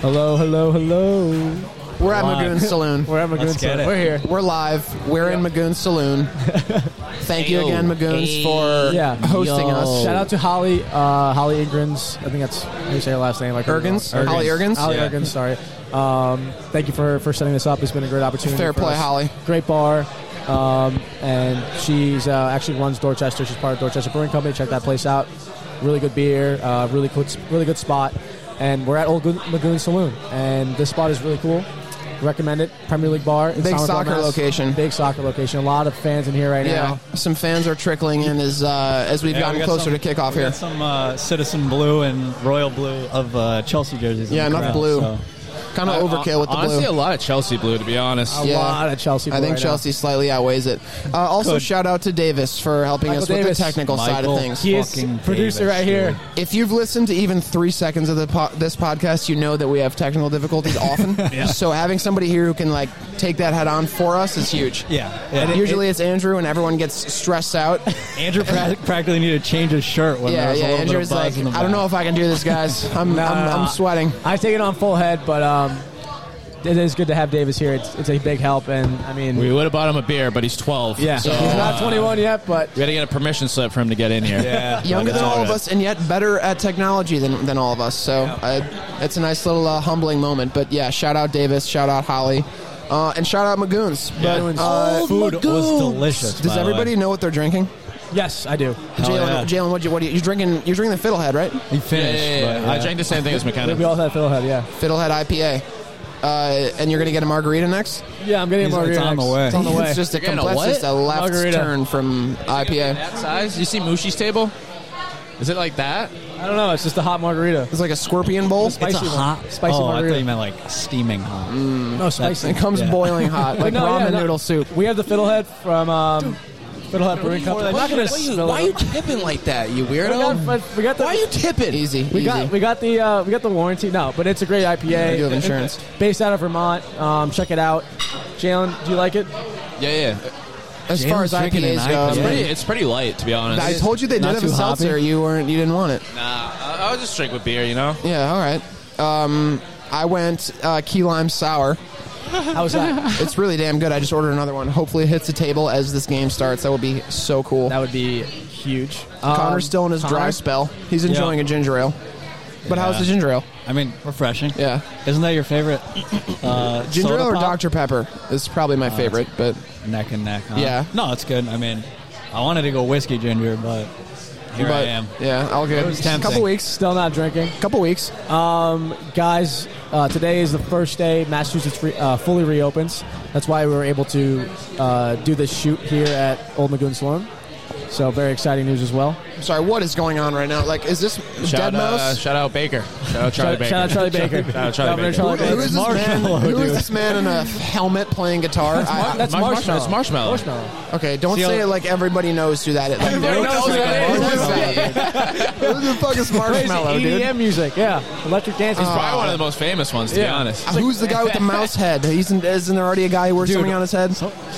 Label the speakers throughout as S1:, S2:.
S1: Hello, hello, hello.
S2: We're at
S3: Live.
S2: Magoon Saloon.
S1: We're at Magoon
S3: Let's get
S1: Saloon.
S3: it.
S1: We're here.
S2: We're live. We're in Magoon Saloon. Thank you
S3: Ayo.
S2: again, Magoons, for
S1: Yeah.
S2: hosting
S3: Yo.
S2: us.
S1: Shout out to Holly, uh, Holly Ingrams. I think that's how you say her last name. Like
S2: Ergens? Holly Ergens?
S1: Holly
S3: Yeah.
S1: Ergens. Sorry. Um, thank you for for setting this up. It's been a great opportunity.
S2: Fair
S1: for
S2: play,
S1: us.
S2: Holly.
S1: Great bar. Um, and she's uh, actually runs Dorchester. She's part of Dorchester Brewing Company. Check that place out. Really good beer. Uh, really cool. Really good spot. And we're at Old Goon- Lagoon Saloon. And this spot is really cool. Recommend it. Premier League bar. in
S2: Big
S1: Somerville,
S2: soccer
S1: Mass.
S2: location.
S1: Big soccer location. A lot of fans in here right
S2: Yeah,
S1: now.
S2: some fans are trickling in as uh, as we've
S3: Yeah,
S2: gotten
S3: we got
S2: closer
S3: some-
S2: to kickoff
S3: we
S2: here.
S3: Got some uh, citizen blue and royal blue of uh, Chelsea jerseys. in
S2: Yeah,
S3: the
S2: enough
S3: crowd,
S2: blue.
S3: so-
S2: Kind of overkill with the
S4: Honestly,
S2: blue.
S4: a lot of Chelsea blue, to be honest.
S1: A
S2: Yeah.
S1: lot of Chelsea.
S2: I
S1: blue
S2: think
S1: right now.
S2: Chelsea slightly outweighs it. Uh, also,
S3: Could.
S2: shout out to Davis for helping
S1: Michael
S2: us with
S1: Davis.
S2: the technical side
S3: Michael.
S2: of things.
S1: He is
S3: Fucking
S1: producer
S3: Davis,
S1: right here.
S3: dude.
S2: If you've listened to even three seconds of the po- this podcast, you know that we have technical difficulties often. So having somebody here who can like take that head on for us is huge.
S3: Yeah, yeah. And
S2: Usually it's Andrew, and everyone gets stressed out.
S3: Andrew prac- practically needed to change his shirt when there
S2: yeah,
S3: was
S2: yeah.
S3: a little
S2: Andrew's
S3: bit of
S2: like,
S3: buzz in the
S2: I don't know if I can do this, guys. I'm,
S1: No,
S2: I'm,
S1: no, no.
S2: I'm sweating.
S1: I take it on full head, but um, it is good to have Davis here. It's, it's a big help, and I mean,
S4: We would have bought him a beer, but he's 12.
S1: yeah,
S4: So,
S1: he's
S4: uh,
S1: not 21 yet, but
S4: we had to get a permission slip for him to get in here.
S3: Yeah,
S2: Younger
S4: But
S2: than
S4: it's
S2: all of
S4: good.
S2: us, and yet better at technology than, than all of us. So uh, it's a nice little uh, humbling moment. But yeah, shout out Davis, shout out Holly, uh, and shout out Magoons. But
S1: Magoons.
S2: uh,
S3: food was
S2: Magoons.
S3: delicious. by
S2: Does
S3: the
S2: everybody
S3: way.
S2: know what they're drinking?
S1: yes, I do.
S3: Hell
S2: Jalen,
S3: yeah.
S2: Jalen, what you what you, you drinking? You're drinking the Fiddlehead, right?
S3: He
S4: Yeah,
S3: finished.
S4: yeah, yeah.
S3: but,
S4: I
S3: yeah.
S4: drank the same thing as
S1: We
S4: McKenna.
S1: all had Fiddlehead, yeah,
S2: Fiddlehead IPA. Uh, and you're gonna get a margarita next.
S1: yeah. I'm getting
S3: He's-
S1: more.
S3: it's on the way.
S1: It's on the way.
S2: It's just a
S4: You're getting a
S2: complex,
S4: what?
S2: just a left
S1: Margarita.
S2: turn from IPA.
S4: That size? You see Mushi's table? Is it like that?
S1: I don't know. It's just a hot margarita.
S2: It's like a scorpion bowl.
S1: Spicy
S3: It's a
S1: one.
S3: hot,
S1: Spicy
S3: Oh, I
S1: margarita.
S3: thought you meant like steaming hot.
S2: Mm.
S1: No spicy.
S2: It comes
S3: Yeah.
S2: boiling hot, like
S1: No,
S2: ramen
S1: yeah, no.
S2: noodle soup.
S1: We have the Fiddlehead from um, Fiddlehead Brewing Company. I'm not gonna spill it.
S5: tipping like that, you
S1: We got,
S5: weirdo?
S1: but we got the.
S5: tipping?
S2: Easy,
S1: We
S2: easy.
S1: got we got the uh, we got the warranty. No, but it's a great IPA.
S2: I do have insurance.
S1: Based out of Vermont. Um, check it out. Jalen, do you like it?
S4: Yeah, yeah.
S2: as far as
S3: Jalen's drinking an
S2: IPAs
S4: It's,
S2: go,
S3: IPA.
S4: Pretty, it's pretty light, to be honest.
S2: Um, I told you they did
S3: Not
S2: have a
S3: too hoppy.
S2: seltzer. You weren't, you didn't want it.
S4: Nah, I- I'll just drink with beer, you know?
S2: Yeah, all right. Um, I went uh, key lime sour.
S1: How was that?
S2: It's really damn good. I just ordered another one. Hopefully, it hits the table as this game starts. That would be so cool.
S1: That would be huge. Um,
S2: Connor's still in his dry spell. He's enjoying a ginger ale. But how's the ginger ale?
S3: I mean, refreshing.
S2: Yeah.
S3: Isn't that your favorite? Uh,
S2: Ginger
S3: soda
S2: ale or
S3: pop?
S2: Dr. Pepper is probably my favorite, but
S3: Neck and neck. Huh?
S2: Yeah.
S3: No, it's good. I mean, I wanted to go whiskey ginger, but here
S2: but
S3: I am.
S2: yeah, all good.
S3: was
S2: A
S3: tempting.
S2: couple weeks,
S1: Still not drinking.
S2: couple weeks.
S1: Um, Guys, uh, today is the first day Massachusetts re- uh, fully reopens. That's why we were able to uh, do this shoot here at Old Magoon Saloon. So very exciting news as well.
S2: I'm sorry, what is going on right now? Like, is this
S4: Shout,
S2: Dead
S4: uh,
S2: Mouse?
S4: shout out Baker. Shout out Charlie
S1: shout,
S4: Baker.
S1: shout out Charlie Baker.
S4: Shout out Charlie
S1: Governor
S4: Baker.
S1: Charlie
S2: who,
S1: Baker.
S2: is
S3: It's
S2: this man,
S3: Marshmallow,
S2: who is
S3: dude.
S2: this man in a helmet playing guitar? I-
S1: That's
S4: Mar-
S1: marshmallow.
S4: It's marshmallow.
S1: Marshmallow.
S2: okay, don't
S3: See,
S2: say
S3: I'll-
S2: it like everybody knows who that is. Like,
S4: Everybody
S2: who
S4: knows who that
S2: the
S4: is.
S2: fuck is that? Who the fuck is Marshmallow,
S1: Crazy
S2: dude?
S1: EDM music. Yeah, electric dance. He's
S4: Probably one of the most famous ones, to be
S1: Yeah.
S4: honest. Oh,
S2: Who's the guy with the mouse head? Isn't, isn't there already a guy who wears
S3: Dude.
S2: something on his head?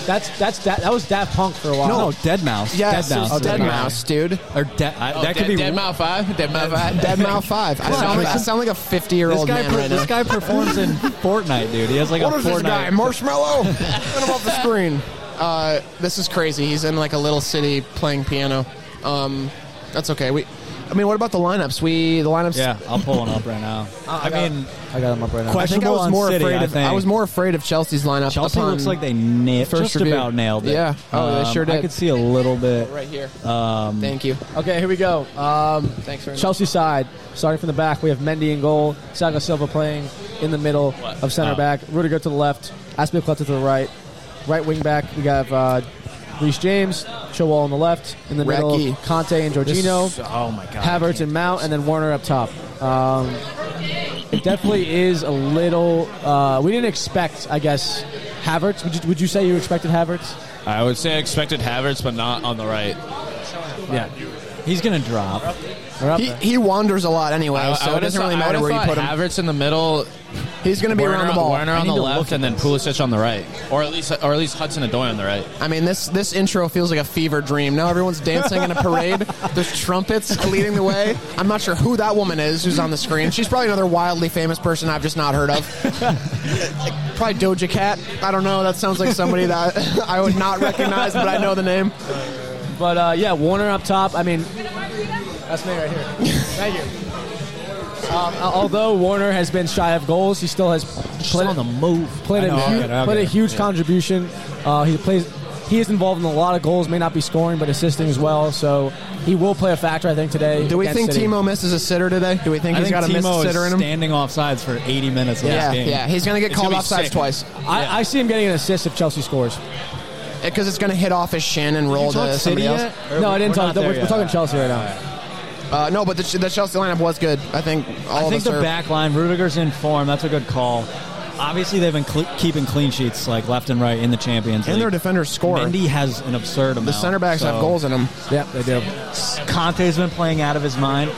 S1: That's that's that, that was Daft Punk for a while.
S3: No, Dead Mouse.
S2: Yes,
S3: Dead Mouse.
S2: it's Dead
S3: Okay.
S2: Mouse, dude.
S3: Or de- I,
S4: Oh,
S3: that
S4: dead,
S3: could be
S4: Dead Mouth 5? Dead Mouth 5?
S2: Dead Mouth Five. I sound like I sound like a fifty year
S3: This
S2: old
S3: guy,
S2: man
S3: per-
S2: right now.
S3: this guy performs in Fortnite, dude. He has like
S2: What
S3: a
S2: is
S3: Fortnite.
S2: this guy? Marshmallow. Get him off the screen. Uh, this is crazy. He's in like a little city playing piano. Um, that's okay. We, I mean, what about the lineups? We the lineups.
S3: Yeah, I'll pull one up right now. I mean,
S1: I got him up right now.
S2: I think I
S3: Questionable
S2: was
S3: on
S2: more
S3: City,
S2: afraid
S3: I
S2: of.
S3: think.
S2: I was more afraid of Chelsea's lineup.
S3: Chelsea
S2: upon-
S3: looks like they nailed
S2: first
S3: just
S2: review.
S3: about nailed it.
S2: Yeah. Oh, they
S3: Um,
S2: sure did.
S3: I could see a little bit.
S2: right here.
S3: Um,
S2: Thank you.
S1: Okay, here we go. Um,
S2: Thanks very much.
S1: Chelsea side, starting from the back, we have Mendy in goal, Saga Silva playing in the middle of center
S3: Oh.
S1: back, Rudiger to the left, Aspilicueta to the right, right wing back, we have uh, Reece James, Chilwell on the left, in the middle,
S2: Racky.
S1: Conte and Jorginho,
S3: Oh my god.
S1: Havertz and Mount, and then Warner up top. Um, it definitely is a little, uh, we didn't expect, I guess, Havertz. Would you, would you say you expected Havertz?
S4: I would say I expected Havertz, but not on the right.
S1: Yeah.
S3: He's gonna drop.
S1: We're up
S2: He,
S1: there.
S2: he wanders a lot anyway,
S4: I,
S2: so
S4: I
S2: it
S4: would've
S2: doesn't really
S4: thought- I
S2: matter
S4: would've
S2: where you
S4: thought
S2: put him.
S4: Havertz in the middle
S2: He's going to be
S4: Werner,
S2: around the ball.
S4: Werner
S3: I
S4: on
S3: need
S4: the
S3: to
S4: left
S3: look at
S4: and then
S3: this.
S4: Pulisic on the right, or at least or at least Hudson Odoi on the right.
S2: I mean, this this intro feels like a fever dream. Now everyone's dancing in a parade. There's trumpets leading the way. I'm not sure who that woman is who's on the screen. She's probably another wildly famous person I've just not heard of. Like, probably Doja Cat. I don't know. That sounds like somebody that I would not recognize, but I know the name.
S1: But uh, yeah, Warner up top. I mean, that's me right here. Thank you. Um, al- although Warner has been shy of goals, he still has played,
S3: on the move.
S1: played,
S3: I
S1: a,
S3: know, I'll
S1: hu-
S3: get it, I'll
S1: played
S3: get
S1: a
S3: it.
S1: huge contribution. Uh, he plays. He is involved in a lot of goals. May not be scoring, but assisting as well. So he will play a factor, I think, today.
S2: Do we
S1: against
S2: think
S1: City.
S2: Timo misses a sitter today? Do we think
S3: I
S2: he's
S3: think
S2: got a missed
S3: Timo
S2: sitter
S3: is
S2: in him?
S3: standing offsides for 80 minutes of
S2: Yeah,
S3: this game.
S2: yeah. He's going to get
S4: It's
S2: called
S4: gonna be
S2: offsides
S4: sick.
S2: twice
S1: I, I see him getting an assist if Chelsea scores.
S2: because it's going to hit off his shin and roll
S3: You talk
S2: to
S3: City
S2: somebody else.
S3: yet? Or
S1: No, I didn't
S3: we're
S1: talk.
S3: not
S1: We're,
S3: there
S1: we're
S3: yet?
S1: talking Chelsea right now.
S2: Uh, no, but the, the Chelsea lineup was good. I think all
S3: I
S2: of
S3: think
S2: us
S3: the
S2: are-
S3: back line, Rudiger's in form. That's a good call. Obviously, they've been cle keeping clean sheets like left and right in the Champions
S2: and their
S3: League.
S2: defenders score.
S3: Mendy has an absurd amount.
S2: The center backs have goals in them.
S1: Yep, they do.
S3: Conte's been playing out of his mind.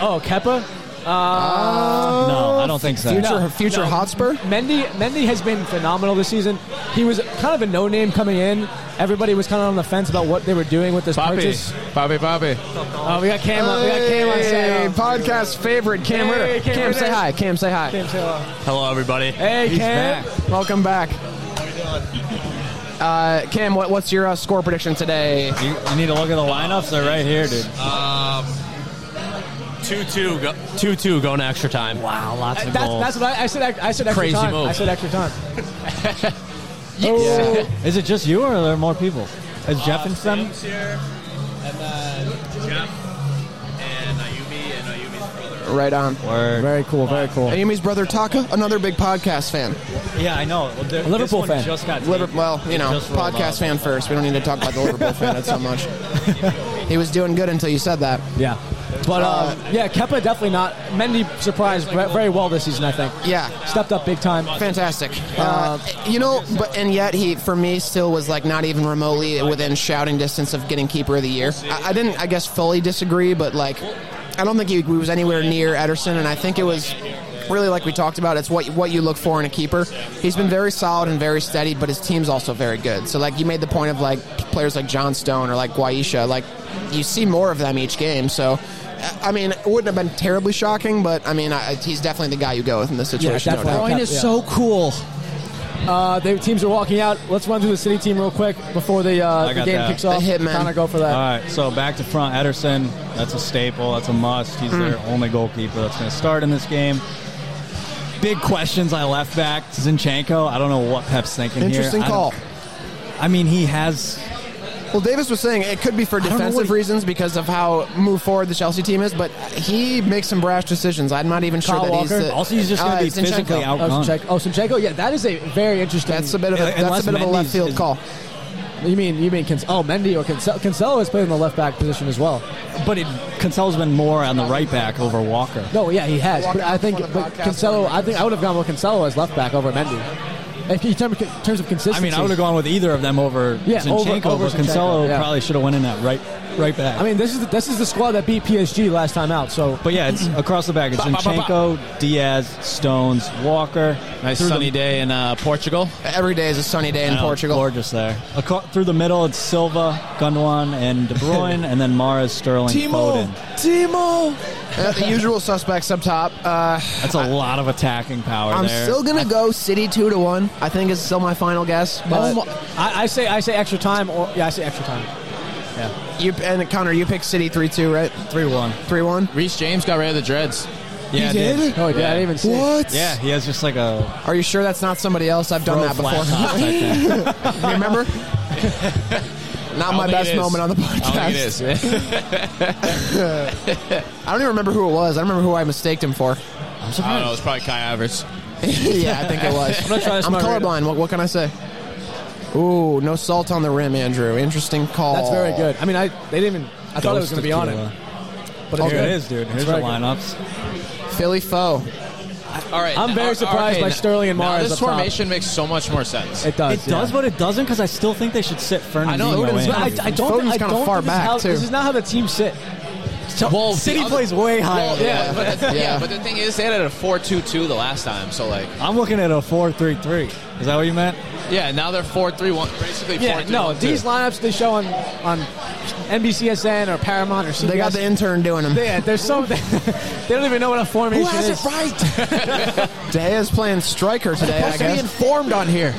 S1: Oh, Keppa.
S3: no, I don't think so.
S2: Oh, Future,
S1: No,
S2: future
S1: no.
S2: Hotspur.
S1: Mendy Mendy has been phenomenal this season. He was kind of a no name coming in. Everybody was kind of on the fence about what they were doing with this
S4: Poppy,
S1: purchase.
S4: Poppy, Poppy.
S1: Oh, we got Cam. on we got Cam on
S2: Hey,
S1: sale.
S2: podcast favorite Cam
S1: Hey,
S2: Ritter.
S1: Cam
S2: Cam,
S1: Ritter.
S2: say hi. Cam, say hi.
S1: Cam Taylor.
S4: Hello, everybody.
S1: Hey,
S3: He's
S1: Cam.
S3: back.
S2: Welcome back. Uh, Cam, what, what's your uh, score prediction today?
S3: You, you need to look at the lineups. They're right here, dude.
S4: Two-two, go, two-two, going to extra time.
S3: Wow, Ah, lots
S1: That's, that's what I, I said. I, I said extra
S4: Crazy
S1: time.
S4: move.
S1: I said extra time. Oh.
S2: Yeah.
S3: Is it just you, or are there more people? Is Jeff in some?
S4: here, and then Jeff and Ayumi and Ayumi's brother.
S2: Right on.
S3: Or
S1: Very cool. Very cool.
S2: Amy's brother Taka, another big podcast fan.
S3: yeah, I know. Well, there- this
S1: Liverpool
S3: one
S1: fan.
S3: Just got
S2: Liverpool, well, you know,
S3: Just rolled
S2: podcast
S3: out.
S2: fan first. We don't need to talk about the Liverpool fan that's so much. He was doing good until you said that.
S1: Yeah. But um,
S3: Uh,
S1: yeah, Keppa definitely not. Mendy surprised ve- very well this season. I think
S2: Yeah,
S1: stepped up big time.
S2: fantastic. Uh, you know, but and yet he, for me, still was like not even remotely within shouting distance of getting keeper of the year. I, I didn't, I guess, fully disagree, but like, I don't think he was anywhere near Ederson, and I think it was really like we talked about. It's what what you look for in a keeper. He's been very solid and very steady, but his team's also very good. So like, you made the point of like players like John Stone or like Guaisha, like you see more of them each game. So. I- I mean, it wouldn't have been terribly shocking, but I mean, I, he's definitely the guy you go with in this situation. no
S1: definitely.
S2: doubt.
S1: Bruyne is Yeah. so
S3: cool.
S1: Uh, the teams are walking out. Let's run through the city team real quick before the, uh,
S3: I
S1: the
S3: got
S1: game
S3: that.
S1: kicks off.
S2: The Hitman.
S1: Kind of go for that.
S3: All right, so back to front. Ederson, that's a staple. That's a must. He's their only goalkeeper that's going to start in this game. Big questions. I left back Zinchenko. I don't know what Pep's thinking
S2: Interesting
S3: here. I
S2: call.
S3: don't- I mean, he has
S2: Well, Davis was saying it could be for
S3: don't know
S2: defensive
S3: what-
S2: reasons because of how move forward the Chelsea team is, but he makes some brash decisions. I'm not even sure
S1: Kyle
S2: that
S1: Walker?
S2: he's. The,
S3: Also, he's just gonna be
S2: Zinchenko.
S3: physically out-
S1: Oh,
S3: Gone.
S1: Zinchenko. Oh, Zinchenko. Yeah, that is a very interesting.
S2: That's a bit of a
S3: Unless
S2: that's a bit of a
S3: Mendy's-
S2: left field
S3: is-
S2: call.
S1: You mean you mean Can- oh Mendy or Cancelo? Cancelo has played in the left back position as well.
S3: But it, Cancelo's been more on the right back over Walker.
S1: No, yeah, he has. But
S2: Walker
S1: I think
S2: on the
S1: but
S2: podcast
S1: Cancelo.
S2: on
S1: I think I would have gone with Cancelo as left back over Mendy. If you term, in terms of
S3: I
S1: consistency,
S3: mean, I would have gone with either of them over
S1: Yeah, over-
S3: Zinchenko,
S1: over
S3: but Cancelo
S1: Zinchenko, yeah.
S3: probably should have went in that right right back.
S1: I mean, this is the, this is the squad that beat PSG last time out. So
S3: but yeah, it's across the back. It's
S4: Ba, ba, ba, ba.
S3: Zinchenko, Diaz, Stones, Walker.
S4: Nice
S3: Through the-
S4: sunny day in uh, Portugal.
S2: Every day is a sunny day in
S3: I know,
S2: Portugal.
S3: Gorgeous there. Aco- through the middle, it's Silva, Gundogan, and De Bruyne, and then Mara, Sterling, Foden.
S1: Timo.
S2: Uh, the usual suspects up top. Uh,
S3: That's a lot of attacking power
S2: I'm
S3: there.
S2: still gonna go City two to one. I think is still my final guess.
S3: Oh
S2: But
S1: I, I say I say extra time or yeah I say extra time.
S2: you and Connor, you picked City three two, right?
S3: three one.
S2: Three one.
S4: Reese James got rid of the dreads.
S3: Yeah, dude.
S1: Oh yeah, I didn't even see. it.
S3: Yeah, he has just like a
S2: Are you sure that's not somebody else? I've done
S3: pro
S2: that
S3: flat top
S2: before.
S3: type thing.
S2: you remember? Not my
S4: think
S2: best
S4: it is.
S2: moment on the podcast.
S4: I don't think it is.
S2: I don't even remember who it was. I don't remember who I mistaked him for.
S4: I don't know. It's probably Kai Havertz.
S2: yeah, I think it was. I'm,
S1: gonna try this margarita.
S2: colorblind. What, what can I say? Ooh, no salt on the rim, Andrew. Interesting call.
S1: That's very good. I mean, I they didn't even. I thought it was going to be on it, but it's
S3: Here
S1: good.
S3: it is, dude.
S1: It's
S3: Here's the
S1: very good.
S3: lineups.
S2: Philly foe.
S4: All right.
S1: I'm very
S4: now-
S1: surprised by
S4: now-
S1: Sterling and
S4: now
S1: Mahrez
S4: This
S1: up top.
S4: formation makes so much more sense.
S1: It does.
S3: It does,
S1: yeah.
S3: but it doesn't because I still think they should sit Fernandinho
S4: I know, Foden's
S3: in.
S1: But I, I don't.
S2: Foden's
S1: I
S2: kinda
S1: don't
S2: far
S1: think this is
S2: back,
S1: how-
S2: too.
S1: This is not how the team sit.
S3: So
S4: Well,
S3: City
S4: the other-
S3: plays way higher.
S4: Well, yeah,
S2: Yeah.
S4: But the, yeah.
S2: Yeah.
S4: but the thing is, they had it at a 4-2-2 the last time. So like,
S3: I'm looking at a four-three-three. Is that what you meant?
S4: yeah, now they're 4-3-1, basically
S1: Yeah,
S4: 4-3-1-2.
S1: no, these lineups they show on on NBCSN or Paramount or CBS.
S2: They got the intern doing them.
S1: Yeah, there's some. They, don't even know what a formation is.
S2: right? Dea's playing striker today, I guess.
S4: informed on here.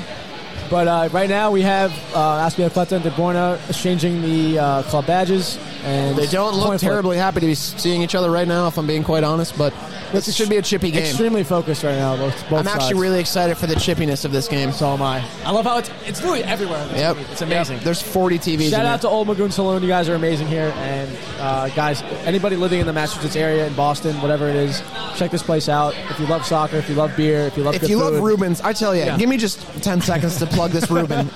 S1: But uh, right now we have uh, Aspia Cleta and De Bruyne exchanging the uh, club badges, and
S2: They don't look
S1: Point for-
S2: terribly happy to be seeing each other right now, if I'm being quite honest, but this should be a chippy game.
S1: Extremely focused right now. Both, both
S2: I'm
S1: sides.
S2: actually really excited for the chippiness of this game.
S1: So am I. I love how it's it's really everywhere. in this
S2: Yep.
S1: movie. it's amazing.
S2: There's 40 TVs.
S1: Shout
S2: in
S1: out to Old Magoon Saloon. You guys are amazing here. And uh, guys, anybody living in the Massachusetts area, in Boston, whatever it is, check this place out. If you love soccer, if you love beer, if you love
S2: there. If
S1: good
S2: you
S1: food,
S2: love Rubens, I tell you,
S1: Yeah.
S2: give me just 10 seconds to plug this Ruben.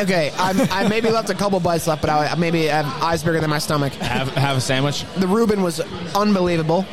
S2: Okay, I've, I maybe left a couple bites left, but I maybe I have eyes bigger than my stomach.
S4: Have have a sandwich.
S2: The Reuben was unbelievable.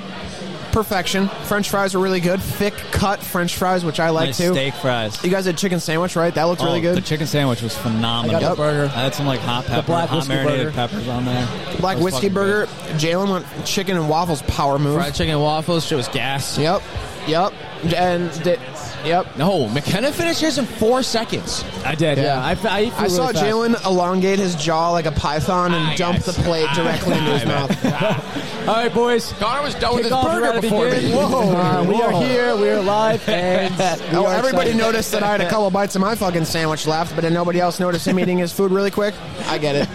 S2: Perfection. French fries were really good. Thick cut French fries, which I like
S3: Nice
S2: too.
S3: steak fries.
S2: You guys had chicken sandwich, right? That looked really
S3: Oh, The
S2: good.
S3: chicken sandwich was phenomenal.
S1: I got the Yep. burger.
S3: I had some like hot pepper,
S1: black
S3: hot
S1: whiskey
S3: marinated
S1: burger.
S3: peppers on there.
S2: Black
S3: That was
S2: whiskey
S3: fucking
S2: burger.
S3: good.
S2: Jalen went chicken and waffles power move.
S4: Fried chicken and waffles. Shit was gas.
S2: Yep. Yep. And di- yep.
S4: No, McKenna finished his in four seconds.
S1: I did. Yeah,
S2: Yeah.
S1: I, f- I, flew
S2: I saw
S1: really fast.
S2: Jalen elongate his jaw like a python and
S4: Ah,
S2: dump
S4: yes.
S2: the plate
S4: Ah,
S2: directly into his
S4: I bet.
S2: mouth.
S1: All right, boys.
S4: Connor was done with his
S1: Kickoff is about
S4: burger
S1: to
S4: before
S1: begin.
S4: me.
S2: Whoa.
S1: Uh, we are
S2: Whoa.
S1: here. We are live, and we
S2: Oh,
S1: are
S2: everybody
S1: excited.
S2: noticed that I had a couple bites of my fucking sandwich left, but then nobody else noticed him eating his food really quick. I get it.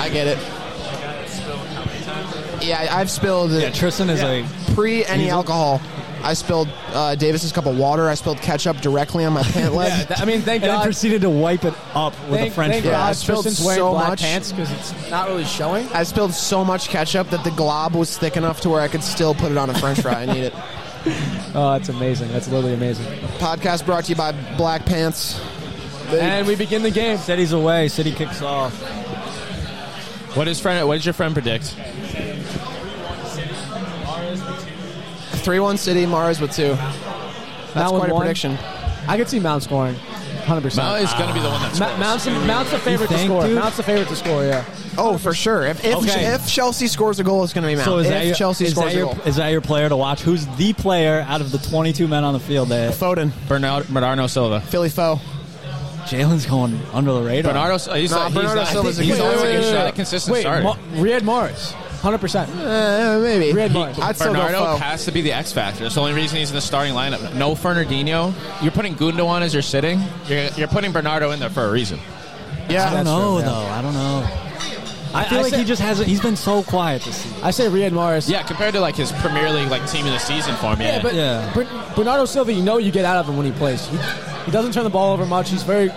S2: I get it. Yeah, I- I've spilled
S3: Yeah, Tristan is a
S2: pre any alcohol. I spilled uh, Davis's cup of water. I spilled ketchup directly on my pant leg.
S1: Yeah, th- I mean, thank
S3: and then
S1: God.
S3: proceeded to wipe it up with
S1: Thank,
S3: a French
S1: thank
S3: fry.
S1: God
S2: I spilled
S1: Tristan's wearing
S2: so
S1: black
S2: much.
S1: pants because it's not really showing.
S2: I spilled so much ketchup that the glob was thick enough to where I could still put it on a French fry and eat it.
S1: Oh, that's amazing. That's literally amazing.
S2: Podcast brought to you by Black Pants.
S1: And we begin the game.
S3: City's away. City kicks off.
S4: What is friend? What did your friend predict?
S2: Three one City Mars with two. That's
S1: Mount with
S2: quite a
S1: one.
S2: prediction.
S1: I could see Mount scoring, hundred
S4: Mount
S1: percent.
S4: is going to be the one that scores.
S1: Mount's Mount's the favorite
S3: You
S1: to
S3: think,
S1: score.
S3: dude?
S1: Mount's the favorite to score. Yeah.
S2: Oh, for sure. If if,
S3: Okay.
S2: if Chelsea scores a goal, it's going to be Mount.
S3: So is
S2: if
S3: that your,
S2: Chelsea
S3: is
S2: scores a
S3: that your,
S2: goal,
S3: is that your player to watch? Who's the player out of the 22 men on the field that
S2: Foden,
S4: Bernardo, Bernardo Silva.
S2: Philly foe.
S3: Jalen's going under the radar?
S4: Bernardo, oh, he's, not, he's
S2: Nah, Bernardo
S4: not,
S2: Silva's a
S4: he's
S2: good-
S4: always
S2: wait,
S4: a
S2: wait,
S4: good shot
S2: wait.
S4: at consistent
S1: Wait,
S4: starter.
S1: Ma- Riyad Mahrez, hundred percent.
S2: Uh, maybe.
S1: Red Mike.
S2: I'd still go
S4: Bernardo
S2: foe.
S4: has to be the X factor. It's the only reason he's in the starting lineup. No Fernandinho. You're putting Gundogan as you're sitting. You're, you're putting Bernardo in there for a reason.
S3: I
S2: yeah.
S3: don't
S1: That's
S3: know
S1: true, yeah.
S3: though. I don't know. I
S1: I
S3: feel like
S1: said-
S3: he just hasn't. He's been so quiet this season.
S1: I say Riyad Mahrez.
S4: Yeah, compared to like his Premier League like team of the season form. Yeah,
S1: Yeah, but
S3: Yeah.
S1: Ber- Bernardo Silva, you know what you get out of him when he plays. He, he doesn't turn the ball over much. He's very,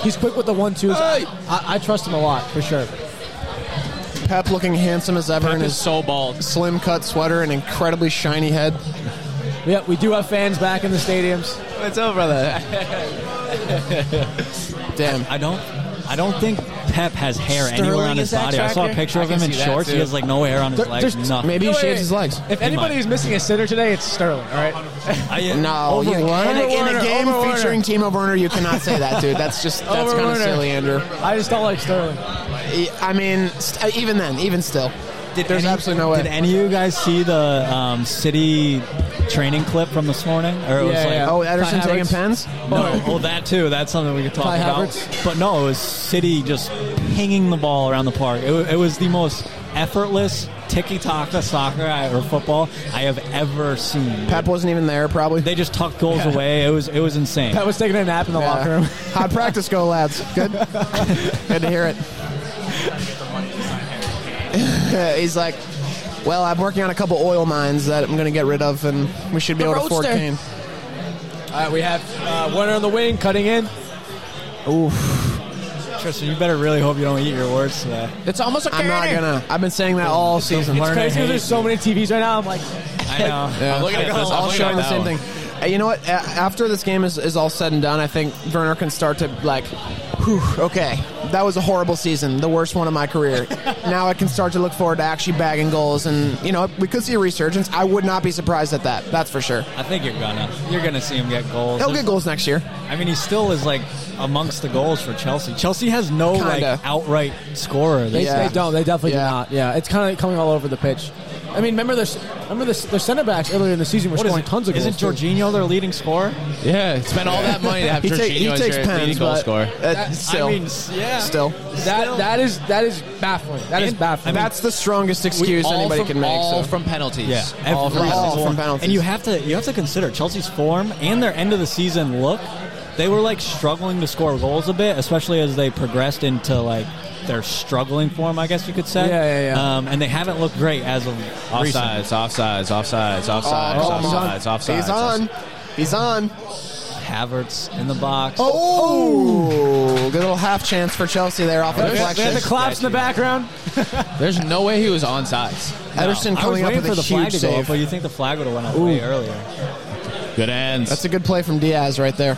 S1: he's quick with the one twos.
S4: Hey!
S1: I, I trust him a lot for sure.
S2: Pep looking handsome as ever in
S4: Pep is
S2: his
S4: so bald.
S2: slim cut sweater and incredibly shiny head.
S1: Yeah, we do have fans back in the stadiums.
S4: What's up, brother?
S2: Damn.
S3: I don't. I don't think Pep has hair anywhere on
S4: Sterling
S3: his
S4: is that
S3: body. I saw a
S4: tracker?
S3: picture of
S4: I
S3: him
S4: can
S3: in
S4: see that,
S3: shorts. He
S4: too.
S3: has like no hair on his
S1: There-
S3: legs.
S1: there's-
S3: Nothing.
S2: Maybe he
S1: No, wait,
S2: shaves
S1: wait.
S2: his legs.
S1: If anybody
S3: might.
S1: is missing a sitter today, it's Sterling. All right.
S3: I, uh, yeah.
S2: No, you, in, a, in a
S1: Werner,
S2: game
S1: over Werner.
S2: featuring Timo Werner, you cannot say that, dude. That's just that's
S1: Over
S2: kind of
S1: Werner.
S2: silly, Andrew.
S1: I just don't like Sterling.
S2: I I mean, st- even then, even still,
S3: Did
S2: there's
S3: any-
S2: absolutely no way.
S3: Did any of you guys see the um, city training clip from this morning? Or it was
S1: Yeah,
S3: like,
S1: yeah.
S2: oh,
S1: Kai
S2: Ederson taking
S1: Havertz?
S2: pens. Oh.
S3: No, well, Oh, that too. That's something we could talk
S1: Kai
S3: about.
S1: Havertz?
S3: But no, it was City just hanging the ball around the park. It, wa- it was the most effortless tiki taka soccer I- or football I have ever seen.
S2: Pep wasn't even there, probably.
S3: They just tucked goals away. It was it was insane.
S1: That was taking a nap in the
S2: Yeah.
S1: locker room.
S2: How'd practice go, lads? Good. Good to hear it. He's like, well, I'm working on a couple oil mines that I'm going to get rid of, and we should be able to afford
S1: roadster.
S2: Kane.
S1: All right, we have uh, Werner on the wing, cutting in.
S3: Tristan, you better really hope you don't eat your words today.
S4: It's almost a
S2: I'm not gonna. I've been saying that all season.
S3: Learn to
S1: Crazy,
S3: hate.
S1: because there's so many TVs right now. I'm like,
S3: I know.
S4: I'm looking at this. I'm
S2: all
S4: looking
S2: showing
S4: at
S2: the
S4: that
S2: same
S4: one.
S2: thing. Uh, You know what? A- After this game is, is all said and done, I think Werner can start to like, whew, okay, that was a horrible season, the worst one of my career. now I can start to look forward to actually bagging goals, and you know we could see a resurgence. I would not be surprised at that. That's for sure.
S3: I think you're gonna you're gonna see him get goals.
S2: He'll
S3: There's-
S2: get goals next year.
S3: I mean, he still is like amongst the goals for Chelsea. Chelsea has no
S2: Kinda.
S3: like outright scorer.
S1: They,
S3: They,
S2: Yeah.
S1: they don't. They definitely
S2: Yeah.
S1: do not. Yeah, it's kind of coming all over the pitch. I mean, remember their remember their, their center backs earlier in the season were
S3: what is
S1: scoring
S3: it?
S1: tons of
S3: Isn't
S1: goals. too.
S3: Jorginho their leading scorer?
S4: Yeah, spend all that money to have
S2: He, ta-
S4: Jorginho
S2: he
S4: as
S2: takes
S4: your
S2: pens,
S4: leading goal
S2: but
S4: scorer.
S2: uh, still,
S3: I mean, s- yeah.
S2: still,
S1: That that is that is baffling. That is
S3: And-
S1: baffling.
S3: I mean-
S2: that's the strongest excuse
S4: All
S2: anybody
S4: from-
S2: can make.
S4: All
S2: so.
S4: from penalties.
S3: Yeah,
S4: all from
S3: every
S2: all
S4: penalties.
S3: single
S2: from
S3: one.
S2: penalties.
S3: And you have to you have to consider Chelsea's form and their end of the season look. They were like struggling to score goals a bit, especially as they progressed into like their struggling form, I guess you could say.
S1: Yeah, yeah, yeah.
S3: Um, and they haven't looked great as of recent.
S4: Offsides, offsides, offsides, offsides,
S2: Oh, come on.
S4: offsides, offsides.
S2: He's on. He's on.
S3: Havertz in the box.
S2: Oh, good little half chance for Chelsea there off the
S3: There's-
S2: deflection.
S3: there's the claps in the background.
S4: There's no way he was on sides.
S2: Ederson
S3: I was
S2: coming up
S3: waiting
S2: with
S3: for
S2: a
S3: the flag
S2: huge
S3: to go up,
S2: save.
S3: but you think the flag would have went up way earlier.
S4: Good ends.
S2: That's a good play from Diaz right there.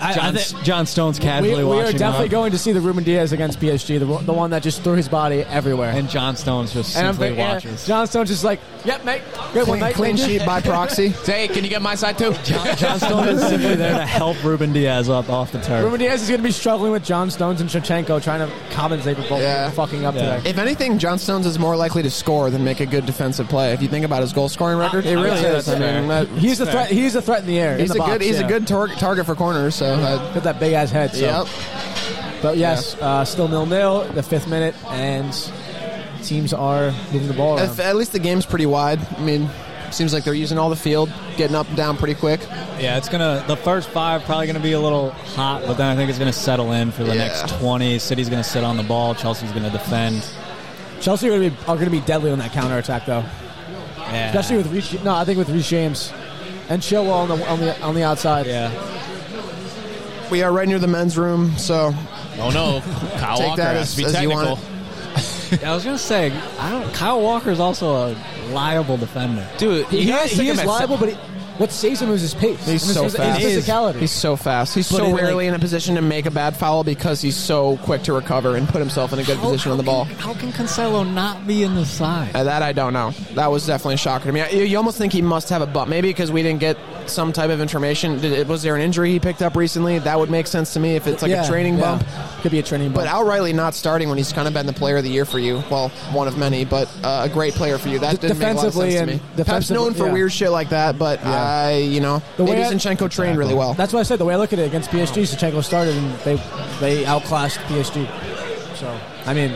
S3: John,
S4: thi-
S3: John Stone's
S1: we, we
S3: casually watching.
S1: are definitely
S3: that.
S1: going to see the Ruben Diaz against PSG, the, one- the one that just threw his body everywhere.
S3: and John Stone's just
S1: And
S3: simply
S1: yeah,
S3: watches.
S1: John Stone's just like, yep, mate, good one,
S2: Clean,
S1: mate.
S2: clean sheet by proxy.
S4: Hey, can you get my side too?
S3: John Stone is simply there to help Ruben Diaz up off the turf.
S1: Ruben Diaz is going to be struggling with John Stones and Shevchenko trying to compensate for both of
S2: Yeah.
S1: them fucking up
S3: Yeah.
S1: today.
S2: If anything, John Stones is more likely to score than make a good defensive play. If you think about his goal scoring record, it really
S3: that's
S2: is. I mean, that-
S1: He's a threat. He's a threat in the air. in
S2: he's
S1: the
S2: a
S1: box,
S2: good he's
S1: yeah.
S2: a good tar- target for corners. So, uh,
S1: Got that big ass head. So.
S2: yep.
S1: But yes, uh, still nil nil. The fifth minute, and teams are moving the ball around.
S2: If- at least the game's pretty wide. I mean, seems like they're using all the field, getting up and down pretty quick.
S3: Yeah, it's gonna. The first five probably gonna be a little hot, but then I think it's gonna settle in for the
S2: Yeah.
S3: next twenty. City's gonna sit on the ball. Chelsea's gonna defend.
S1: Chelsea are going to be are going to be deadly on that counter attack though,
S3: Yeah.
S1: especially with Reece, no, I think with Reece James and Chilwell on the on the on the outside.
S3: yeah.
S2: We are right near the men's room, so
S4: Oh no, Kyle
S2: Take
S4: Walker
S2: that
S4: has to be
S2: as- as you want
S4: technical.
S2: it.
S3: I was gonna say, I don't, Kyle Walker's also a liable defender.
S4: Dude,
S1: he,
S4: you guys
S1: is,
S4: think
S1: he
S4: I'm
S1: is
S4: at-
S1: liable, but he, what saves him is his pace.
S2: He's
S1: And his-
S2: so
S1: his,
S2: fast.
S1: His
S2: He
S3: is.
S1: physicality.
S2: He's so fast. He's
S3: But
S2: so
S3: it, like-
S2: rarely in a position to make a bad foul because he's so quick to recover and put himself in a good position on the ball.
S3: How can Cancelo not be in the side?
S2: Uh, that I don't know. That was definitely a shocker to me. You, you almost think he must have a bump, maybe because we didn't get some type of information. Did, it- was there an injury he picked up recently? That would make sense to me if it's like
S1: Yeah,
S2: a training
S1: yeah.
S2: bump.
S1: Could be a training bump.
S2: But outrightly not starting when he's kind of been the player of the year for you. Well, one of many, but uh, a great player for you. That
S1: D-
S2: didn't make a lot of sense
S1: defensively
S2: to
S1: and-
S2: me. Perhaps
S1: defensively,
S2: known for
S1: yeah.
S2: weird shit like that, but
S1: Yeah.
S2: I, you know,
S1: The way
S2: maybe
S1: I-
S2: Zinchenko trained really well.
S1: That's why I said the way I look at it against PSG, Shevchenko started and they they outclassed PSG. So I mean,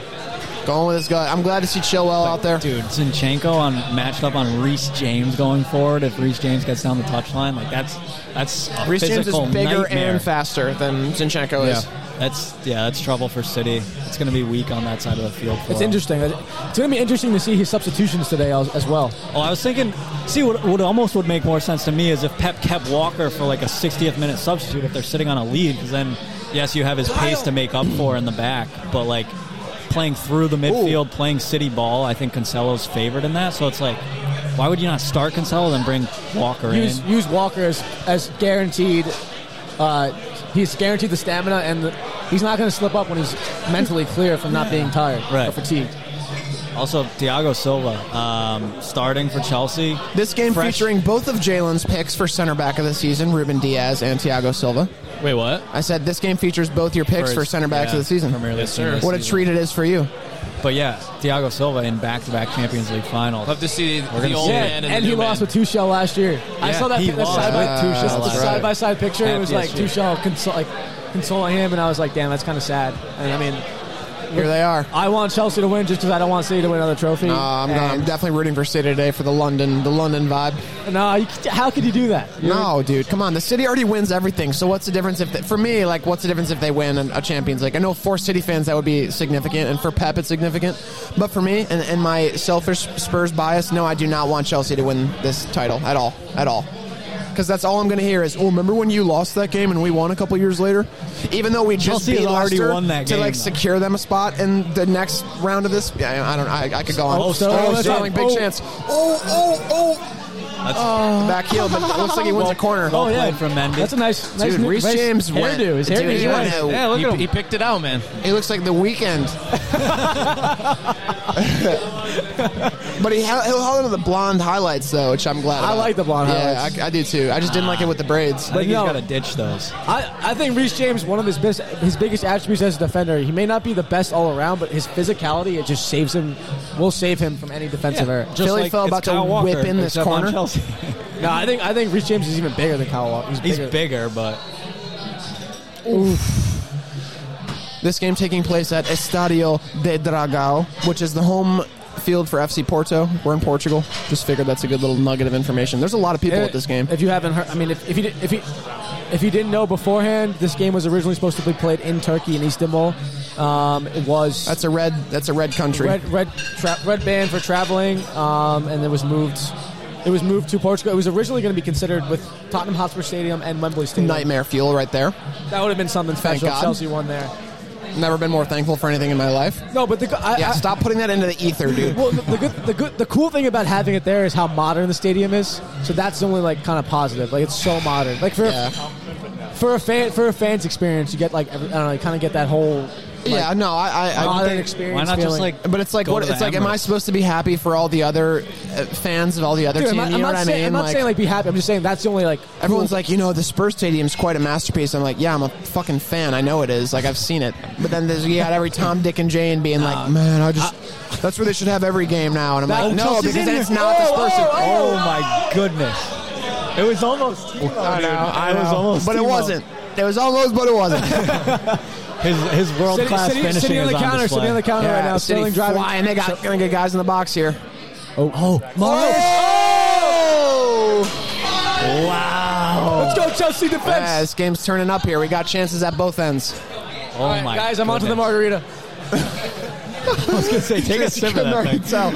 S2: Going with his gut. I'm glad to see Chilwell out there.
S3: Dude, Zinchenko on matched up on Reese James going forward. If Reese James gets down the touchline, like that's that's a
S2: Reece James is
S3: physical
S2: bigger
S3: nightmare.
S2: and faster than Zinchenko
S3: Yeah,
S2: is.
S3: that's yeah, that's trouble for City. It's going to be weak on that side of the field. For
S1: it's
S3: them.
S1: interesting. It's going to be interesting to see his substitutions today as, as well.
S3: Oh, I was thinking. See, what, what almost would make more sense to me is if Pep kept Walker for like a 60th minute substitute if they're sitting on a lead, because then yes, you have his pace to make up for in the back, but like playing through the midfield, playing City ball, I think Cancelo's favored in that. So it's like, why would you not start Cancelo then bring Walker
S1: Use
S3: in?
S1: use Walker as, as guaranteed. Uh, he's guaranteed the stamina and the, he's not going to slip up when he's mentally clear from not being tired or
S3: Right.
S1: fatigued.
S3: Also, Thiago Silva um, starting for Chelsea.
S2: This game
S3: Fresh-
S2: featuring both of Jalen's picks for center back of the season, Ruben Diaz and Thiago Silva.
S4: Wait, what?
S2: I said this game features both your picks for,
S3: his-
S2: center backs of
S3: yeah,
S2: the season.
S3: Premier League
S4: Yes,
S3: team
S4: sir.
S3: this
S2: What a
S3: season.
S2: treat it is for you.
S3: But yeah, Thiago Silva in back-to-back Champions League final.
S4: Love to see the
S3: gonna
S4: old
S3: see it.
S4: man and, the
S1: he
S4: new man.
S1: lost with Tuchel last year. I
S3: Yeah,
S1: saw that
S3: he
S1: pic- that
S3: lost
S1: side by
S3: with Tuchel
S1: the
S2: last year.
S1: side by side picture. It was
S3: At
S1: like
S3: PSG.
S1: Tuchel consol- like consoling him, and I was like, damn, that's kind of sad. And I mean,
S2: Here they are.
S1: I want Chelsea to win just because I don't want City to win another trophy.
S2: Uh, I'm, I'm definitely rooting for City today for the London, the London vibe.
S1: And, no, you, how could you do that?
S2: No, dude, come on. The city already wins everything. So what's the difference if they, for me? Like, what's the difference if they win an- a Champions League? I know for City fans that would be significant, and for Pep it's significant. But for me and, and my selfish Spurs bias, no, I do not want Chelsea to win this title at all, at all. Because that's all I'm going to hear is, oh, remember when you lost that game and we won a couple years later? Even though we just
S3: Chelsea has
S2: beat
S3: already
S2: Leicester
S3: won that
S2: to
S3: game,
S2: like
S3: though.
S2: secure them a spot in the next round of this. Yeah, I don't. I, I could go on.
S1: Oh, Sterling,
S2: Sterling, big
S1: oh.
S2: chance. Oh, oh, oh.
S3: That's,
S2: Back heel, but it looks like he wins a corner.
S3: well
S1: Oh, yeah.
S3: played from Mendy.
S1: That's a nice, nice
S2: Dude,
S1: new-
S2: Reece
S1: nice
S2: James
S1: hairdo.
S2: went-
S1: His hairdo
S2: Dude,
S1: is
S2: he
S1: nice.
S2: went-
S1: Yeah, look
S4: he,
S1: at him.
S4: he picked it out, man.
S2: He looks like the weekend. but he ha- he'll hold on to the blonde highlights though, which I'm glad.
S1: I
S2: about.
S1: like the blonde
S2: yeah,
S1: highlights.
S2: I, I do too. I just didn't like it with the braids.
S3: I think
S1: no.
S3: he's got to ditch those.
S1: I, I think Reese James, one of his best, his biggest attributes as a defender, he may not be the best all around, but his physicality it just saves him, will save him from any defensive error.
S3: Just
S2: Philly fell
S3: it's
S2: about to
S3: Kyle
S2: whip
S3: Walker,
S2: in this
S3: except on
S2: corner.
S3: Chelsea.
S1: No, I think I think Reese James is even bigger than Kyle Walker. He's,
S3: He's
S1: bigger.
S3: bigger, but
S2: This game taking place at Estadio de Dragão, which is the home field for FC Porto. We're in Portugal. Just figured that's a good little nugget of information. There's a lot of people at this game.
S1: If you haven't heard, I mean, if, if you did, if you if you didn't know beforehand, this game was originally supposed to be played in Turkey in Istanbul. Um, it was
S2: That's a red. That's a red country.
S1: red red tra- red band for traveling, um, and it was moved. It was moved to Portugal. It was originally going to be considered with Tottenham Hotspur Stadium and Wembley Stadium.
S2: Nightmare fuel right there.
S1: That would have been something
S2: Thank
S1: special. if
S2: God.
S1: Chelsea won there.
S2: Never been more thankful for anything in my life.
S1: No, but the I,
S2: Yeah,
S1: I-
S2: stop putting that into the ether, dude.
S1: Well, the, the good, the good, the cool thing about having it there is how modern the stadium is. So that's the only like kind of positive. Like it's so modern. Like for
S2: Yeah.
S1: for a fan for a fan's experience, you get like every, I don't know, you kind of get that whole like,
S2: yeah, no, I, I, I
S1: modern
S2: think-
S1: experience.
S3: why not just
S1: feeling.
S3: like?
S2: But it's like,
S3: go
S2: what?
S3: to the
S2: It's like, am I
S3: Emirates?
S2: supposed to be happy for all the other uh, fans of all the other
S1: Dude, I'm
S2: teams?
S1: not,
S2: You
S1: I'm
S2: know
S1: not
S2: what I
S1: saying,
S2: mean?
S1: I'm not
S2: like,
S1: saying like be happy. I'm just saying that's the only like
S2: everyone's like, you know, the Spurs Stadium's quite a masterpiece. I'm like, yeah, I'm a fucking fan. I know it is. Like, I've seen it. But then there's you got every Tom, Dick, and Jane being like, man, I just. that's where they should have every game now. And I'm
S1: That-
S2: like, oh, no,
S1: Chelsea's
S2: because
S1: in
S2: then it's
S1: there.
S2: not the Spurs.
S1: Oh,
S2: Stadium."
S3: Oh my goodness! It was almost. Timo,
S2: I
S3: dude.
S2: know, I
S3: It was
S2: know.
S3: almost.
S2: but it
S3: Timo.
S2: wasn't. It was almost, but it wasn't.
S3: His his world
S1: sitting,
S3: class
S1: sitting,
S3: finishing
S1: sitting on
S3: is
S1: the counter,
S3: display.
S1: sitting on the counter right now,
S2: City
S1: Sterling driving.
S2: flying. They got gonna get guys in the box here.
S1: Oh, oh,
S2: Oh!
S3: Wow!
S1: let's go Chelsea defense.
S2: Yeah, this game's turning up here. We got chances at both ends.
S3: Oh
S1: All right,
S3: my
S1: guys, I'm onto the margarita.
S3: goodness. I was gonna say, take a sip of that
S2: Already
S3: thing.
S2: tell.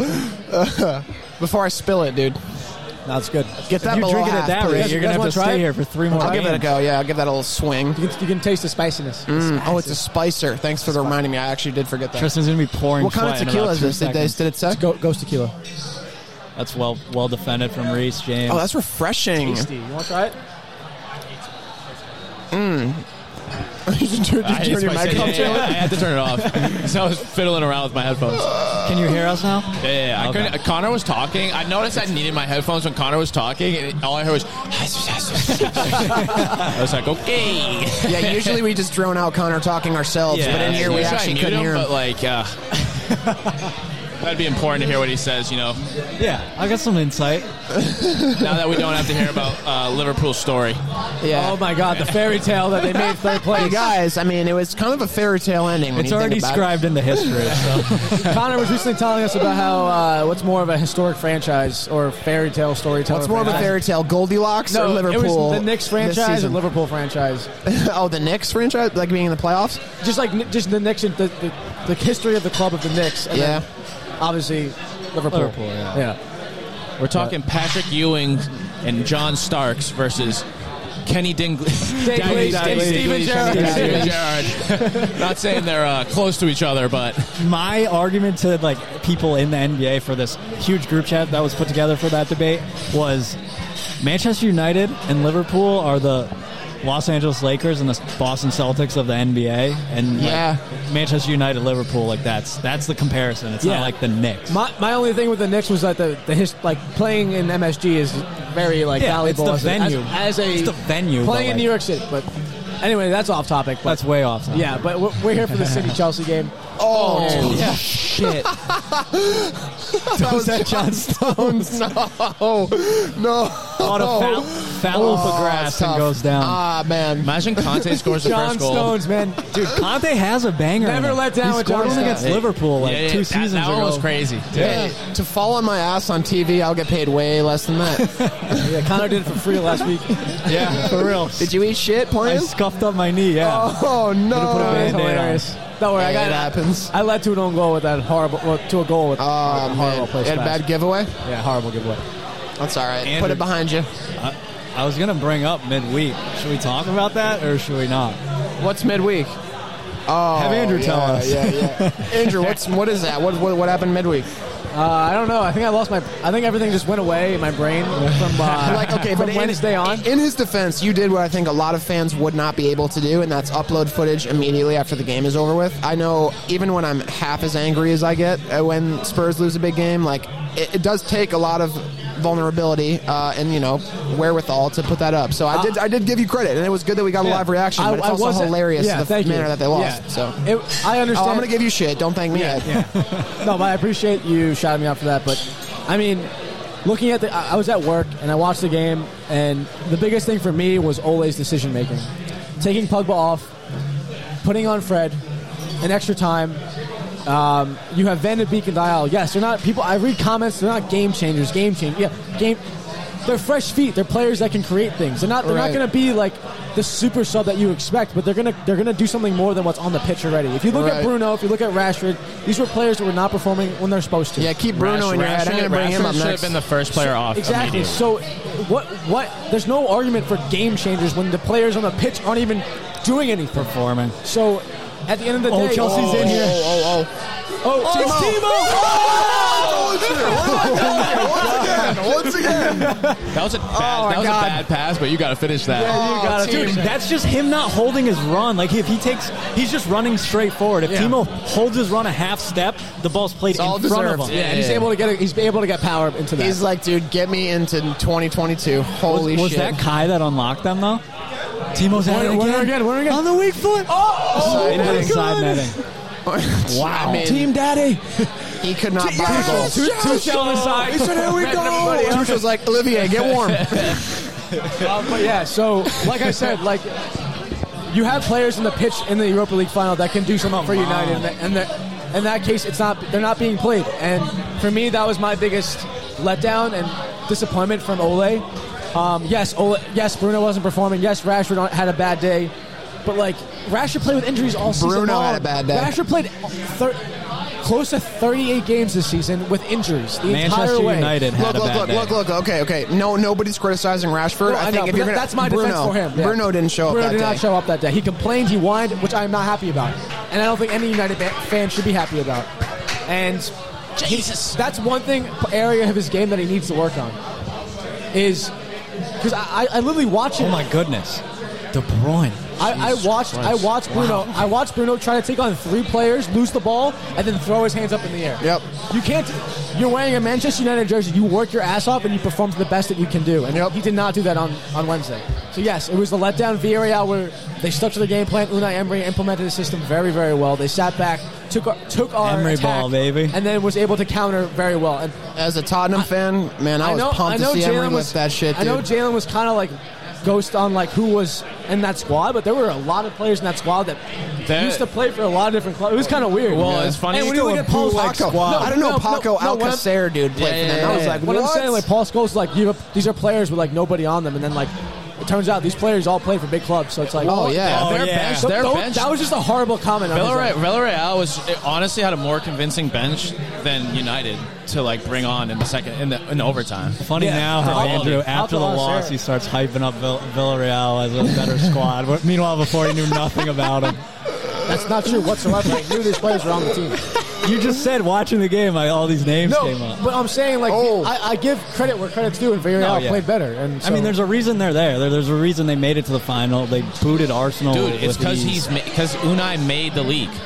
S2: Before I spill it, dude.
S1: That's good.
S2: Get that
S3: You
S2: below
S3: drink it
S2: half,
S3: at that
S2: please.
S3: rate, you're
S1: You guys
S3: gonna have
S1: wanna
S3: to
S1: try it?
S3: stay here for three more.
S2: I'll give it a
S3: games.
S2: go. Yeah, I'll give that a little swing.
S1: You can, you can taste the spiciness.
S2: Mm, oh, it's a spicer. Thanks for the reminding me. I actually did forget that.
S3: Tristan's gonna be pouring.
S2: What kind of
S3: sweat in
S2: tequila
S3: about
S2: is
S3: two
S2: this? Did, they,
S3: seconds.
S2: did it suck?
S1: Go, ghost tequila.
S3: That's well well defended from Reese James.
S2: Oh, that's refreshing.
S1: Tasty. You want to try it?
S2: you should turn,
S4: I,
S2: just turn your
S4: my-
S2: mic
S4: yeah,
S2: off.
S4: yeah, yeah, I had to turn it off. so I was fiddling around with my headphones. Yeah,
S1: Uh,
S3: Can you hear us now?
S4: yeah, yeah. I
S3: Okay.
S4: couldn't, Connor was talking. I noticed I needed my headphones when Connor was talking, and all I heard was. I was like, okay.
S2: Yeah, usually we just drone out Connor talking ourselves, but in here we
S4: usually I
S2: actually
S4: mute
S2: couldn't
S4: him,
S2: hear him.
S4: But like, uh, that'd be important to hear what he says. You know,
S3: Yeah, I got some insight.
S4: now that we don't have to hear about uh, Liverpool's story.
S2: Yeah.
S1: Oh my god, the fairy tale that they made third
S2: You
S1: place.
S2: guys, I mean, it was kind of a fairy tale ending. When
S3: It's
S2: you
S3: already
S2: think about
S3: scribed into history. So.
S1: Connor was recently telling us about how uh, what's more of a historic franchise or fairy tale
S2: It.
S1: storyteller.
S2: What's more of a fairy tale, Goldilocks or
S1: No,
S2: Liverpool?
S1: it was the Knicks
S2: this
S1: franchise or
S2: season?
S1: Liverpool franchise.
S2: oh, the Knicks franchise, like being in the playoffs.
S1: Just like Kn- just the Knicks, and the, the, the history of the club of the Knicks. And
S2: Yeah.
S1: then obviously Liverpool.
S3: Liverpool, yeah.
S4: We're talking Patrick Ewing and John Starks versus Kenny Dingley.
S1: Dave
S4: Kenny
S1: Leach and
S4: Dingley-
S1: Steven Gerrard.
S4: and
S1: Yeah.
S4: Steven Gerrard. Not saying they're uh, close to each other, but
S3: My argument to like people in the NBA for this huge group chat that was put together for that debate was Manchester United and Liverpool are the Los Angeles Lakers and the Boston Celtics of the NBA, and like,
S2: Yeah.
S3: Manchester United, Liverpool, like that's that's the comparison. It's
S1: Yeah.
S3: not like the Knicks.
S1: My, my only thing with the Knicks was that the, the his, like playing in MSG is very like
S3: Yeah, it's
S1: valuable
S3: the
S1: as, a-
S3: venue.
S1: as, as a
S3: It's the venue, but,
S1: playing in
S3: like-
S1: New York City. But anyway, that's off topic. But
S3: that's way off. Now.
S1: Yeah, but we're, we're here for the City Chelsea game.
S2: Oh,
S1: yeah. shit!
S3: was that John
S2: Oh.
S3: Stones?
S2: no, no.
S3: On
S2: Oh.
S3: a foul, foul off the grass and goes down.
S2: Ah, man.
S4: imagine Conte scores the
S1: John
S4: first goal.
S1: Stones, man, dude.
S3: Conte has a banger. in
S1: Never
S3: him.
S1: let down
S3: He
S1: with
S3: scored
S1: John
S3: one against
S1: Stones.
S3: Liverpool like
S4: Yeah, yeah,
S3: two
S4: that-
S3: seasons
S4: that
S3: ago.
S4: one was crazy.
S2: Hey, to fall on my ass on TV, I'll get paid way less than that.
S1: Yeah, Connor did it for free last week.
S3: Yeah, for real.
S2: Did you eat shit
S3: I
S2: playing?
S3: scuffed up my knee. Yeah.
S2: Oh no!
S1: Put a band-aid on.
S3: hilarious.
S1: Don't worry, I got
S2: It happens.
S1: I led to an own goal with that horrible well, to a goal with
S2: Oh,
S1: a horrible
S2: man.
S1: place.
S2: Had a
S1: pass.
S2: bad giveaway.
S1: yeah, horrible giveaway.
S2: That's all right. Put
S3: Andrew-
S2: it behind you.
S3: I, I was gonna bring up midweek. Should we talk about that or should we not?
S2: What's midweek? Oh,
S3: Have Andrew
S2: yeah,
S3: tell us.
S2: Yeah, yeah. Andrew, what's what is that? What what, what happened midweek?
S1: Uh, I don't know. I think I lost my. I think everything just went away in my brain from uh,
S2: like okay,
S1: from
S2: but in-
S1: Wednesday on.
S2: In his defense, you did what I think a lot of fans would not be able to do, and that's upload footage immediately after the game is over with. I know even when I'm half as angry as I get uh, when Spurs lose a big game, like it, it does take a lot of vulnerability uh, and you know wherewithal to put that up. So
S1: Uh,
S2: I did I did give you credit, and it was good that we got a live reaction. But it's also
S1: wasn't-
S2: hilarious
S1: yeah,
S2: the
S1: thank you.
S2: manner that they lost.
S1: Yeah.
S2: So.
S1: It- I understand.
S2: Oh, I'm gonna give you shit. Don't thank me. Ed.
S1: no, but I appreciate you shouting me out for that. But I mean, looking at the, I I was at work and I watched the game, and the biggest thing for me was Ole's decision making, taking Pugba off, putting on Fred, an extra time. Um, you have Van de Beek and Dial. Yes, they're not people. I read comments. They're not game changers. Game change. Yeah, game. They're fresh feet. They're players that can create things. They're not. They're
S2: Right.
S1: not going to be like the super sub that you expect, but they're gonna they're gonna do something more than what's on the pitch already. If you look
S2: Right.
S1: at Bruno, if you look at Rashford, these were players that were not performing when they're supposed to.
S2: Yeah, keep Bruno in your head. I'm gonna bring him up
S4: should
S2: next.
S4: have been the first player off.
S1: Exactly.
S4: immediately.
S1: So, what? What? There's no argument for game changers when the players on the pitch aren't even doing anything.
S3: performing.
S1: So, at the end of the
S3: Oh,
S1: day,
S3: Chelsea's in here.
S1: Oh, oh, oh, oh,
S2: Timo. Oh, Once again,
S4: That was a bad,
S1: my
S4: that was
S1: God.
S4: a bad pass, but you got to finish that.
S2: Yeah, you gotta
S3: Dude,
S2: finish that.
S3: that's just him not holding his run. Like if he takes, he's just running straight forward. If
S1: Yeah.
S3: Timo holds his run a half step, the ball's played in
S2: all
S3: front of
S2: deserved.
S3: him.
S1: Yeah, and he's able to get. A, he's able to get power into that.
S2: He's like, dude, get me into 2022.
S3: Was,
S2: Holy
S3: was
S2: shit.
S3: that Kai that unlocked them though? Timo's at it
S1: Winner-
S3: again.
S1: winner again, winner again.
S3: On the weak foot. Oh,
S2: Side
S3: my Oh,
S2: netting.
S3: God.
S2: wow. I mean,
S1: Team Daddy.
S2: he could not buy a goal.
S1: Two- two shell on the side.
S2: here we
S1: go.
S2: was like, Olivier, get warm.
S1: Uh, but yeah, so like I said, like you have players in the pitch in the Europa League final that can do something for United, and, that- and that, in that case, it's not they're not being played. And for me, that was my biggest letdown and disappointment from Ole. Um, yes, Ole, yes, Bruno wasn't performing. Yes, Rashford on- had a bad day, but like Rashford played with injuries all season.
S2: Bruno
S1: long.
S2: had a bad day.
S1: Rashford played. Thir- Close to 38 games this season with injuries. The
S3: Manchester
S1: entire way.
S3: United
S2: Look,
S3: had a
S2: look,
S3: bad
S2: look,
S3: day.
S2: look, look. Okay, okay. No, nobody's criticizing Rashford.
S1: No,
S2: I
S1: I
S2: think
S1: know,
S2: if
S1: but
S2: you're
S1: that-
S2: gonna,
S1: that's my
S2: Bruno,
S1: defense for him. yeah.
S2: Bruno didn't show up
S1: Bruno
S2: that
S1: did not
S2: day.
S1: show up that day. He complained, he whined, which I'm not happy about, and I don't think any United ba- fan should be happy about. And Jesus, that's one thing area of his game that he needs to work on is because I, I, I literally watch him.
S3: Oh my goodness, De Bruyne.
S1: I, I
S3: Jesus
S1: watched
S3: Christ.
S1: I watched Bruno I watched Bruno try to take on three players, lose the ball, and then throw his hands up in the air.
S2: Yep.
S1: You can't. You're wearing a Manchester United jersey. You work your ass off and you perform to the best that you can do. And
S2: Yep.
S1: he did not do that on, on Wednesday. So yes, it was the letdown Villarreal where they stuck to the game plan. Unai Emery implemented his system very very well. They sat back, took our, took our
S3: Emery
S1: attack,
S3: ball, baby.
S1: and then was able to counter very well. And
S2: As a Tottenham fan, man, I, was pumped to see Emery lift that shit,
S1: I know
S2: dude.
S1: Jalen was kind of like ghost on like who was in that squad, but there were a lot of players in that squad that,
S4: That-
S1: used to play for a lot of different clubs. It was kind of weird.
S4: Well, it's funny-
S1: And when you look at Paul
S2: Paco. No, I don't know. Paco Alcacer, dude, played
S4: Yeah,
S2: for them.
S4: yeah,
S2: I
S4: yeah,
S2: was
S4: yeah.
S2: like,
S1: what I'm saying, like
S2: what?
S1: Paul Scholes, like you, have- these are players with like nobody on them, and then like it turns out these players all play for big clubs, so it's like
S2: Oh, yeah.
S4: Yeah,
S3: Oh,
S4: their
S3: yeah.
S4: bench,
S1: So
S4: their
S1: tho-
S4: bench.
S1: that was just a horrible comment. on his
S4: Villarreal,
S1: end.
S4: Villarreal was it honestly had a more convincing bench than United to like bring on in the second in the in the overtime.
S3: Funny
S1: Yeah.
S3: now how
S1: I'll-
S3: Andrew,
S1: I'll-
S3: after the
S1: I'll-
S3: loss, he starts hyping up Vill- Villarreal as a better squad. But Meanwhile, before he knew nothing about him.
S1: That's not true whatsoever. I knew these players were on the team.
S3: You just said watching the game, like, all these names
S1: No,
S3: came up.
S1: but I'm saying like
S2: Oh.
S1: I, I give credit where credit's due, and Villarreal
S3: No, yeah.
S1: played better. And
S3: I mean,
S1: so-
S3: there's a reason they're there. There- There's a reason they made it to the final. They booted Arsenal.
S4: Dude, it's
S3: because
S4: because he's because Unai made the league.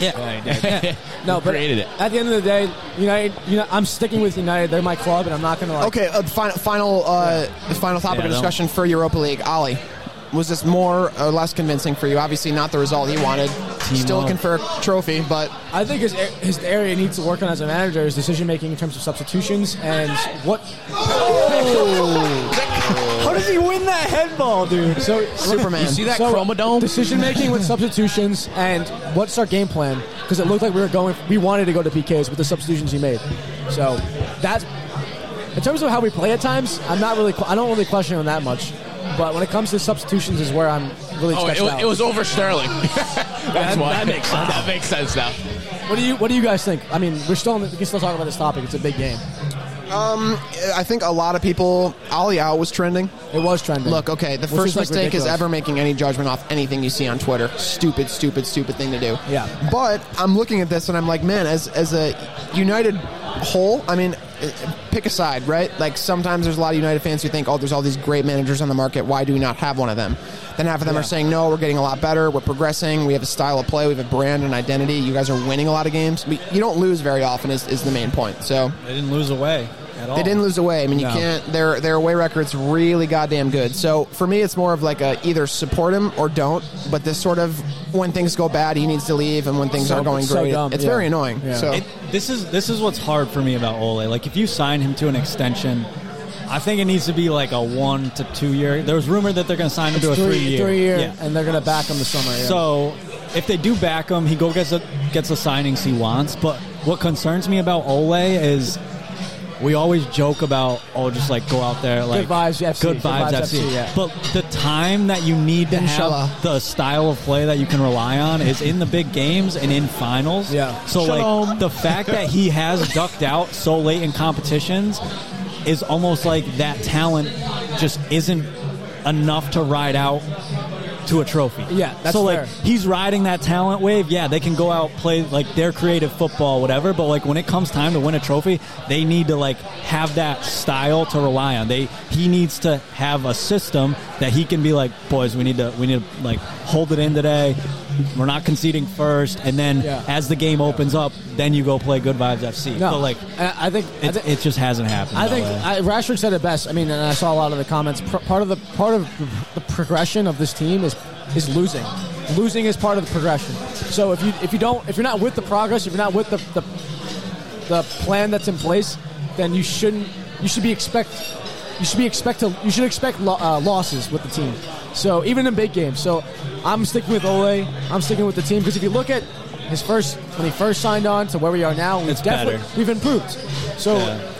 S4: Yeah,
S1: No, but
S4: created it.
S1: at the end of the day, United. You know, I'm sticking with United. They're my club, and I'm not going to like.
S2: Okay, uh, final final uh, final topic
S3: Yeah,
S2: of
S3: no.
S2: discussion for Europa League. Ollie, was this more or less convincing for you? Obviously, not the result he wanted. Still looking for a trophy, but
S1: I think his his area needs to work on as a manager is decision making in terms of substitutions and what.
S3: How does he win that head ball, dude?
S1: So
S2: Superman. You see
S4: that chromodome?
S1: Decision making with substitutions and what's our game plan? Because it looked like we were going. We wanted to go to PKs with the substitutions he made. So that's in terms of how we play at times. I'm not really. I don't really question him that much. But when it comes to substitutions, is where I'm really.
S4: Oh,
S1: sketched
S4: it, wa-
S1: out.
S4: it was over Sterling. That's
S1: That-
S4: why.
S1: that makes sense.
S4: That makes sense now.
S1: What do you What do you guys think? I mean, we're still in the, we can still talk about this topic. It's a big game.
S2: I think a lot of people. Ollie out was trending.
S1: It was trending.
S2: Look, okay, the
S1: Which
S2: first
S1: is, like,
S2: mistake is
S1: ridiculous.
S2: ever making any judgment off anything you see on Twitter. Stupid, stupid, stupid thing to do.
S1: Yeah.
S2: But I'm looking at this and I'm like, man, as as a United whole, I mean, uh, pick a side, right? Like sometimes there's a lot of United fans who think, oh, there's all these great managers on the market. Why do we not have one of them? Then half of them are saying, no, we're getting a lot better. We're progressing. We have a style of play. We have a brand and identity. You guys are winning a lot of games. We, you don't lose very often is, is the main point. So
S3: They didn't lose away at all.
S2: they didn't lose away. I mean, you
S3: Oh. No.
S2: can't. Their their away record's really goddamn good. So for me, it's more of like a either support him or don't. But this sort of when things go bad, he needs to leave, and when things
S1: So-
S2: are going
S1: so
S2: great,
S1: dumb,
S2: it's
S1: yeah.
S2: very annoying.
S1: Yeah.
S2: So
S3: It, this is this is what's hard for me about Ole. Like if you sign him to an extension, I think it needs to be like a one to two year. There was rumor that they're going to sign him to a three, year.
S1: three year,
S3: Yeah.
S1: and they're gonna back him this summer. Yeah.
S3: So if they do back him, he go gets a, gets the signings he wants. But what concerns me about Ole is we always joke about oh, just like go out there like
S1: vibes FC,
S3: good
S1: good
S3: vibes,
S1: vibes
S3: FC.
S1: FC, yeah.
S3: But the time that you need to
S2: Inshallah.
S3: have the style of play that you can rely on is in the big games and in finals.
S1: Yeah.
S3: So like
S1: Shalom.
S3: the fact that he has ducked out so late in competitions is almost like that talent just isn't enough to ride out to a trophy.
S1: Yeah, that's
S3: so like
S1: fair.
S3: he's riding that talent wave. Yeah, they can go out play like their creative football, whatever. But like when it comes time to win a trophy, they need to like have that style to rely on. They he needs to have a system that he can be like, boys, we need to we need to like hold it in today. We're not conceding first, and then
S1: Yeah.
S3: as the game opens up, then you go play good vibes FC.
S1: no,
S3: But like
S1: I I think I
S3: it,
S1: think-
S3: it just hasn't happened.
S1: I
S3: that
S1: think
S3: way.
S1: I, Rashford said it best. I mean, and I saw a lot of the comments. Pr- part of the part of the progression of this team is is losing. Losing is part of the progression. So if you if you don't if you're not with the progress, if you're not with the the, the plan that's in place, then you shouldn't. You should be expect. You should be expect to, You should expect lo- uh, losses with the team. So even in big games. So I'm sticking with Ole. I'm sticking with the team because if you look at his first when he first signed on to where we are now, we've
S3: It's
S1: definitely
S3: better.
S1: we've improved. So.
S3: Yeah.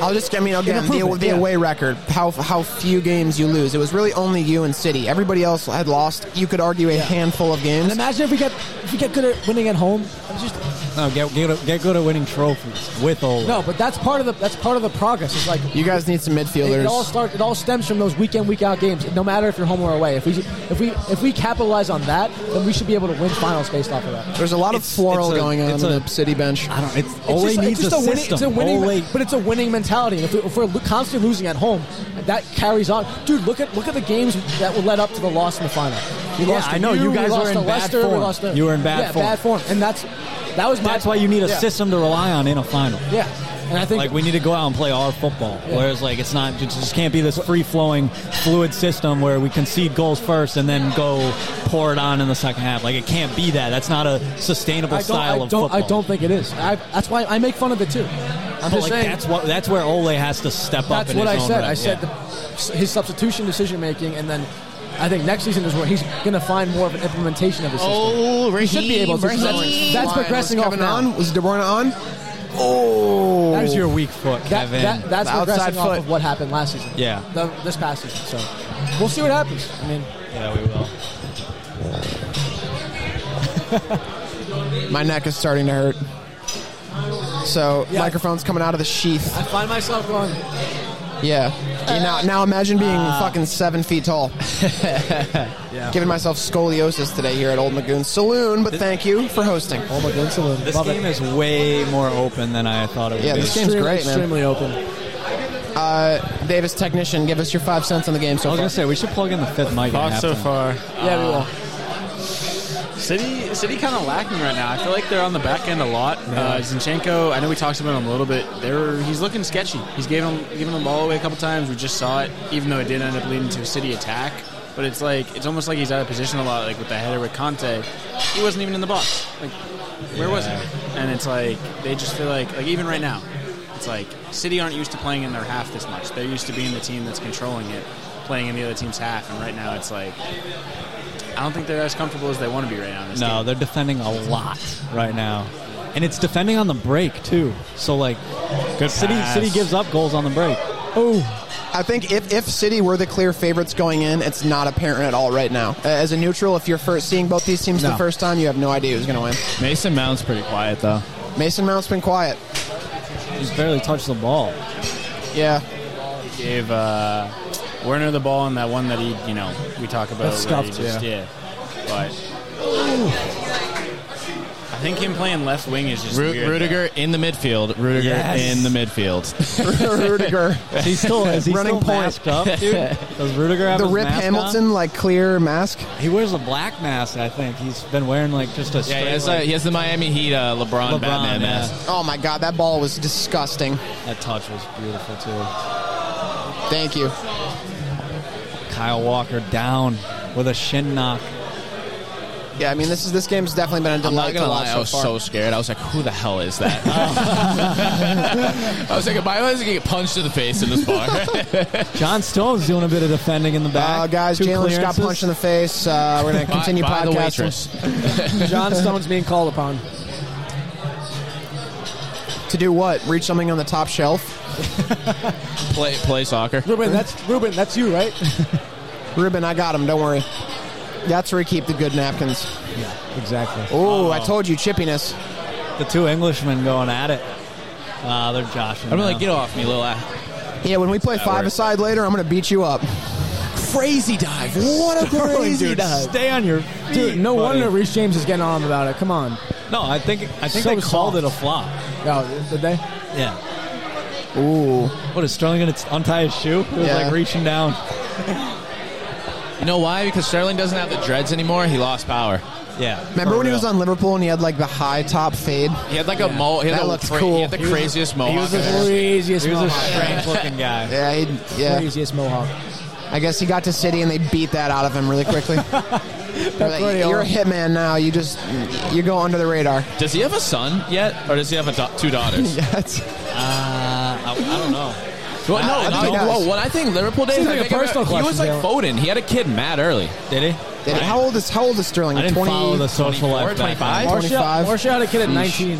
S2: I'll just. I mean, again, the,
S1: improvement,
S2: the
S1: yeah.
S2: away record, how how few games you lose. It was really only you and City. Everybody else had lost. You could argue a handful of
S1: And
S2: games.
S1: imagine if we get if we get good at winning at home. I'm just
S3: no, get, get get good at winning trophies with Ole.
S1: no, but that's part of the that's part of the progress. It's like
S2: You guys need some
S1: it all
S2: midfielders.
S1: start it all stems from those week in week out games. No matter if you're home or away, if we if we if we capitalize on that, then we should be able to win finals based off of that.
S2: There's a lot of
S3: It's-
S2: floral
S3: it's a-
S2: going on in
S3: it's a-
S2: the City bench.
S3: I don't. It's,
S1: It's
S3: Ole
S1: just-
S3: needs
S1: it's just
S3: a,
S1: a winning,
S3: system.
S1: It's a winning,
S3: Ole-
S1: but it's a winning mentality. And If, we, if we're lo- constantly losing at home, that carries on. Dude, look at look at the games that were led up to the loss in the final. We
S3: Yeah,
S1: lost to
S3: I know, you
S1: we
S3: guys
S1: lost
S3: were in
S1: to
S3: bad
S1: Leicester, We
S3: form.
S1: lost to,
S3: You were in bad
S1: yeah,
S3: form.
S1: bad form, and that's that was my,
S3: That's why you need a
S1: yeah,
S3: system to rely on in a final.
S1: Yeah, and I think
S3: Like we need to go out and play our football. Whereas like it's not it just can't be this free flowing fluid system where we concede goals first and then go pour it on in the second half. Like it can't be that. That's not a sustainable
S1: I don't,
S3: style
S1: I
S3: of
S1: don't,
S3: football.
S1: I don't think it is. I, that's why I make fun of it too. I'm
S3: But
S1: just
S3: like
S1: saying
S3: that's what that's where Ole has to step up.
S1: that's
S3: in
S1: what I
S3: his own
S1: said.
S3: right.
S1: I said
S3: Yeah.
S1: the, his substitution decision making, and then I think next season is where he's going to find more of an implementation of his system.
S4: Oh, Raheem,
S1: should be able to.
S4: Raheem.
S1: That's progressing
S2: was
S1: off
S2: Kevin
S1: now.
S2: on? Was De Bruyne on? Oh,
S3: There's your weak foot,
S1: That,
S3: Kevin.
S1: that, that's
S2: The outside
S1: progressing off
S2: foot.
S1: of what happened last season.
S3: Yeah.
S1: The- this past season. So we'll see what happens. I mean,
S3: yeah, we will.
S2: My neck is starting to hurt. So microphone's coming out of the sheath.
S1: I find myself going.
S2: Yeah. You now, now imagine being fucking seven feet tall. Uh. Giving myself scoliosis today here at Old Magoon Saloon, but thank you for hosting.
S1: Oh my goodness,
S3: This
S1: Love
S3: game
S1: it.
S3: is way more open than I thought it would
S2: Yeah,
S3: be.
S2: this game's
S1: Extremely-
S2: great, man.
S1: Extremely open.
S2: Uh, Davis technician, give us your five cents on the game
S3: I
S2: so
S3: was
S2: far.
S3: gonna say we should plug in the fifth mic.
S5: Thoughts so
S3: at halftime.
S5: far.
S1: Yeah, we will.
S3: Ah.
S5: City, City, kind of lacking right now. I feel like they're on the back end a lot. Uh, Zinchenko, I know we talked about him a little bit. They're, he's looking sketchy. He's giving him giving the ball away a couple times. We just saw it, even though it did end up leading to a City attack. But it's like it's almost like he's out of position a lot. Like with the header with Conte, he wasn't even in the box. Like where was he? And it's like they just feel like like even right now, it's like City aren't used to playing in their half this much. They're used to being the team that's controlling it, playing in the other team's half. And right now, it's like. I don't think they're as comfortable as they want to be right now. In this
S3: No, they're defending a lot right now, and it's defending on the break too. So like,
S5: Good
S3: City City gives up goals on the break.
S1: Oh,
S2: I think if, if City were the clear favorites going in, it's not apparent at all right now. Uh, As a neutral, if you're first seeing both these teams the
S3: No.
S2: first time, you have no idea who's going to win.
S4: Mason Mount's pretty quiet though.
S2: Mason Mount's been quiet.
S3: He's barely touched the ball.
S2: Yeah.
S5: gave uh, Werner the ball and that one that he, you know, we talk about.
S1: That's
S5: where he
S1: scuffed,
S5: just- yeah. But I think him playing left wing is just
S4: Ru-
S5: weird.
S4: Rudiger in the midfield. Rudiger
S3: Yes.
S4: in the midfield.
S2: Rudiger.
S3: Is he still is he
S2: Running
S3: still
S2: point.
S3: masked up, dude? Does Rudiger have
S2: The
S3: his
S2: Rip
S3: mask
S2: Hamilton like clear mask.
S3: on? He wears a black mask. I think he's been wearing like just a
S4: yeah,
S3: straight.
S4: he has, uh,
S3: like,
S4: he has the Miami Heat uh, LeBron,
S3: LeBron,
S4: Batman
S3: yeah.
S4: mask.
S2: Oh my god, that ball was disgusting.
S3: That touch was beautiful too.
S2: Thank you.
S3: Kyle Walker down with a shin knock.
S2: Yeah, I mean this is this game's definitely been a
S4: I'm not
S2: delight to
S4: gonna
S2: watch
S4: lie, I
S2: so
S4: was
S2: far.
S4: so scared. I was like, "Who the hell is that?" I was like, "Am I going to get punched in the face in this bar?"
S3: John Stone's doing a bit of defending in the back.
S2: uh, guys,
S3: Two
S2: Jalen just got
S3: clearances.
S2: punched in the face. Uh, we're gonna
S4: by,
S2: continue
S4: by the
S2: podcasting
S4: waitress.
S1: John Stone's being called upon.
S2: to do what? Reach something on the top shelf.
S4: Play play soccer.
S1: Ruben, that's Ruben. That's you, right?
S2: Ruben, I got him. Don't worry. That's where we keep the good napkins.
S1: exactly.
S2: Oh, I told you, chippiness.
S3: The two Englishmen going at it. Ah, they're joshing.
S4: I'm
S3: now.
S4: like, "Get off me, little
S2: Yeah, when we play five
S4: worked.
S2: aside later, I'm gonna beat you up.
S4: crazy dive."
S1: What a crazy
S3: dude,
S1: dive.
S3: stay on your feet,
S1: Dude, no
S3: buddy.
S1: wonder Reese James is getting on him about it. Come on.
S3: No, I think I think
S1: So
S3: they called
S1: soft.
S3: it a flop.
S1: No, did they?
S3: Yeah.
S2: Ooh,
S3: What is Sterling going to untie his shoe? He was
S2: Yeah.
S3: like reaching down.
S4: You know why? Because Sterling doesn't have the dreads anymore. He lost power.
S3: Yeah.
S2: remember
S3: for
S2: when he
S3: real.
S2: was on Liverpool and he had like the high top fade?
S4: He had like a mo. He had
S2: That
S4: a
S2: looked
S4: cra-
S2: cool.
S4: He had the
S2: He was-
S4: craziest mohawk.
S1: He was the
S4: I've ever seen.
S1: craziest
S3: He was a
S1: mohawk.
S3: strange looking guy.
S2: Yeah, he, yeah.
S1: Craziest mohawk.
S2: I guess he got to City and they beat that out of him really quickly. They're like,
S1: Guardiola.
S2: you're a hitman now. You just you go under the radar.
S4: Does he have a son yet, or does he have a da- two daughters?
S2: Yeah, it's-
S4: Uh,
S3: I, I don't know.
S4: Well, no,
S2: I- I
S4: no,
S2: think he
S4: whoa,
S2: does.
S4: when I think Liverpool days,
S1: Seems
S4: I
S1: like a
S4: think about-
S1: personal
S4: he was like
S1: question,
S4: Foden. He had a kid mad early.
S3: Did he?
S2: Yeah, how old is how old is Sterling?
S3: I didn't
S2: 20
S3: follow the social
S4: 24,
S3: life back
S4: 25?
S3: then.
S1: Martial,
S2: 25.
S1: Martial had a kid at 19.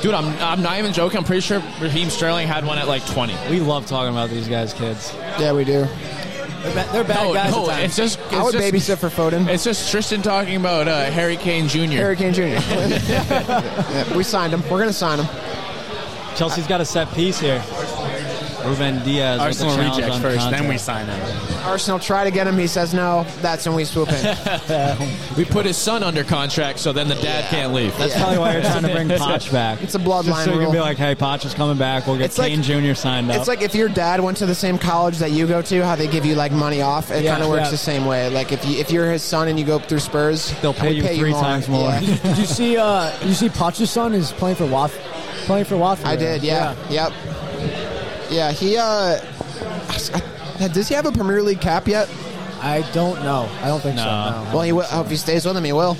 S4: Dude, I'm, I'm not even joking. I'm pretty sure Raheem Sterling had one at like 20.
S3: We love talking about these guys' kids.
S2: Yeah, we do.
S1: They're, ba- they're bad
S4: No,
S1: guys
S4: no,
S1: at times.
S4: it's just it's
S2: I would
S4: just,
S2: babysit for Foden.
S4: It's just Tristan talking about uh, Harry Kane Jr.
S2: Harry Kane Jr. Yeah, we signed him. We're gonna sign him.
S3: Chelsea's got a set piece here. Ruben Diaz.
S5: Arsenal
S3: with the challenge
S5: rejects
S3: on
S5: first,
S3: Conte.
S5: then we sign him.
S2: Arsenal try to get him. He says no. That's when we swoop in.
S4: We put his son under contract, so then the dad can't leave.
S3: That's probably why you're trying to bring Potch back.
S2: It's a bloodline
S3: Just so you
S2: rule.
S3: can be like, hey, Potch is coming back. We'll get
S2: It's like-
S3: Kane Jr. signed up.
S2: It's like if your dad went to the same college that you go to, how they give you like money off. It
S1: Yeah,
S2: kind of works
S1: yeah.
S2: the same way. Like if you if you're his son and you go through Spurs,
S3: They'll pay
S2: we
S3: you three times more.
S2: Yeah.
S1: Did you see? Uh, you see, Poch's son is playing for Wath. Playing for Wath.
S2: I did. Yeah. Yep. Yeah. He. uh Does he have a Premier League cap yet?
S1: I don't know. I don't think so. No.
S2: Well, he will. I hope he stays with him. He will.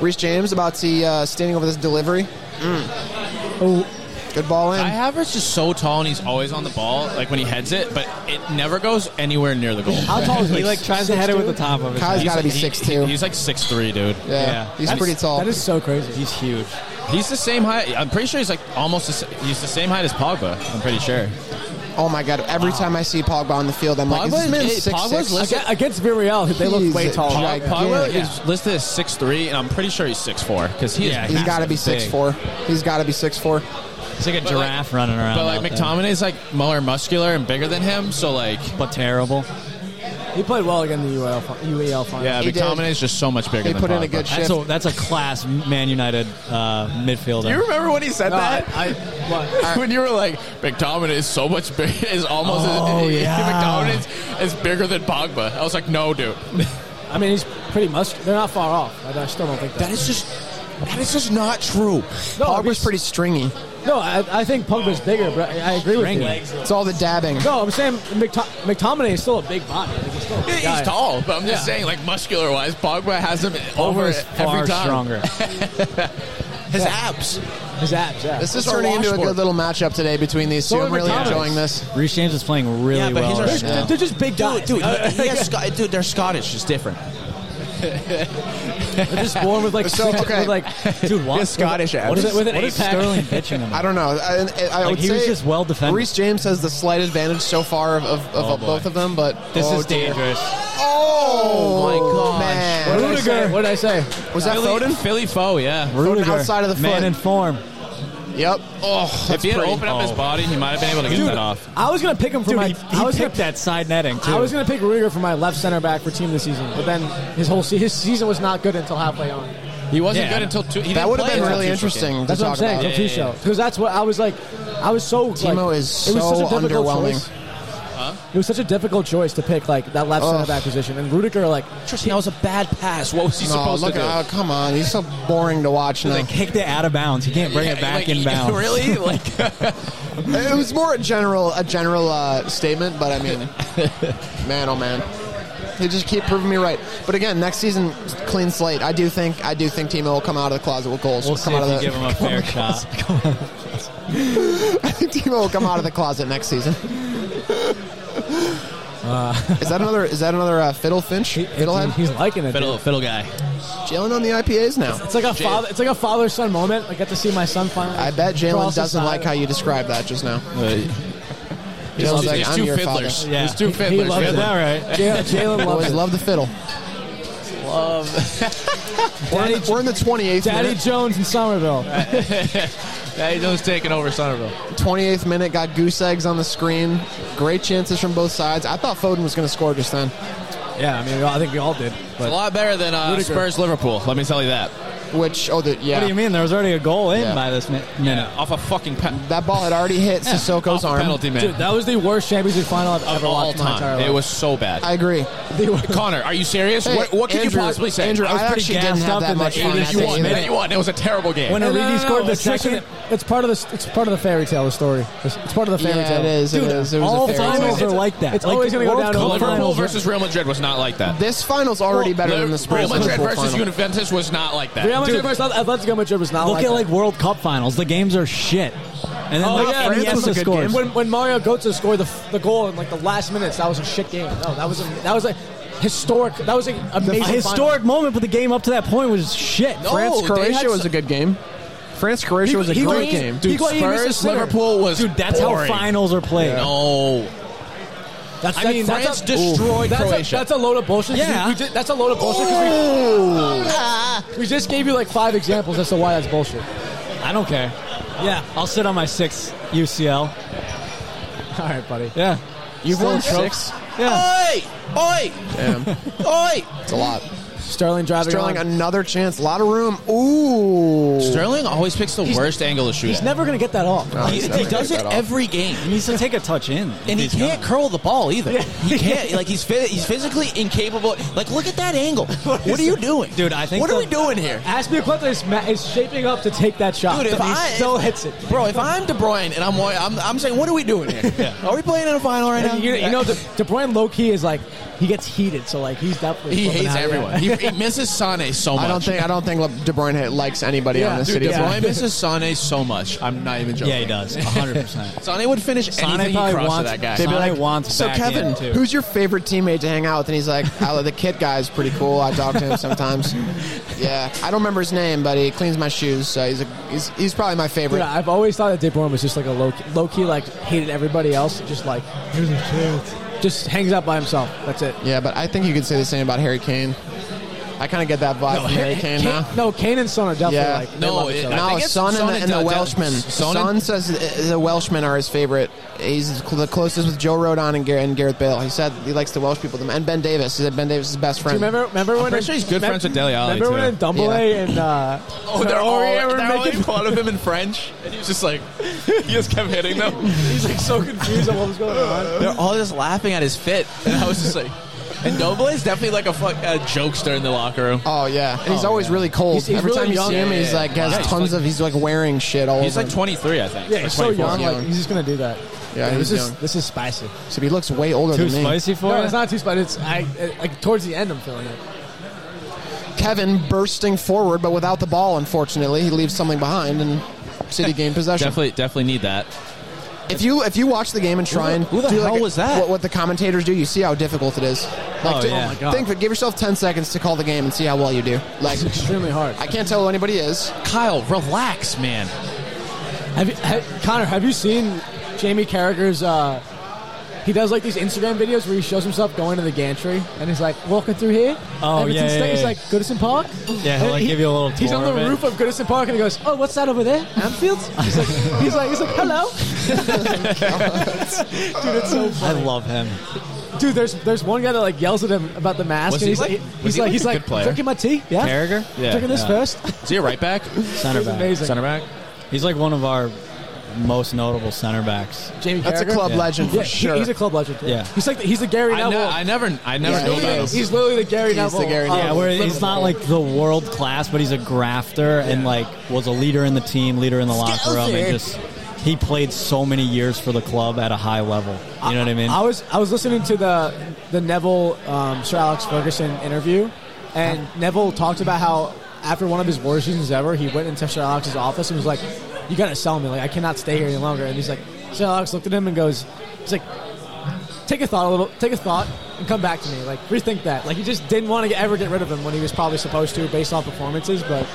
S2: Reese James about the uh, standing over this delivery.
S1: Oh,
S2: Good ball in.
S4: I Havertz is so tall and he's always on the ball, like when he heads it, but it never goes anywhere near the goal.
S1: how tall is
S3: he like tries to head it with the
S1: top.
S3: top of his
S2: Kyle's
S3: head.
S2: got to be
S4: He-
S2: six
S4: he-
S2: two.
S4: he's like six three, dude.
S2: yeah.
S3: yeah.
S2: he's
S1: That's-
S2: pretty tall.
S1: That is so crazy.
S3: He's huge.
S4: He's the same height. I'm pretty sure he's like almost. The, sa- he's the same height as Pogba. I'm pretty sure.
S2: oh my god! Every time I see Pogba on the field, I'm like, is
S4: Pogba
S2: this
S4: is-
S2: man
S4: hey,
S2: six
S4: Pogba's
S2: six?
S4: listed-
S1: Aga- Against Villarreal, they look
S2: He's
S1: way
S2: a
S1: taller.
S2: giant.
S4: Pog,
S2: Yeah,
S4: Pogba
S2: yeah.
S4: is listed as six three, and I'm pretty sure he's six four because he
S3: Yeah,
S4: is.
S2: He's
S4: massive.
S2: got to be
S3: Big.
S2: six four. He's got to be six four.
S3: It's like a
S4: like-
S3: giraffe running around.
S4: But like
S3: out there.
S4: McTominay's like more muscular and bigger than him, so like
S3: but terrible.
S1: He played well against the UEL, fi- UEL final.
S4: yeah,
S2: He did.
S4: McTominay's just so much bigger.
S2: He
S4: than
S2: put
S4: Pogba.
S2: in a good
S3: That's
S2: shift.
S3: a, that's a class Man United uh, midfielder.
S4: Do you remember when he said
S1: No, I,
S4: that?
S1: Uh, I, what?
S4: when you were like, McTominay is so much bigger, is almost
S3: Oh,
S4: as,
S3: yeah.
S4: McTominay is, is bigger than Pogba. I was like, no, dude.
S1: I mean, he's pretty much. They're not far off. I, I still don't think that.
S4: is just that is just not true.
S1: no, I
S2: Pogba's
S1: mean,
S2: pretty stringy.
S1: No, I, I think Pogba's bigger, but I, I agree with you.
S2: It's all the dabbing.
S1: No, I'm saying McTo- McTominay is still a big body. Like, he's still a big
S4: He's
S1: guy.
S4: tall, but I'm just
S1: Yeah.
S4: saying, like muscular wise, Pogba has him over
S3: Over
S4: every
S3: far
S4: time.
S3: stronger.
S4: His abs.
S1: His abs. Yeah.
S2: This is
S4: Or
S2: turning into a
S4: washboard.
S2: good little matchup today between these two.
S1: So
S2: I'm really
S1: McTominay's.
S2: enjoying this.
S3: Reece James is playing really
S4: Yeah, but
S3: well.
S4: he's our
S3: right
S4: shit.
S3: now.
S1: They're, they're just big guys.
S4: dude, they're Scottish. It's different.
S1: they're just born with like,
S2: So,
S1: six,
S2: okay.
S1: with, like
S3: Dude, what?
S4: Scottish
S3: What is
S4: abs.
S3: it with an
S1: What
S3: eight
S1: is
S3: Sterling bitching him?
S2: I don't know. I, I, I
S3: Like,
S2: would
S3: he was
S2: say
S3: just well defended.
S2: Reece James has the slight advantage so far of, of,
S3: Oh,
S2: of
S3: boy.
S2: both of them, but
S3: This
S2: oh,
S3: is
S2: dear.
S3: dangerous.
S2: Oh,
S4: my gosh.
S1: what did,
S2: man.
S1: I say? what did I say?
S2: Was that
S4: Philly,
S2: Foden?
S4: Philly foe, yeah.
S3: Rudiger,
S2: outside of the
S3: man
S2: foot.
S3: in form.
S2: Yep.
S4: Oh, if he had
S2: pretty.
S4: opened up his
S3: Oh.
S4: body, he might have been able to get that off.
S1: I was gonna pick him for
S3: Dude,
S1: my.
S3: he,
S1: I was
S3: picked
S1: gonna,
S3: that side netting too.
S1: I was gonna pick Rudiger for my left center back for team this season, but then his whole se- his season was not good until halfway on.
S4: He wasn't
S3: Yeah.
S4: good until two. He
S2: That
S4: didn't
S2: would have
S4: play
S2: been
S4: until
S2: really
S4: Tuchel
S2: interesting
S4: came.
S2: to
S1: That's what I'm
S2: talk
S1: saying.
S2: about.
S1: Yeah, because that's what I was like. I was so
S2: Timo
S1: like,
S2: is
S1: it was
S2: so
S1: such a difficult
S2: underwhelming.
S1: choice. It was such a difficult choice to pick like that left center back position, and Rudiger like
S4: Tristan, that was a bad pass. What was he
S2: No,
S4: supposed
S2: look
S4: to do?
S2: at oh, come on, he's so boring to watch now.
S3: They kicked it out of bounds. He can't bring it back
S4: Like,
S3: in bounds.
S4: Really? Like
S2: It was more a general a general uh, statement, but I mean, man, oh man, they just keep proving me right. But again, next season, clean slate. I do think I do think Timo will come out of the closet with goals.
S3: We'll
S2: come
S3: see
S2: out
S3: if you
S2: of the,
S3: give him a fair shot.
S2: I think Timo will come out of the closet next season. is that another? Is that another uh, fiddle finch? Fiddlehead.
S1: He's liking it.
S4: fiddle,
S1: dude.
S4: fiddle guy.
S2: Jalen on the IPAs now.
S1: It's like a father. It's like a father-son moment. I got to see my son finally.
S2: I bet Jalen
S1: cross his
S2: doesn't
S1: side.
S2: like how you described that just now.
S4: Uh, There's
S2: Jalen's like, I'm
S4: two
S2: your father.
S4: fiddlers.
S3: Yeah.
S4: There's two
S3: He- he
S4: fiddlers.
S1: loves
S3: Is
S1: it.
S4: Fiddler.
S3: that right?
S1: Jalen, Jalen loves
S2: Always
S1: it.
S2: love the fiddle. We're in the, we're in the 28th
S1: Daddy
S2: minute.
S1: Jones in Somerville.
S4: Yeah, he's just taking over Somerville.
S2: 28th minute got goose eggs on the screen. Great chances from both sides. I thought Foden was going to score just then,
S1: Yeah, I mean, we all- I think we all did.
S4: A
S1: But
S4: lot better than uh,
S1: Rudiger.
S4: Spurs Liverpool. Let me tell you that.
S2: which oh the yeah
S3: What do you mean? There was already a goal in
S2: Yeah.
S3: by this mi- minute.
S4: Off a fucking pe-
S2: that ball had already hit
S4: off
S2: Sissoko's
S4: a
S2: arm.
S4: penalty, man.
S1: dude, that was the worst Champions League final I've
S4: of
S1: ever
S4: all
S1: watched in my entire
S4: time.
S1: life.
S4: It was so bad.
S2: I agree.
S4: Connor, are you serious?
S2: Hey,
S4: what what could you
S2: Andrew-
S4: possibly say?
S2: Andrew,
S4: I was
S2: I
S4: pretty
S2: actually
S4: gassed.
S2: didn't
S3: gassed
S2: have
S3: up
S2: that
S3: in the
S2: much fun. at
S3: 86th
S4: You
S2: that
S4: won.
S2: game.
S4: man, You won. It was a terrible game.
S3: When
S1: No, no,
S3: Origi
S1: no, no,
S3: scored the
S1: it's just-
S3: second,
S1: It's part of the. It's part of the fairy tale of the story. It's, it's part of the fairy
S2: Yeah,
S1: tale.
S2: it is. It
S3: Dude,
S2: is. It was
S3: all
S2: a fair
S3: finals
S2: result.
S3: are like that.
S1: It's
S3: Like,
S1: always going to go down
S3: World
S1: to
S3: Cup
S1: one
S4: Liverpool
S1: final.
S3: finals.
S4: versus Real Madrid was not like that.
S2: This final's already better than the
S4: Real
S2: Spurs
S4: Madrid
S2: Liverpool
S4: versus
S2: final.
S4: Juventus was not like that.
S1: Real Madrid
S3: Dude.
S1: versus Atletico Madrid was not
S3: Look
S1: like
S3: at
S1: that.
S3: like World Cup finals. The games are shit. And then
S1: Oh,
S3: like
S1: yeah, France
S3: Iniesta
S1: was a good
S3: scores.
S1: game. When, when Mario Götze scored the, the goal in like the last minutes, that was a shit game. No, that was a, that was a historic. That was an amazing
S3: a historic moment, but the game up to that point was shit.
S2: France
S4: they had
S2: Croatia was
S4: some-
S2: a good game. France Croatia was a
S1: he
S2: great
S1: was-
S2: game.
S1: Dude, Higuain missed a
S4: Spurs
S1: sitter.
S4: Liverpool was
S3: Dude, that's
S4: boring.
S3: how finals are played.
S4: No,
S1: final. That's,
S4: I
S1: that's-
S4: mean
S1: that's
S4: France
S1: a-
S4: destroyed
S1: that's
S4: Croatia.
S1: A, that's a load of bullshit. 'cause we-
S3: Yeah.
S1: we did- that's a load of bullshit. 'cause we, we just gave you like five examples as to why that's bullshit.
S3: I don't care. Yeah, I'll sit on my sixth UCL.
S1: All right, buddy.
S3: Yeah.
S2: You've won
S3: Still
S2: six.
S3: Yeah.
S4: Oi! Oi! Oi!
S2: It's a lot.
S1: Sterling driving.
S2: Sterling,
S1: on.
S2: another chance. A lot of room. Ooh.
S4: Sterling always picks the worst angle to shoot.
S1: he's
S4: at.
S1: never gonna get that off.
S2: No,
S4: He,
S2: he's never
S4: he
S2: gonna
S4: does
S2: get
S4: it
S2: that off.
S4: every game.
S3: He needs to take a touch in.
S4: And he
S3: He's
S4: can't
S3: gone.
S4: curl the ball either. He can't. Like he's fit, he's physically incapable. Like look at that angle. What are you doing,
S3: Dude, I think
S4: What are
S3: the-
S4: we doing here,
S1: Aspilicueta is, ma- is shaping up to take that shot,
S4: dude? If
S1: but he
S4: I
S1: still hits it.
S4: bro. If I'm De Bruyne and I'm Moy- I'm, I'm saying, what are we doing here? Are we playing in a final right now?
S1: And you, you know, De, De Bruyne low key is like he gets heated, so like he's definitely
S4: he
S1: flipping
S4: hates
S1: out, yeah.
S4: everyone. He, he misses Sane so much.
S2: I don't think I don't think De Bruyne likes anybody
S1: Yeah,
S2: on this
S1: dude,
S4: Dude,
S2: city.
S4: De
S1: Yeah.
S4: Bruyne misses Sane so much. I'm not even joking.
S3: Yeah, he does. 100%.
S4: Sane would finish anything he
S3: probably
S4: crossed to
S3: wants-
S4: that guy.
S3: They'd be
S4: Sane-
S3: like, wants
S2: So
S3: back
S2: Kevin,
S3: in, too.
S2: who's your favorite teammate to hang out with? And he's like, oh, the kit guy's pretty cool. I talk to him sometimes. Yeah, I don't remember his name, but he cleans my shoes, so he's a, he's, he's probably my favorite.
S1: Dude, I've always thought that De Bruyne was just like a low key, low key like hated everybody else, just like here's a chance, just hangs out by himself. That's it.
S2: Yeah, but I think you could say the same about Harry Kane. I kind of get that vibe from Harry Kane now.
S1: No, Kane and Son are definitely
S2: Yeah.
S1: like they
S4: No,
S1: love each
S4: it-
S1: other.
S4: I
S2: No,
S4: think it's
S2: Son and
S4: Son
S2: the,
S4: and
S2: and the
S4: Del- Del-
S2: Welshman.
S4: Son
S2: Son,
S4: and-
S2: says uh, the- the Welshmen are his favorite. He's cl- the closest with Joe Rodon and, Gar- and Gareth Bale. He said he likes the Welsh people the- and Ben Davis. He said Ben Davis is his best
S1: Do
S2: friend.
S1: you remember? Remember when?
S4: pretty
S1: in-
S4: sure he's good
S1: remem-
S4: friends with Dele Alli,
S1: Remember when
S4: too.
S1: in Dumbele and uh,
S4: Oh, they're
S1: Traore
S4: all, they're
S1: were
S4: all making
S1: making
S4: fun of him in French. And he was just like, he just kept hitting them.
S1: he's like so confused on what was going on.
S4: They're all just laughing at his fit. And I was just like, and Noble is definitely like a, fuck, a jokester in the locker room.
S2: Oh yeah, and he's always really cold.
S1: He's- he's
S2: Every
S1: really
S2: time you
S1: young.
S2: see him,
S4: Yeah,
S2: he's
S4: yeah,
S2: like
S4: yeah.
S2: has
S4: Yeah, he's
S2: tons of. He's like wearing shit all
S4: He's
S2: over.
S4: like
S2: him.
S4: 23, I think.
S1: Yeah,
S4: or
S1: he's so
S4: 24.
S1: young. Like
S2: young.
S1: he's just gonna do that.
S2: Yeah,
S1: this
S2: he's
S1: is
S2: young.
S1: this is spicy.
S2: So he looks way older
S3: Too
S2: than me.
S3: spicy for
S1: No,
S3: it?
S1: it's not too spicy. It's I, I like towards the end. I'm feeling it.
S2: Kevin bursting forward, but without the ball. Unfortunately, he leaves something behind and. City gain possession.
S4: Definitely, definitely need that.
S2: If you if you watch the game and try and
S4: who the
S2: do
S4: hell
S2: like
S4: was that?
S2: What, what the commentators do, you see how difficult it is. Like,
S3: Oh,
S2: to-
S3: yeah. Oh, my
S1: God.
S2: Think, of it, give yourself ten seconds to call the game and see how well you do. Like,
S1: It's extremely hard.
S2: I can't tell who anybody is.
S4: Kyle, relax, man.
S1: Have you, ha Connor? Have you seen Jamie Carragher's uh, He does like these Instagram videos where he shows himself going to the gantry and he's like walking through here.
S3: Oh,
S1: Everton
S3: yeah, yeah,
S1: State. He's
S3: yeah.
S1: like Goodison Park.
S3: Yeah, he'll,
S1: And
S3: like, give you a little
S1: He's
S3: tour
S1: on the
S3: of it.
S1: roof of Goodison Park and he goes, "Oh, what's that over there? Anfield?" He's like, he's like, he's like, "Hello." Dude, it's so
S3: I love him.
S1: Dude, there's there's one guy that like yells at him about the mask,
S4: Was
S1: and
S4: he
S1: he's
S4: like-
S1: like,
S4: was
S1: he's
S4: he
S1: like,
S4: like
S1: he's
S4: a
S1: like,
S4: good player?
S1: drinking my tea, yeah,
S3: Carragher?
S4: Yeah,
S1: drinking this
S3: yeah.
S1: first.
S4: Is he a right back?
S3: Center
S1: It's
S3: back.
S1: amazing.
S4: Center back?
S3: He's like one of our most notable center backs.
S1: Jamie
S2: That's a
S1: Carragher?
S2: club
S3: Yeah.
S2: legend for
S1: Yeah, he-
S2: sure.
S1: he's a club legend.
S3: Yeah.
S1: he's like the, he's the Gary
S4: I,
S1: Neville.
S4: ne- I never, I never
S2: Yeah,
S4: knew
S2: he
S4: about him.
S2: is.
S1: he's literally the Gary
S2: He's the
S1: Neville.
S2: Gary
S1: of
S2: Neville.
S3: Yeah, where he's
S1: Liverpool.
S3: not like the world class, but he's a grafter and like was a leader in the team, leader in the locker room, and just he played so many years for the club at a high level. You know what I mean?
S1: I was I was listening to the the Neville um, Sir Alex Ferguson interview, and Neville talked about how after one of his worst seasons ever, he went into Sir Alex's office and was like, "You gotta sell me! Like I cannot stay here any longer." And he's like, Sir Alex looked at him and goes, "He's like, take a thought a little, take a thought." And come back to me, like rethink that. Like he just didn't want to ever get rid of him when he was probably supposed to, based on performances. But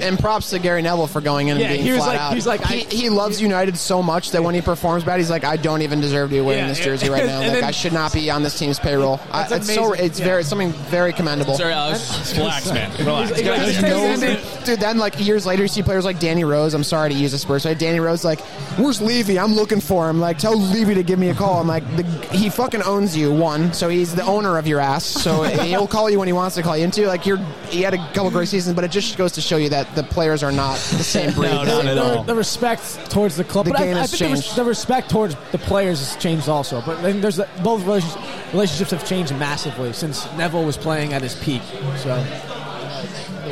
S2: And props to Gary Neville for going in and
S1: Yeah,
S2: being
S1: he was
S2: flat
S1: like-
S2: out.
S1: he's like,
S2: he,
S1: I-
S2: he loves United so much that when he performs bad, he's like, I don't even deserve to be wearing
S1: Yeah,
S2: this jersey right
S1: and-
S2: now.
S1: and
S2: Like,
S1: then-
S2: I should not be on this team's payroll. I,
S1: That's
S2: it's so
S1: amazing.
S2: it's
S1: Yeah.
S2: very something very commendable.
S4: Sorry, Alex. Relax, man. Relax.
S1: He's like- he's
S4: Get out
S1: like-
S4: of here.
S1: Andy.
S2: Dude, then like years later, you see players like Danny Rose. I'm sorry to use a Spurs. Right? Danny Rose, like, where's Levy? I'm looking for him. Like, tell Levy to give me a call. I'm like, the, he fucking owns you. One, so he's the owner of your ass. So he'll call you when he wants to call you. And two, like, you're he had a couple great seasons, but it just goes to show you that the players are not the same breed.
S3: No, not at
S1: the,
S3: all.
S1: the respect towards the club.
S2: The
S1: but I-
S2: game
S1: I,
S2: has
S1: think the res-
S2: changed.
S1: The, respect towards the players has changed also. But I think there's the, both relations, relationships have changed massively since Neville was playing at his peak. So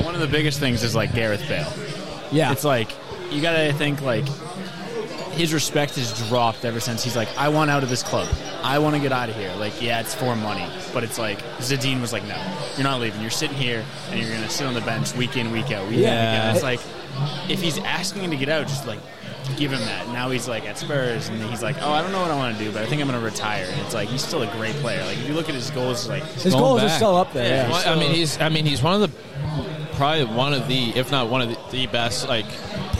S5: One of the biggest things is like Gareth Bale.
S1: yeah,
S5: It's like you gotta think like his respect has dropped ever since he's like, I want out of this club. I want to get out of here. Like, yeah, it's for money, but it's like Zadine was like, no, you're not leaving. You're sitting here and you're gonna sit on the bench week in, week out, week in, week
S3: Yeah.
S5: out. It's like if he's asking to get out, just like give him that. Now he's like at Spurs and he's like, oh, I don't know what I want to do, but I think I'm gonna retire. And it's like he's still a great player. Like if you look at his goals, like
S1: his
S3: going
S1: goals are
S3: back.
S1: still up there.
S5: Yeah.
S1: yeah.
S4: Well, I mean, he's. I mean, he's one of the probably one of the, if not one of the, the best, like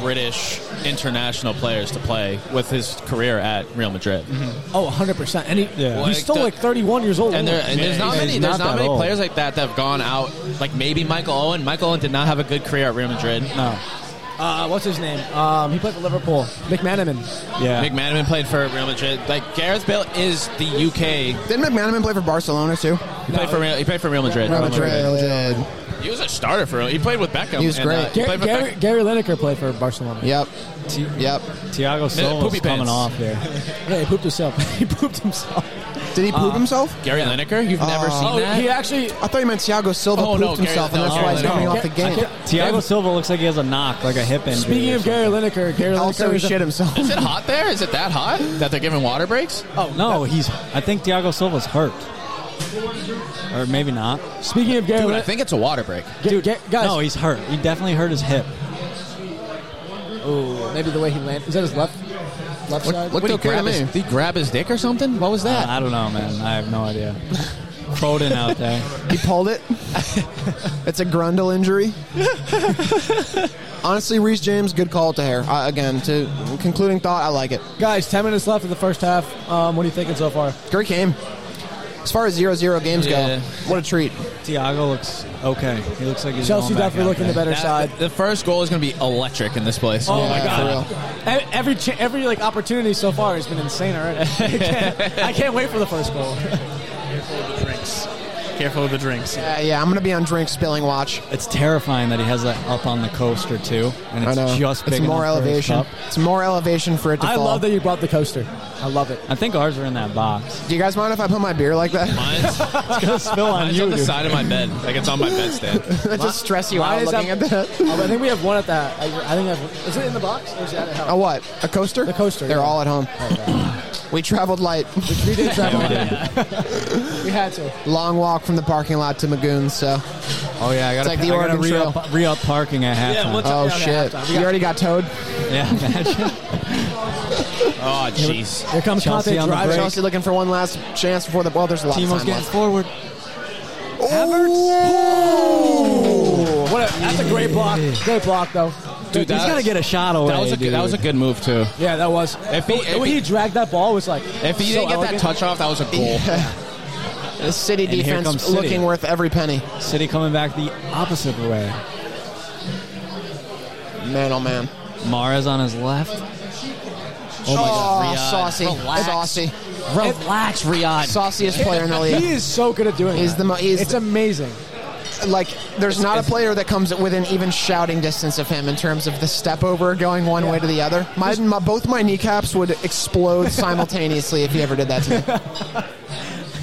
S4: British international players to play with his career at Real Madrid.
S1: Oh, 100 percent. And he,
S3: Yeah.
S1: he's still
S4: Like the-
S1: like 31 years old.
S4: And, there, and there's not
S3: he's
S4: many.
S3: not
S4: There's not,
S3: that
S4: many
S3: old.
S4: players like that that have gone out. Like maybe Michael Owen. Michael Owen did not have a good career at Real Madrid.
S3: no.
S1: uh, what's his name? Um, he played for Liverpool. McManaman.
S3: Yeah.
S4: Big McManaman played for Real Madrid. Like Gareth Bale is the UK.
S2: Didn't McManaman play for Barcelona too?
S4: He played for Real, he played for Real Madrid.
S2: Real Madrid.
S4: He was a starter for Real. He played with Beckham.
S2: He was
S4: and, uh,
S2: great.
S4: he
S1: Gary,
S4: played for
S1: Gary,
S4: Beckham.
S1: Gary Lineker played for Barcelona.
S2: Yep.
S3: Ti-
S2: Yep.
S3: Thiago Silva's
S4: poopy
S3: coming
S4: pants.
S3: off here.
S1: Yeah, he pooped himself. he pooped himself.
S2: Did he poop
S4: Uh,
S2: himself?
S4: Gary Lineker. You've never seen
S1: Oh,
S4: that.
S1: he actually
S2: I thought you meant Thiago Silva
S4: Oh,
S2: pooped
S4: no, Gary-
S2: himself, and
S4: no,
S2: that's why he's
S4: Gary-
S2: coming
S4: no.
S2: off the game.
S3: Thiago Silva looks like he has a knock, like a hip injury.
S1: Speaking
S3: or
S1: of Gary
S3: something.
S1: Lineker, Gary Lineker
S2: Also, he
S1: is a-
S2: shit himself.
S4: Is it hot there? Is it that hot that they're giving water breaks?
S1: Oh
S3: no, he's. I think Thiago Silva's hurt, or maybe not.
S1: Speaking of Gary,
S4: Dude, Oh, I
S1: Lin-
S4: think it's a water break.
S1: Ga- Ga- guys,
S3: No, he's hurt. He definitely hurt his hip.
S1: Ooh, maybe the way he landed. Is that his left left side?
S2: looked
S4: Did he,
S2: okay to
S4: grab
S2: me.
S4: his, did he grab his dick or something? What was
S3: Uh,
S4: that?
S3: I don't know, man. I have no idea. Foden out there.
S2: He pulled it. it's a grundle injury. Honestly, Reese James, good call to hair. Uh, again, to concluding thought, I like it.
S1: Guys, 10 minutes left in the first half. Um, what are you thinking so far?
S2: Great game. As far as 0-0 games
S4: Yeah.
S2: go, what a treat.
S3: Thiago looks okay. He looks like he's
S1: Chelsea
S3: going back
S1: definitely
S3: out
S1: looking the
S3: there.
S1: better
S4: That-
S1: side.
S4: The first goal is going to be electric in this place.
S1: Oh my
S2: for
S1: god!
S2: real.
S1: E- Every ch- every like opportunity so far has been insane already. I can't, I can't wait for the first goal.
S5: drinks. Careful with the drinks.
S2: Uh, yeah, I'm going to be on drink spilling watch.
S3: It's terrifying that he has that up on the coaster too, and
S2: I
S3: it's
S2: know.
S3: just big
S2: it's more
S3: enough for his
S2: elevation.
S3: cup.
S2: It's more elevation for it to
S1: I
S2: fall.
S1: love that you brought the coaster. I love it.
S3: I think ours are in that box.
S2: Do you guys mind if I put my beer like that?
S4: Mine's,
S3: It's gonna spill on
S4: mine's
S3: you.
S4: on the
S3: dude.
S4: side of my bed. Like it's on my bedstand.
S2: That just stress you
S1: Why
S2: out
S1: is
S2: looking
S1: that-
S2: at that.
S1: Oh, I think we have one at that. I, I think I've, is it in the box or is it at home?
S2: A what? A coaster?
S1: The coaster,
S2: They're
S1: yeah.
S2: all at home. we traveled light.
S1: We did travel.
S3: Yeah, we
S1: on it. we had to.
S2: Long walk from the parking lot to Magoon, so.
S3: Oh yeah, I gotta,
S2: It's like the
S3: I gotta
S2: Oregon Trail.
S3: re-up, re-up parking at halftime.
S1: Yeah, what's
S2: Oh,
S1: Yeah, okay,
S2: shit.
S1: halftime. We
S2: You
S1: got-
S2: already got towed?
S3: Yeah, imagine.
S4: Oh jeez.
S1: Here comes
S3: Chelsea
S1: Conte
S3: on the
S1: driving.
S3: break.
S2: Chelsea looking for one last chance before the. Well, there's a lot
S3: Timo's
S2: of time
S3: getting
S2: left.
S3: forward.
S1: What a, that's a great block. Great block though.
S4: Dude,
S3: he's
S4: that-
S3: got to get a shot away.
S4: That was a good,
S3: dude.
S4: that was a good move too.
S1: Yeah, that was.
S4: If he-
S1: the way
S4: if he-
S1: he dragged that ball was like.
S4: If he
S1: so
S4: didn't get that
S1: elegant.
S4: touch off, that was a goal.
S2: The city
S3: here
S2: defense
S3: comes City.
S2: looking worth every penny.
S3: City coming back the opposite way.
S2: Man, oh man.
S3: Mara's on his left.
S2: Oh,
S4: Riyadh,
S2: saucy,
S4: relax.
S2: saucy,
S4: Relax, Riyadh.
S2: sauciest player in the league.
S1: He is so good at doing.
S2: He's
S1: that.
S2: the mo- he's
S1: it's
S2: the-
S1: amazing.
S2: Like, there's not a player that comes within even shouting distance of him in terms of the step over going one way to the other. My, my both my kneecaps would explode simultaneously if he ever did that to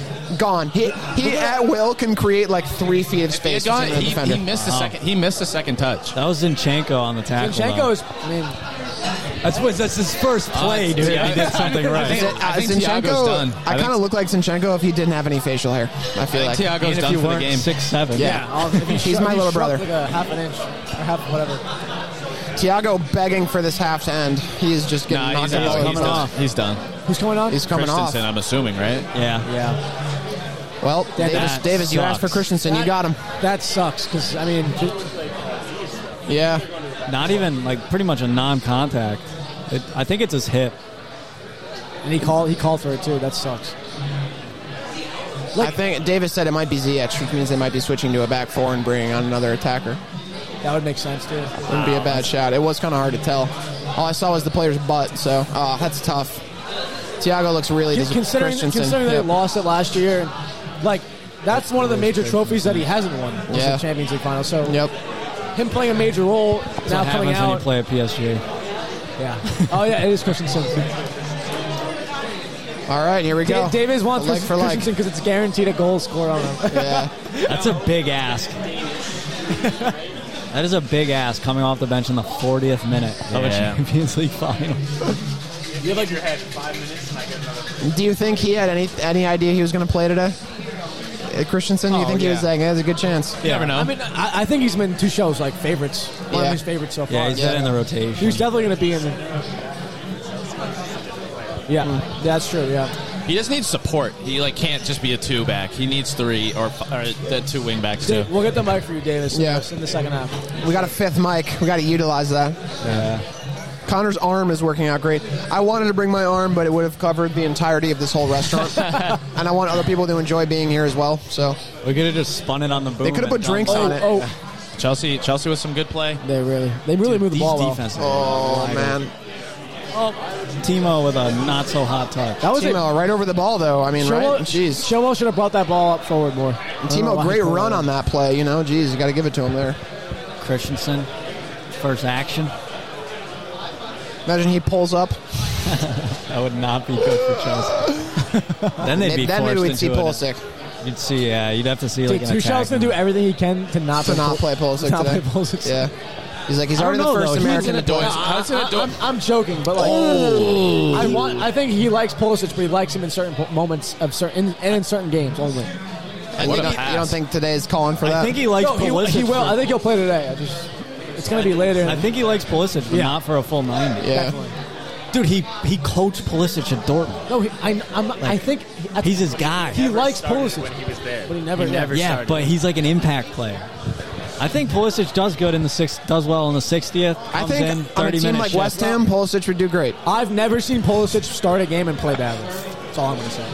S2: me. Gone. He he at will can create like three feet of
S4: He,
S2: space.
S4: got,
S2: between the
S4: he,
S2: defender.
S4: he missed the second. He missed the second touch.
S3: That was Zinchenko on the tackle. though.
S1: Zinchenko is. I mean,
S3: That's what that's his first play,
S4: it's-
S3: dude.
S4: yeah,
S3: Uh, he did
S4: it's-
S3: something
S4: I
S3: right.
S4: think-
S2: Uh,
S4: I think
S2: Zinchenko-
S4: Thiago's done.
S2: I,
S4: I think-
S2: kind of look like Zinchenko if he didn't have any facial hair. I feel like.
S4: Thiago's
S3: Even if
S4: done
S3: you
S4: for the
S3: weren't
S4: game.
S3: six seven.
S2: Yeah. He's my little brother.
S1: Like a half an inch or half whatever.
S2: Thiago begging for this half to end. He is just getting
S4: Nah, he's,
S2: knocked out.
S4: he's,
S2: He's,
S4: he's done. He's done.
S1: Who's coming on?
S2: he's coming off.
S4: Christensen, I'm assuming, right?
S3: yeah.
S1: yeah,
S2: Well, Davis,
S4: that
S2: Davis you asked for
S4: sucks.
S2: Christensen. You got him.
S1: that sucks because I mean, just-
S2: Yeah.
S3: Not even like pretty much a non-contact. It, I think it's his hip.
S1: and he called. He called for it too. That sucks.
S2: I think Davis said it might be Ziyech, which means they might be switching to a back four and bringing on another attacker.
S1: That would make sense too.
S2: Wouldn't be a bad shot. It was kind of hard to tell. All I saw was the player's butt, so oh, that's tough. Thiago looks really dis-
S1: Considering,
S2: Christensen.
S1: considering they
S2: Yep.
S1: lost it last year, like that's one of the major trophies that he hasn't won. Was
S2: Yeah.
S1: the Champions League final. So
S2: Yep.
S1: him playing a major role
S3: That's
S1: now
S3: what
S1: coming
S3: happens when you
S1: out.
S3: play at PSG.
S1: yeah. Oh yeah, it is Christensen.
S2: All right, here we
S1: Da-
S2: go.
S1: Davis wants
S2: like for like.
S1: Christensen because it's guaranteed a goal score on him.
S2: Yeah.
S3: That's a big ask. that is a big ask coming off the bench in the 40th minute of a
S4: Yeah.
S3: Champions League final.
S2: Do you think he had any any idea he was going to play today? Uh, Christensen, you
S3: Oh,
S2: think he was
S3: yeah.
S2: like, "Yeah, "There's a good chance."
S4: You never know.
S1: I mean, I, I think he's been two shows like favorites. One
S2: Yeah.
S1: of his favorites so far.
S3: Yeah, he's
S2: Yeah.
S3: been in the rotation.
S1: He was definitely going to be in. The- yeah, that's true. Yeah,
S4: he just needs support. He like can't just be a two back. He needs three or, f- or the two wing backs too.
S1: Dude, we'll get the mic for you, Davis. in
S2: Yeah.
S1: the- in the second half.
S2: We got a fifth mic. We got to utilize that. Connor's arm is working out great. I wanted to bring my arm, but it would have covered the entirety of this whole restaurant, and I want other people to enjoy being here as well. So
S3: we could have just spun it on the boom.
S2: could have
S3: and
S2: put
S3: done-
S2: drinks
S3: Oh,
S2: on
S1: Oh,
S2: it.
S1: oh,
S4: Chelsea, Chelsea with some good play.
S1: they really, they really moved the
S3: These
S1: ball well.
S3: defenses.
S2: Oh man,
S3: Timo with a not so hot touch.
S1: That was it.
S2: Timo right over the ball though. I mean,
S1: Chilwell,
S2: right? Jeez,
S1: Chilwell should have brought that ball up forward more.
S2: Timo,
S3: uh,
S2: great run on that play. You know, jeez, you got to give it to him there.
S3: Christensen, first action.
S2: Imagine he pulls up.
S3: That would not be good for Chelsea. then they'd be
S2: Then
S3: forced
S2: maybe we'd
S3: into
S2: see
S3: it.
S2: Pulisic.
S3: You'd see, yeah. You'd have to see like
S1: Dude,
S3: an
S1: Tuchel's
S3: attack.
S1: going to do everything he can to not
S2: to not play Pulisic
S1: not
S2: today.
S1: play Pulisic.
S2: Yeah, he's like he's already
S3: know,
S2: the first
S3: though. He's
S2: American
S4: in
S2: to
S4: the
S2: do
S4: door.
S2: it.
S4: How's it
S1: I,
S4: doing?
S1: am joking, but like, I want. I think he likes Pulisic, but he likes him in certain po- moments of certain and in certain games only.
S2: And
S4: What
S2: you,
S4: a
S2: don't,
S4: pass.
S2: you don't think today's calling for that?
S3: I think he likes
S1: No, he,
S3: Pulisic.
S1: he will.
S3: for-
S1: I think he'll play today. I just, it's going to be later.
S3: I think he likes Pulisic, but
S1: Yeah.
S3: not for a full 90.
S2: yeah.
S1: Definitely.
S3: Dude, he, he coached Pulisic at Dortmund.
S1: No, he, I, I'm, I think I-
S3: He's his guy.
S1: He likes
S5: started
S1: Pulisic,
S5: when he was there.
S1: but he never.
S5: He never-
S3: yeah,
S5: started.
S3: but he's like an impact player. I think Pulisic does good in the sixth, does well in the 60th.
S2: I
S3: Comes
S2: think
S3: in,
S2: on a
S3: 30
S2: team
S3: minute
S2: like
S3: shift.
S2: West Ham, Pulisic would do great.
S1: I've never seen Pulisic start a game and play badly. That's all I'm going to say.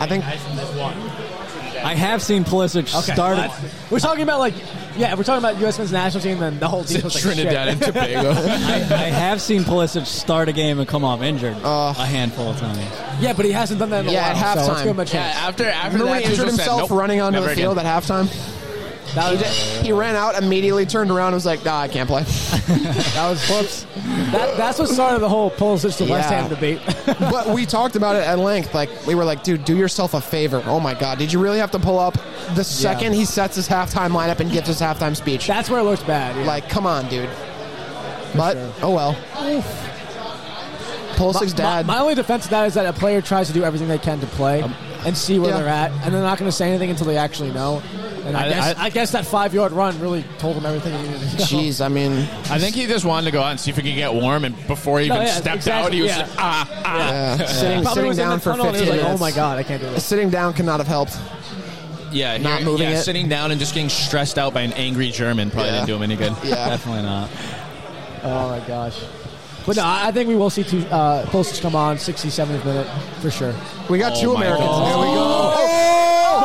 S2: I think
S3: I have seen Pulisic start. it.
S1: We're talking about like, yeah, we're talking about U.S. men's national team. Then the whole team was like
S4: Trinidad and Tobago.
S3: I, I have seen Pulisic start a game and come off injured
S2: Oh.
S3: a handful of times.
S1: shit. Yeah, but he hasn't done that in a
S2: Yeah,
S1: while.
S2: at
S1: so let's
S2: halftime.
S1: give him a
S4: yeah,
S1: chance.
S4: after after
S2: remember when
S4: that,
S2: he injured
S4: Tuchel said,
S2: himself
S4: "Nope,
S2: running onto
S4: never
S2: the
S4: again."
S2: field at halftime.
S1: that
S2: He,
S1: was,
S2: did, he ran out immediately, turned around, and was like, "Nah, I can't play."
S1: that was whoops. That, that's what started the whole Pulisic to West
S2: Yeah.
S1: Ham debate.
S2: but we talked about it at length. Like we were like, "Dude, do yourself a favor." Oh my God, did you really have to pull up the second he sets his halftime lineup and gives his halftime speech?
S1: that's where it looks bad. Yeah.
S2: Like, come on, dude. But oh well. Pulisic's
S1: my,
S2: dad.
S1: my only defense of that is that a player tries to do everything they can to play and see where
S2: yeah.
S1: they're at, and they're not going to say anything until they actually know. And I,
S4: I-
S1: guess
S4: I-
S1: I, guess that five yard run really told him everything he needed to know.
S2: Jeez, I mean,
S4: I think he just wanted to go out and see if he could get warm, and before he even
S1: No, yeah,
S4: stepped
S1: exactly,
S4: out, he was
S1: yeah.
S4: just, ah ah.
S2: yeah, sitting
S1: Probably
S2: sitting
S1: was in
S2: down
S1: the
S2: for
S1: tunnel and he was
S2: 15
S1: like,
S2: minutes.
S1: Oh my god, I can't do this.
S2: Sitting down could not have helped.
S4: yeah,
S2: not
S4: here-
S2: moving
S4: yeah,
S2: it.
S4: sitting down and just getting stressed out by an angry German probably
S2: Yeah.
S4: didn't do him any good.
S2: Yeah.
S3: Definitely not.
S1: Oh my gosh. But no, I I think we will see two, uh, Pulisic come on 67th minute for sure.
S2: We got
S4: Oh
S2: two
S4: my
S2: Americans.
S4: God.
S2: There we go.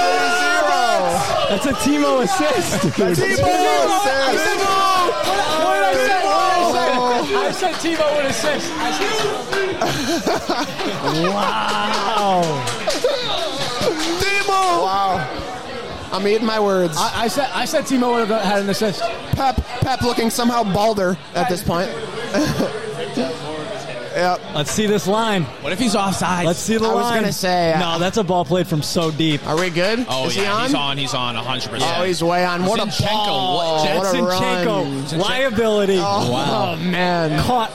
S3: That's a Timo assist.
S1: I said Timo would assist.
S2: I'm eating my words.
S1: I, I said I said Timo would have had an assist.
S2: Pep, Pep looking somehow balder at this point. yep.
S3: Let's see this line.
S4: What if he's offside?
S3: Let's see the
S2: I
S3: line.
S2: was gonna say, uh,
S3: no, that's a ball played from so deep.
S2: Are we good?
S4: Oh
S2: Is
S4: yeah,
S2: he on?
S4: he's on. He's on 100. percent
S2: Oh, he's way on. What a
S4: Zinchenko,
S2: ball.
S4: what-
S2: Oh, What a run.
S3: Zinchenko, liability.
S2: Oh, man.
S3: Caught.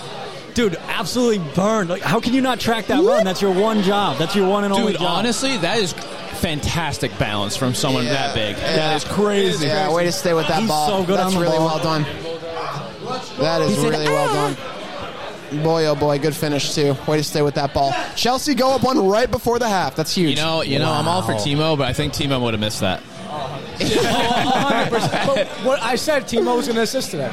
S3: Dude, absolutely burned. Like, how can you not track that run? That's your one job. That's your one and only
S4: Dude,
S3: job.
S4: honestly, that is fantastic balance from someone
S2: Yeah.
S4: that big.
S2: Yeah.
S4: That is crazy.
S2: Yeah, way to stay with that
S3: He's
S2: ball.
S3: so good
S2: That's
S3: on the
S2: really
S3: ball.
S2: well done. That is really well done.
S3: "Ah!"
S2: Boy, oh boy, good finish too. Way to stay with that ball. Chelsea go up one right before the half. That's huge.
S4: You know, you know, I'm all for Timo, but I think Timo would have missed that.
S1: But what I said Timo was going to assist today.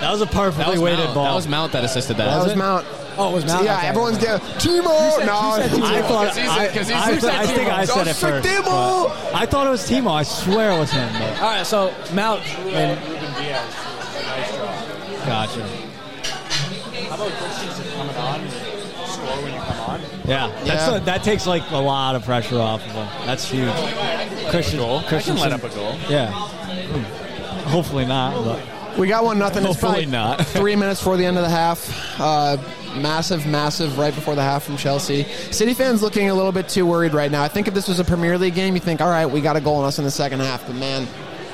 S3: that was a perfectly
S4: That was
S3: weighted
S4: Mount.
S3: ball.
S4: That was Mount that assisted that.
S2: that was Mount.
S1: oh, it was Mount.
S2: yeah,
S1: Okay.
S2: everyone's down. Timo. No,
S3: I thought.
S4: 'Cause he's-
S3: I,
S4: 'cause he's-
S3: I,
S4: who said
S3: I think
S4: Timo?
S3: I said
S2: Don't
S3: it
S2: say
S3: first.
S2: Timo!
S3: but I thought it was Timo. I swear it was him. but-
S1: All right, so Mount and
S3: Gotcha. Yeah, that's
S2: Yeah.
S3: A, that takes like a lot of pressure off of him. That's huge. Christian, Christian
S4: let up a goal.
S3: Yeah. Hmm. Hopefully not. But.
S2: we got one nothing. It's probably
S4: Hopefully not.
S2: three minutes before the end of the half. Uh, massive, massive right before the half from Chelsea. City fans looking a little bit too worried right now. I think if this was a Premier League game, you think, all right, we got a goal on us in the second half. But man,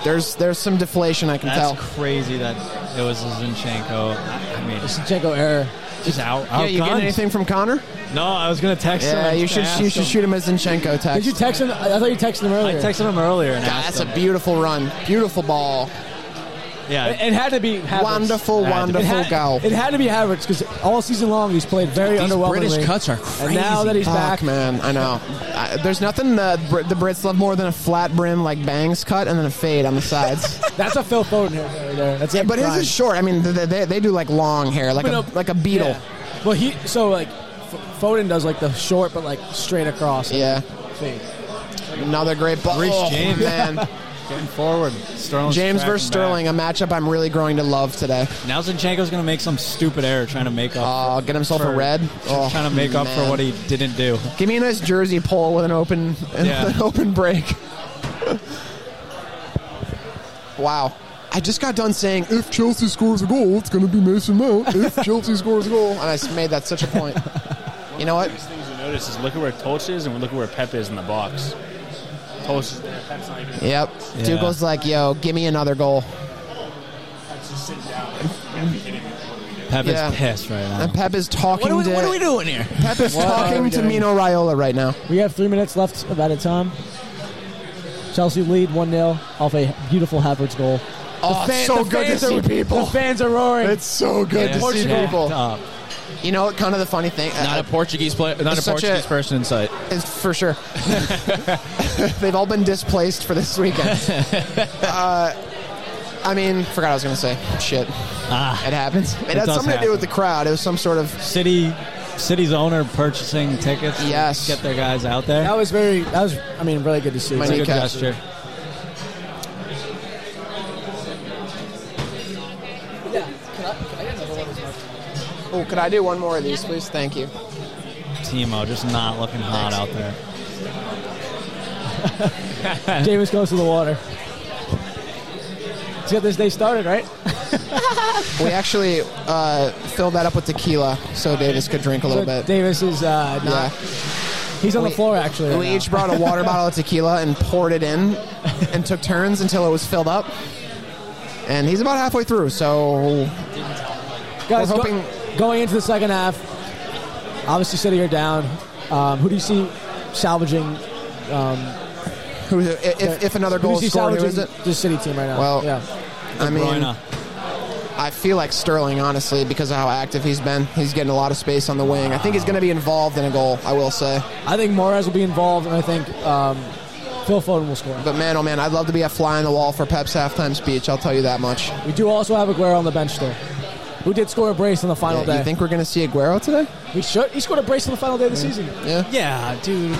S2: there's there's some deflation I can
S3: That's
S2: tell.
S3: crazy that it was Zinchenko. I mean, it's
S1: Zinchenko error.
S3: just out.
S2: yeah, you getting anything from Connor?
S3: No, I was gonna text him.
S2: Yeah,
S3: and
S2: you should
S3: ask
S2: you should
S3: him.
S2: shoot him as Zinchenko text.
S1: Did you text him? I thought you texted him
S3: I
S1: earlier.
S3: texted him earlier. And
S2: God,
S3: asked
S2: that's a
S3: him.
S2: beautiful run. Beautiful ball.
S1: It,
S3: Yeah,
S1: it had to be Havertz.
S2: Wonderful,
S3: It had to be-
S1: It
S2: wonderful goal.
S1: had, it had to be Havertz because all season long he's played very
S4: These
S1: underwhelmingly.
S4: British cuts are
S1: And now
S4: crazy.
S1: that he's
S2: Fuck,
S1: back,
S2: man. I know. I, there's nothing the Br- the Brits love more than a flat brim like bangs cut and then a fade on the sides.
S1: that's a Phil Foden hair right there. That's
S2: yeah, but his is short. I mean, they, they, they do like long hair, like
S1: But
S2: a
S1: no-
S2: like a beetle.
S1: Yeah. Well, he so like F- Foden does like the short, but like straight across.
S2: Yeah.
S1: Thing.
S2: Another great ball.
S3: Reece
S2: Oh,
S3: James.
S2: man.
S3: getting forward. Sterling's
S2: James
S3: tracking
S2: versus
S3: back.
S2: Sterling, a matchup I'm really growing to love today.
S3: Now Zinchenko's gonna make some stupid error trying to make up.
S2: Oh, get himself a
S3: for-
S2: red. Oh,
S3: trying to make up for
S2: man.
S3: what he didn't do.
S2: Give me a nice jersey pull with an open
S3: Yeah.
S2: an open break. wow. I just got done saying if Chelsea scores a goal, it's going to be Mason Mount. If Chelsea scores a goal, and I s- made that such a point. You know what?
S5: Biggest things you notice is look at where Tolch is and look at where Pep is in the box. Tolch is there. Pep's not even.
S2: Yep.
S3: Yeah.
S2: Dougal's like, "Yo, give me another goal."
S5: Pep's just sitting down.
S3: Pep
S2: Yeah.
S3: is pissed right now.
S2: And Pep is talking to
S4: doing here?
S2: Pep is
S1: What are
S2: talking
S1: we
S2: to
S1: doing?
S2: Mino Raiola right now.
S1: We have three minutes left of added time. Chelsea lead one 0 off a beautiful Havertz goal.
S2: Oh, it's so good to see
S1: The
S2: people.
S1: fans are roaring.
S2: It's so good to
S4: Yeah.
S2: see
S4: Portugal.
S2: people.
S3: Up.
S2: You know what? Kind of the funny thing. uh,
S4: Not a Portuguese player. Not a
S2: Such a-
S4: Portuguese person in sight.
S2: is for sure. They've all been displaced for this weekend. uh, I mean, forgot what I was going to say. Shit,
S3: Ah.
S2: it happens. It,
S3: It
S2: had
S3: does
S2: something to do with
S3: happen.
S2: the crowd. It was some sort of
S3: City, city's owner purchasing tickets. to
S2: Yes.
S3: get their guys out there.
S1: that was very. That was. I mean, really good to see.
S2: My
S3: It's a
S2: knee-
S3: good
S2: Newcastle.
S3: gesture.
S2: oh, could I do one more of these, please? Thank you.
S3: Timo just not looking hot out there.
S1: James goes to the water. Let's get this day started, right?
S2: We actually uh, filled that up with tequila so Davis could drink a little
S1: So
S2: bit.
S1: Davis is uh,
S2: Yeah.
S1: not. He's on the
S2: We-
S1: floor actually. right
S2: we
S1: now.
S2: each brought a water bottle of tequila and poured it in and took turns until it was filled up. And he's about halfway through, so
S1: Guys,
S2: We're
S1: go-
S2: hoping-
S1: going into the second half, obviously City are down. Um, who do you see salvaging?
S2: who, if, if another
S1: who do you
S2: goal
S1: see
S2: is scored, who
S1: salvaging
S2: is it?
S1: the City team right now?
S2: Well,
S1: yeah.
S2: I mean,
S3: Bruyne.
S2: I feel like Sterling, honestly, because of how active he's been. He's getting a lot of space on the wing. I think he's going to be involved in a goal, I will say.
S1: I think Mares will be involved, and I think um, Phil Foden will score.
S2: But man, oh man, I'd love to be a fly on the wall for Pep's halftime speech. I'll tell you that much.
S1: We do also have Aguero on the bench there, who did score a brace on the final
S2: Yeah,
S1: day.
S2: you think we're going to see Aguero today?
S1: we should. He scored a brace on the final day of the season.
S3: Yeah, dude.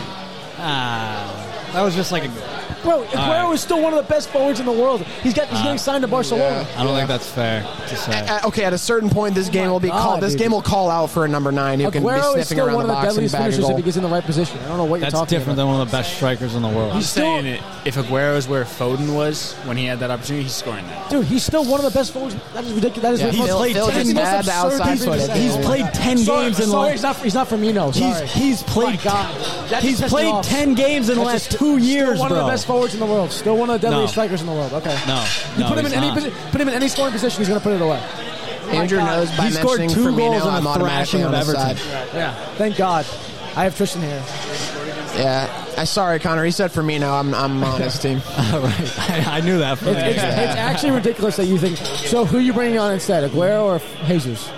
S3: Ah, that was just like a.
S1: Bro, Aguero is still one of the best forwards in the world. He's got he's
S3: Uh,
S1: getting signed to Barcelona.
S3: I don't think that's fair to say.
S2: Uh, okay, at a certain point, this game will be
S1: God,
S2: called. This
S1: dude.
S2: game will call out for a number nine who can be
S1: Aguero is
S2: sniffing
S1: still
S2: around
S1: one
S2: the
S1: of the
S2: box and
S1: deadliest
S2: bagging
S1: finishers
S2: goal.
S1: if he gets in the right position. I don't know what you're
S3: That's
S1: talking
S3: different
S1: about.
S3: than one of the best strikers in the world.
S5: I'm
S1: still-
S5: saying it. If Aguero's where Foden was when he had that opportunity, he's scoring that.
S1: Dude, he's still one of the best forwards. That is ridiculous. That is
S2: Yeah,
S1: the
S2: he's
S1: most-
S3: played
S1: that is
S3: ten-
S1: the most
S2: he's mad
S1: absurd
S2: outside
S1: thing to
S2: foot.
S1: say.
S3: He's
S1: Oh my
S3: played
S1: God.
S3: 10
S1: Sorry,
S3: games in
S1: sorry,
S3: like-
S1: he's not he's not Firmino. Sorry.
S3: He's he's played
S1: My God. That
S3: he's
S1: pissed me
S3: played
S1: off.
S3: ten games in the
S1: That's
S3: last
S1: just
S3: two years,
S1: Still one
S3: bro.
S1: of the best forwards in the world. Still one of the deadliest
S3: No.
S1: strikers in the world. Okay.
S3: No,
S1: You
S3: no,
S1: put him in
S3: he's
S1: any
S3: not.
S1: posi- put him in any scoring position, he's going to put it away.
S2: Andrew
S1: God.
S2: knows by
S3: He scored
S2: mentioning
S3: two
S2: Firmino,
S3: goals on a
S2: I'm automatically
S3: thrashing
S2: on
S3: of
S2: his
S3: Everton.
S2: side.
S1: Yeah. Thank God. I have Tristan here.
S2: Yeah, I sorry, Connor. He said Firmino. I'm I'm on his team.
S3: right. I, I knew that. From
S1: It's, it's, it's actually ridiculous that you think. So who you bringing on instead, Aguero or Jesus?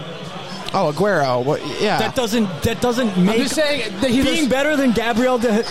S2: Oh, Aguero. What, yeah.
S3: that doesn't that doesn't make
S1: just saying that he was-
S3: being better than Gabriel de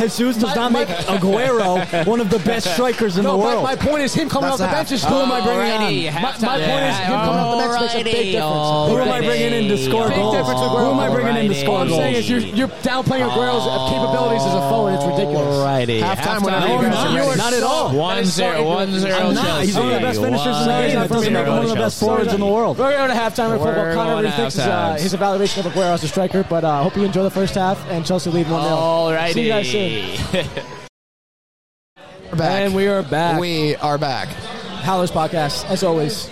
S3: Jesus does
S1: my-
S3: not
S1: my-
S3: make Aguero one of the best strikers in
S1: No,
S3: the
S1: my,
S3: world.
S1: my point is him coming
S2: That's
S1: off the
S2: a half.
S1: bench is who am I bringing on?
S6: Alrighty,
S1: My, my point is him coming off the bench makes a big
S6: Alrighty,
S1: difference.
S3: Who am I
S6: alrighty,
S3: bringing in to score
S1: Big
S3: goals?
S1: difference with
S3: Who am I bringing in to
S6: Alrighty.
S1: All
S3: score
S1: I'm saying is
S3: goals?
S1: you're, you're downplaying Aguero's capabilities as a forward. It's ridiculous.
S6: Alrighty.
S2: Halftime, whenever
S3: No,
S2: you
S3: I'm
S2: guys
S3: not.
S2: are ready.
S3: Not at all.
S1: That
S4: One
S1: is so
S4: zero, one
S1: ignorant.
S4: zero.
S1: I'm
S3: not.
S4: Chelsea.
S3: He's one of the best finishers in the
S1: Sorry,
S3: game.
S1: not
S3: That
S1: for
S3: doesn't
S1: me.
S3: make him one of the best
S1: Sorry,
S3: forwards in the
S1: Chelsea.
S3: world.
S1: We're going to halftime and football.
S6: We're
S1: Connor
S6: going
S1: rethinks his, uh,
S6: halftimes.
S1: his evaluation of Aguero as a striker, but I uh, hope you enjoy the first half and Chelsea lead 1 0.
S6: Alrighty.
S1: See you guys soon.
S2: We're back.
S1: And we are back.
S2: We are back.
S1: Howlers Podcast, as always.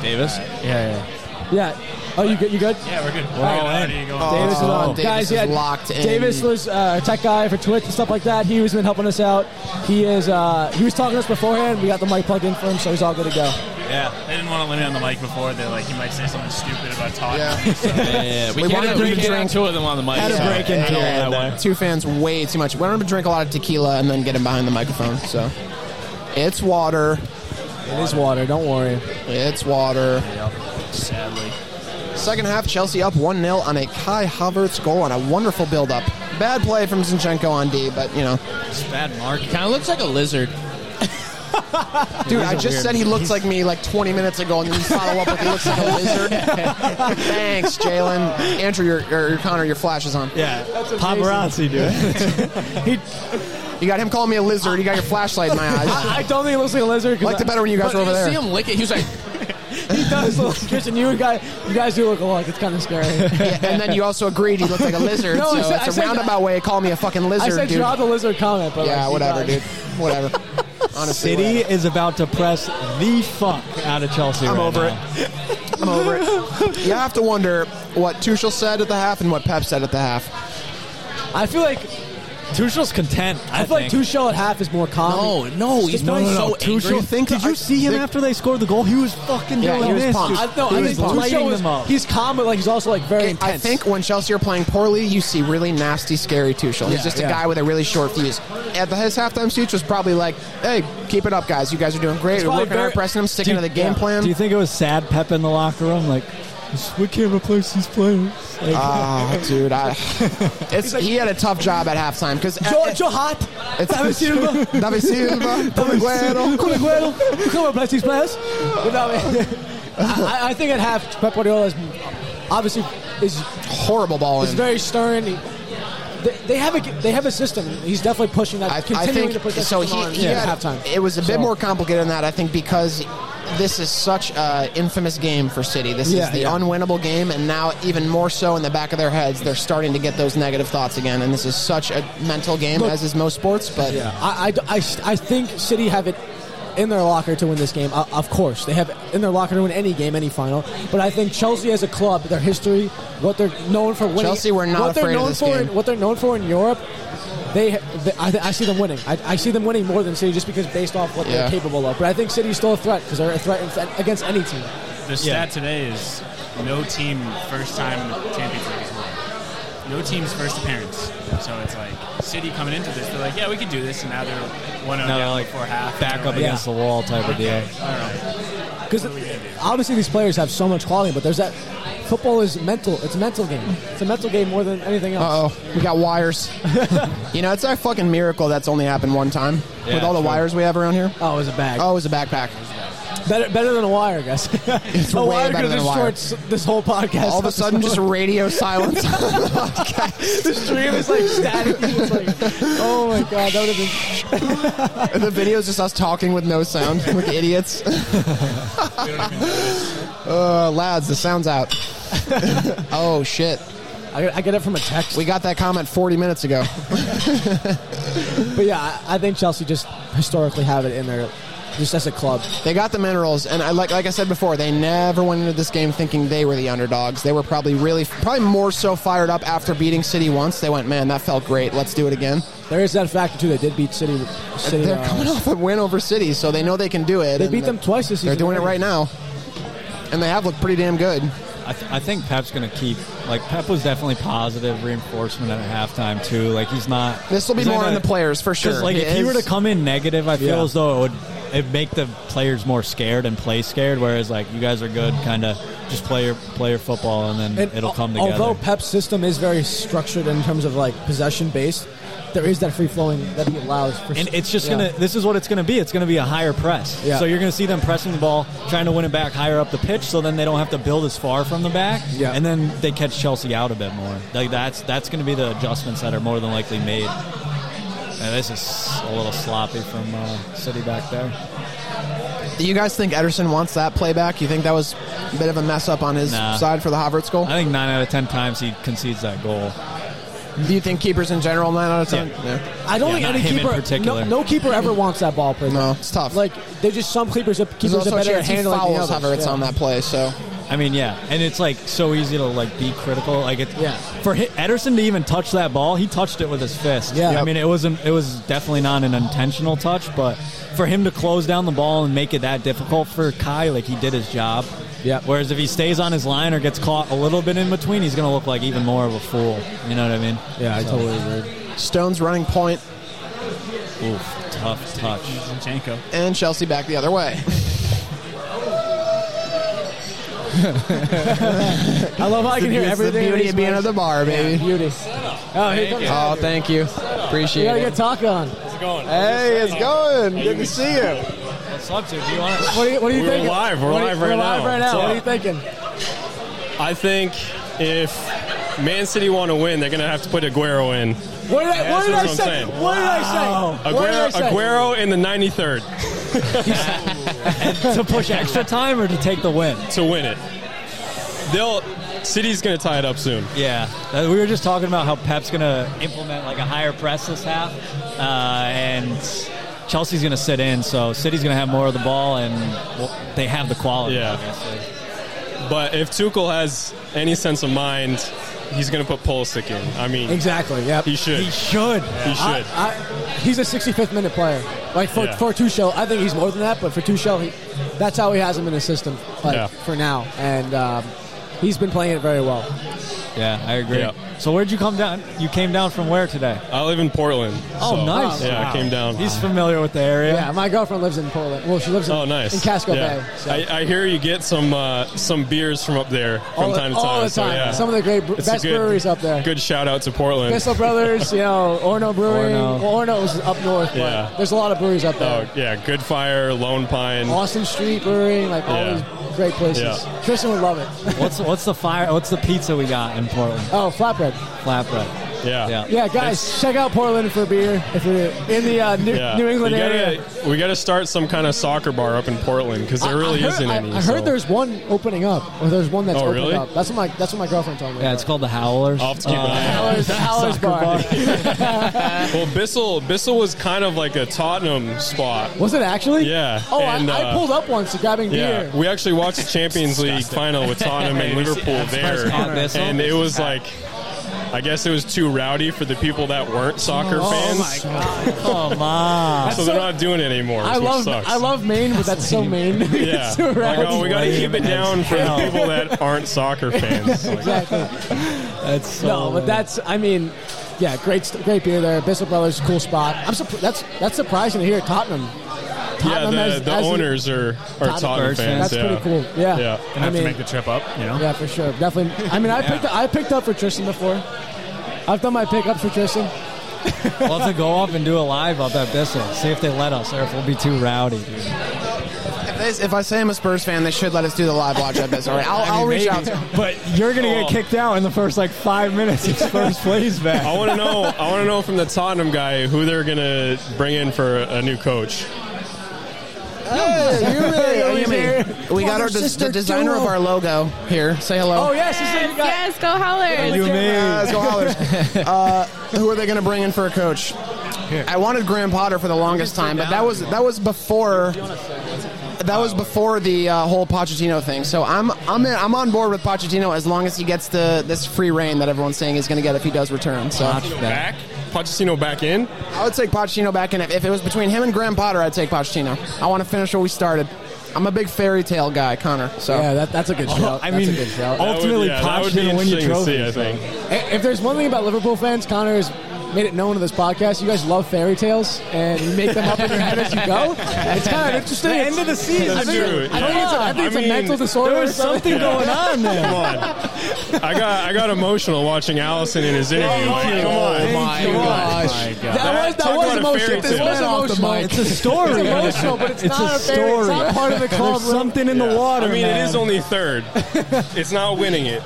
S4: Davis.
S1: Yeah. Oh, you good? You good?
S4: Yeah, we're good. We're
S1: Davis is on.
S2: Oh. Davis
S1: Guys,
S2: is
S1: yeah,
S2: locked in.
S1: Davis was uh, our tech guy for Twitch and stuff like that. He was been helping us out. He is. Uh, he was talking to us beforehand. We got the mic plugged in for him, so he's all good to go.
S7: Yeah, they didn't want to let me on the mic before. They're like, he might say something stupid about talking.
S2: Yeah.
S4: Yeah, we,
S2: We
S4: can't,
S2: wanted
S4: have, we
S2: to
S4: can't
S2: drink-
S4: have two of them on the mic.
S2: Had
S4: so-
S2: a break in
S4: Yeah,
S2: here.
S4: that
S2: Two fans way too much. We don't drink a lot of tequila and then get him behind the microphone. So it's water.
S1: It is water. Don't worry.
S2: It's water.
S7: Sadly.
S2: Second half, Chelsea up 1 0 on a Kai Havertz goal on a wonderful build up. Bad play from Zinchenko on D, but you know.
S3: Bad mark.
S4: Kind of looks like a lizard.
S2: Dude, I just said he looks like me like 20 minutes ago, and then you follow up with he looks like a lizard. Thanks, Jalen. Andrew, your, your, your Connor, your flash is on.
S3: Yeah, paparazzi, dude.
S2: You got him calling me a lizard. You got your flashlight in my eyes.
S1: I, I don't think it looks like a lizard. 'cause
S2: Liked it
S1: I-
S2: better when you guys were over there.
S4: him lick it. He was like,
S1: It does look like Christian. You guys, you guys do look alike. It's kind of scary.
S2: Yeah, and then you also agreed he looked like a lizard.
S1: No, I
S2: so
S1: said- I
S2: it's a
S1: said-
S2: roundabout way of calling me a fucking
S1: I
S2: lizard,
S1: said
S2: dude.
S1: draw the lizard comment, but
S2: Yeah,
S1: like,
S2: whatever,
S1: you
S2: dude.
S1: guys-
S2: Whatever. Honestly,
S3: City is about to press the fuck out of Chelsea.
S2: I'm
S3: right
S2: over
S3: now.
S2: whatever. I'm over it. You have to wonder what Tuchel said at the half and what Pep said at the half.
S1: I feel like
S3: Tuchel's content. I,
S1: I feel like
S3: think.
S1: Tuchel at half is more calm.
S4: Oh, no, he's
S1: No, no, no,
S3: Tuchel,
S2: think-
S3: did you see him
S2: I-
S3: after they scored the goal? He was fucking
S2: Yeah,
S3: doing
S2: he was
S3: this.
S2: pumped.
S3: dude.
S1: I, no,
S3: he
S1: I
S3: was
S1: think
S3: lighting
S1: Tuchel is,
S3: them up.
S1: he's calm, but like he's also like very
S2: I
S1: intense.
S2: think when Chelsea are playing poorly, you see really nasty, scary Tuchel. He's just a guy with a really short fuse. At the, his halftime speech was probably like, "Hey, keep it up, guys. You guys are doing great. We're
S1: probably
S2: working hard,
S1: very-
S2: pressing them, sticking
S3: Do
S2: to
S3: you-
S2: the game
S1: yeah.
S2: plan."
S3: Do you think it was sad Pep in the locker room? Like, we can't replace these players. Like,
S2: Ah, dude, I, it's, he had a tough job at halftime because
S1: Joe, Joe Hart, David Silva,
S2: David Silva, David Guerrero.
S1: Kun Aguero, come on, bless these players. But no, I, I think at half, Pep Guardiola is obviously is
S2: horrible ball
S1: is
S2: in.
S1: very stern. He- they, they have a they have a system. He's definitely pushing that,
S2: I, I
S1: continuing
S2: think
S1: to push that
S2: so.
S1: system
S2: He,
S1: on
S2: he
S1: at
S2: had,
S1: halftime.
S2: It was a bit
S1: So-
S2: more complicated than that, I think, because this is such an infamous game for City. This
S1: Yeah,
S2: is the
S1: yeah.
S2: unwinnable game, and now even more so in the back of their heads, they're starting to get those negative thoughts again. And this is such a mental game,
S1: Look-
S2: as is most sports. But
S1: I, I, I, I think City have it in their locker to win this game. O- Of course, they have it in their locker to win any game, any final. But I think Chelsea as a club, their history, what they're known for winning,
S2: Chelsea were not
S1: what they're
S2: afraid of
S1: known
S2: this
S1: for,
S2: game.
S1: In, what they're known for in Europe. They, they I, I see them winning. I, I see them winning more than City just because based off what
S2: Yeah.
S1: they're capable of. But I think City's still a threat because they're a threat in- against any team.
S7: The stat today is no team first time in the Champions League has won. no team's first appearance. So it's like City coming into this, they're like, yeah, we could do this, and now they're one
S3: Now they're
S7: down
S3: like
S7: before half.
S3: back up
S7: and
S3: against the wall type of deal.
S7: they're like, All right.
S1: Because obviously these players have so much quality, but there's that football is mental. It's a mental game. It's a mental game more than anything else.
S2: Uh oh, we got wires. you know, it's a fucking miracle that's only happened one time with all the wires we have around here.
S1: Oh, it was a bag.
S2: Oh, it was a backpack.
S1: Better, better than a wire, guys. It's a
S2: way
S1: wire
S2: better
S1: could
S2: than a
S1: have
S2: wire.
S1: destroyed this whole podcast.
S2: All of a sudden, just radio silence.
S1: the stream is like static. It's like, oh my god, that would have been.
S2: the video is just us talking with no sound, like idiots. uh, lads, the sound's out. oh shit,
S1: I get, I get it from a text.
S2: we got that comment 40 minutes ago.
S1: But yeah, I, I think Chelsea just historically have it in their just as a club.
S2: They got the minerals, and I like like I said before, they never went into this game thinking they were the underdogs. They were probably really, probably more so fired up after beating City once. They went, man, that felt great. Let's do it again.
S1: There is that factor too. They did beat City. City
S2: They're
S1: uh,
S2: coming off a win over City, so they know they can do it.
S1: They
S2: and
S1: beat them
S2: they're-
S1: twice this
S2: They're
S1: season.
S2: doing it right now, and they have looked pretty damn good.
S3: I, th- I think Pep's going to keep like Pep was definitely positive reinforcement at halftime too. Like he's not.
S2: This will be
S3: he's not
S2: more on
S3: gonna-
S2: the players for
S3: 'cause,
S2: sure.
S3: Like
S2: It
S3: if he were
S2: is-
S3: to come in negative, I feel
S1: Yeah.
S3: as though it would it make the players more scared and play scared. Whereas like you guys are good, kind of just play your play your football and then
S1: And
S3: it'll
S1: al-
S3: come together.
S1: Although Pep's system is very structured in terms of like possession based, there is that free flowing that he allows. For
S3: and it's just
S1: Yeah.
S3: gonna. This is what it's gonna be. It's gonna be a higher press.
S1: Yeah.
S3: So you're gonna see them pressing the ball, trying to win it back higher up the pitch, so then they don't have to build as far from the back.
S1: Yeah.
S3: And then they catch Chelsea out a bit more. Like that's that's gonna be the adjustments that are more than likely made. And this is a little sloppy from uh, City back there.
S2: Do you guys think Ederson wants that playback? You think that was a bit of a mess up on his
S3: Nah.
S2: side for the Havertz goal?
S3: I think nine out of ten times he concedes that goal.
S2: Do you think keepers in general nine out of ten?
S3: Yeah.
S2: Yeah.
S1: I don't
S3: Yeah,
S1: think
S3: not
S1: any
S3: him in
S1: keeper,
S3: particular.
S1: No, no keeper ever wants that ball. Pretty
S2: No,
S1: much.
S2: it's tough.
S1: Like there's just some keepers, that
S2: There's
S1: keepers are
S2: also a
S1: better at
S2: chance he
S1: handling the
S2: fouls
S1: others.
S2: Havertz
S1: yeah.
S2: on that play, so
S3: I mean, yeah, and it's like so easy to like be critical. Like, it,
S1: Yeah.
S3: for Hi- Ederson to even touch that ball, he touched it with his fist.
S1: Yeah.
S3: I mean, it wasn't. It was definitely not an intentional touch, but for him to close down the ball and make it that difficult for Kai, like he did his job.
S1: Yeah.
S3: Whereas if he stays on his line or gets caught a little bit in between, he's going to look like even more of a fool. You know what I mean?
S1: Yeah, I
S3: So,
S1: totally agree.
S2: Stones running point
S3: Oof, tough touch.
S7: Zinchenko.
S2: and Chelsea back the other way.
S1: I love how I can hear
S2: It's the
S1: everything. in
S2: beauty
S1: these
S2: of being at
S1: mics.
S2: the bar, baby.
S1: Beauty. Oh, here
S7: Thank
S1: comes.
S7: you.
S2: Oh, thank you,
S1: We
S2: appreciate
S1: gotta
S2: it.
S1: get talk on.
S7: How's it going?
S2: Hey, it's going. Good to see you.
S7: What's up, dude? Do you want
S1: What are you, what are you
S6: We're
S1: thinking?
S6: live. We're
S1: What are you-
S6: live right
S1: we're live
S6: now.
S1: right now.
S6: So-
S1: What are you thinking?
S6: I think if Man City want to win, they're going to have to put Aguero in.
S1: What did I,
S6: Yeah,
S1: what
S6: that's
S1: did
S6: what
S1: I
S6: I'm
S1: say?
S6: saying.
S1: What did I say? What did I
S6: Aguero,
S1: say?
S6: Aguero in the 93rd
S3: to push extra time or to take the win?
S6: to win it. They'll City's going to tie it up soon.
S3: Yeah, Uh, we were just talking about how Pep's going to implement like a higher press this half, uh, and Chelsea's going to sit in. So City's going to have more of the ball, and well, they have the quality.
S6: Yeah.
S3: obviously.
S6: But if Tuchel has any sense of mind, he's going to put Pulisic in. I mean,
S1: Exactly. Yep.
S6: he should.
S3: he should.
S6: He
S1: I,
S6: should.
S1: I, he's a 65th minute player. Like for
S6: Yeah.
S1: for Tuchel, I think he's more than that. But for Tuchel, he, that's how he has him in his system. Like
S6: Yeah.
S1: for now, and um, he's been playing it very well.
S3: Yeah, I agree.
S6: Yeah.
S3: So where'd you come down? You came down from where today?
S6: I live in Portland.
S3: Oh,
S6: so-
S3: nice.
S6: Yeah, I came down.
S3: He's familiar with the area.
S1: Yeah, my girlfriend lives in Portland. Well, she lives in,
S6: Oh, nice.
S1: in Casco
S6: Yeah.
S1: Bay. So.
S6: I, I hear you get some uh, some beers from up there from
S1: all, the-
S6: time to time.
S1: all the
S6: so,
S1: time.
S6: yeah.
S1: Some of the great br-
S6: It's a
S1: best
S6: good-
S1: breweries up there.
S6: Good shout out to Portland.
S1: Crystal Brothers, you know, Orno Brewing.
S3: Orno.
S1: Well, Orno's up north, but
S6: Yeah.
S1: there's a lot of breweries up there.
S6: Oh yeah, Good Fire, Lone Pine.
S1: Austin Street Brewing, like all
S6: Oh. Yeah.
S1: these great places.
S6: Yeah.
S1: Tristan would love it.
S3: What's what's the fire? What's the pizza we got in Portland?
S1: Oh, flatbread.
S3: Flatbread.
S6: Yeah,
S3: Yeah.
S1: Yeah, guys, check out Portland for beer if you're in the uh, New,
S6: Yeah.
S1: New England
S6: You gotta-
S1: area.
S6: We got to start some kind of soccer bar up in Portland because there really
S1: I heard,
S6: isn't
S1: I,
S6: any.
S1: I
S6: so
S1: heard there's one opening up, or there's one that's
S6: Oh,
S1: opened
S6: really?
S1: up. That's what my that's what my girlfriend told me.
S3: Yeah,
S1: about.
S3: it's called the Howlers.
S6: I'll have
S1: Uh,
S6: to keep an eye out.
S1: Howler's, the Howler's bar.
S6: Well, Bissell, Bissell was kind of like a Tottenham spot.
S1: Was it actually?
S6: Yeah,
S1: Oh, I,
S6: and,
S1: I
S6: uh,
S1: pulled up once grabbing
S6: Yeah,
S1: beer.
S6: we actually watched the Champions League final with Tottenham and Liverpool there,
S3: Connor.
S6: and it was like I guess it was too rowdy for the people that weren't soccer
S1: Oh
S6: fans,
S3: Come on.
S6: so they're not doing it anymore.
S1: I
S6: which
S1: love
S6: sucks.
S1: I love Maine, but that's so Maine.
S6: Yeah,
S1: It's so
S6: like, oh,
S1: rowdy.
S6: we got to keep
S3: Lame
S6: it down
S3: as
S6: for the
S3: hell.
S6: people that aren't soccer fans. Like,
S3: That's so
S1: No, but
S3: lame.
S1: that's I mean, yeah, great st- great beer there. Bissell Brothers, cool spot. I'm surp- that's that's surprising to hear Tottenham.
S6: yeah,
S1: Tottenham
S6: the,
S1: has-
S6: the
S1: has the-
S6: owners are are
S1: Tottenham
S6: Tottenham
S3: Birds
S6: fans.
S1: That's
S6: yeah.
S1: pretty cool. Yeah,
S6: Yeah.
S1: I
S7: And have
S1: mean,
S7: to make the trip up, you know?
S1: yeah, for sure, definitely. I mean, I picked I picked up for Tristan before. I've done my pickups for Tristan.
S3: We'll have to go up and do a live up at Bissell. See if they let us or if we'll be too rowdy. Dude.
S2: If, they- if I say I'm a Spurs fan, they should let us do the live watch at this. All right, I'll, I'll reach out. to
S3: But you're going to get kicked out in the first like five minutes if Spurs plays back.
S6: I want to know. I want to know from the Tottenham guy who they're gonna bring in for a new coach.
S2: Hey, you're really always
S1: here.
S2: We got
S1: Brother,
S2: our des- the
S1: sister
S2: designer of
S1: duo.
S2: our logo here. Say hello.
S1: Oh yes, he's
S8: Yes,
S1: like,
S8: yes, go Howlers.
S3: You
S2: Uh,
S3: may.
S2: let's go Hollers. uh, who are they going to bring in for a coach? I wanted Graham Potter for the longest time, but that was that was before that was before the uh, whole Pochettino thing. So I'm I'm in, I'm on board with Pochettino as long as he gets the this free reign that everyone's saying he's going to get if he does return. So
S6: Back, Pochettino back in.
S2: I would take Pochettino back in if, if it was between him and Graham Potter. I'd take Pochettino. I want to finish where we started. I'm a big fairy tale guy, Connor. So
S1: yeah, that, that's a good shout.
S3: I
S1: That's
S3: mean,
S1: a good shout.
S6: That would-
S3: ultimately,
S6: yeah, that would be
S3: Pochettino win you
S6: interesting to see,
S3: trophies.
S6: I think.
S1: I- If there's one thing about Liverpool fans, Connor has made it known on this podcast. You guys love fairy tales and you make them up in your head as you go. It's kind of interesting.
S3: The end of the season.
S1: I think,
S6: Dude,
S1: I think
S6: yeah.
S1: it's, a, I think it's
S6: I mean,
S1: a mental disorder.
S3: There was
S1: or something.
S3: something going on there.
S6: Come on. I got I got emotional watching Allison in his interview. Like, come on.
S1: my gosh. That was, that
S6: Talk
S1: was
S6: about a fairy
S1: emotional. This
S6: tale.
S1: was
S6: Man
S1: emotional.
S3: It's a story.
S1: It's emotional, but it's, not a fairy. It's not part of the club.
S3: There's something in the water.
S6: I mean,
S3: man.
S6: it is only third. it's not winning it.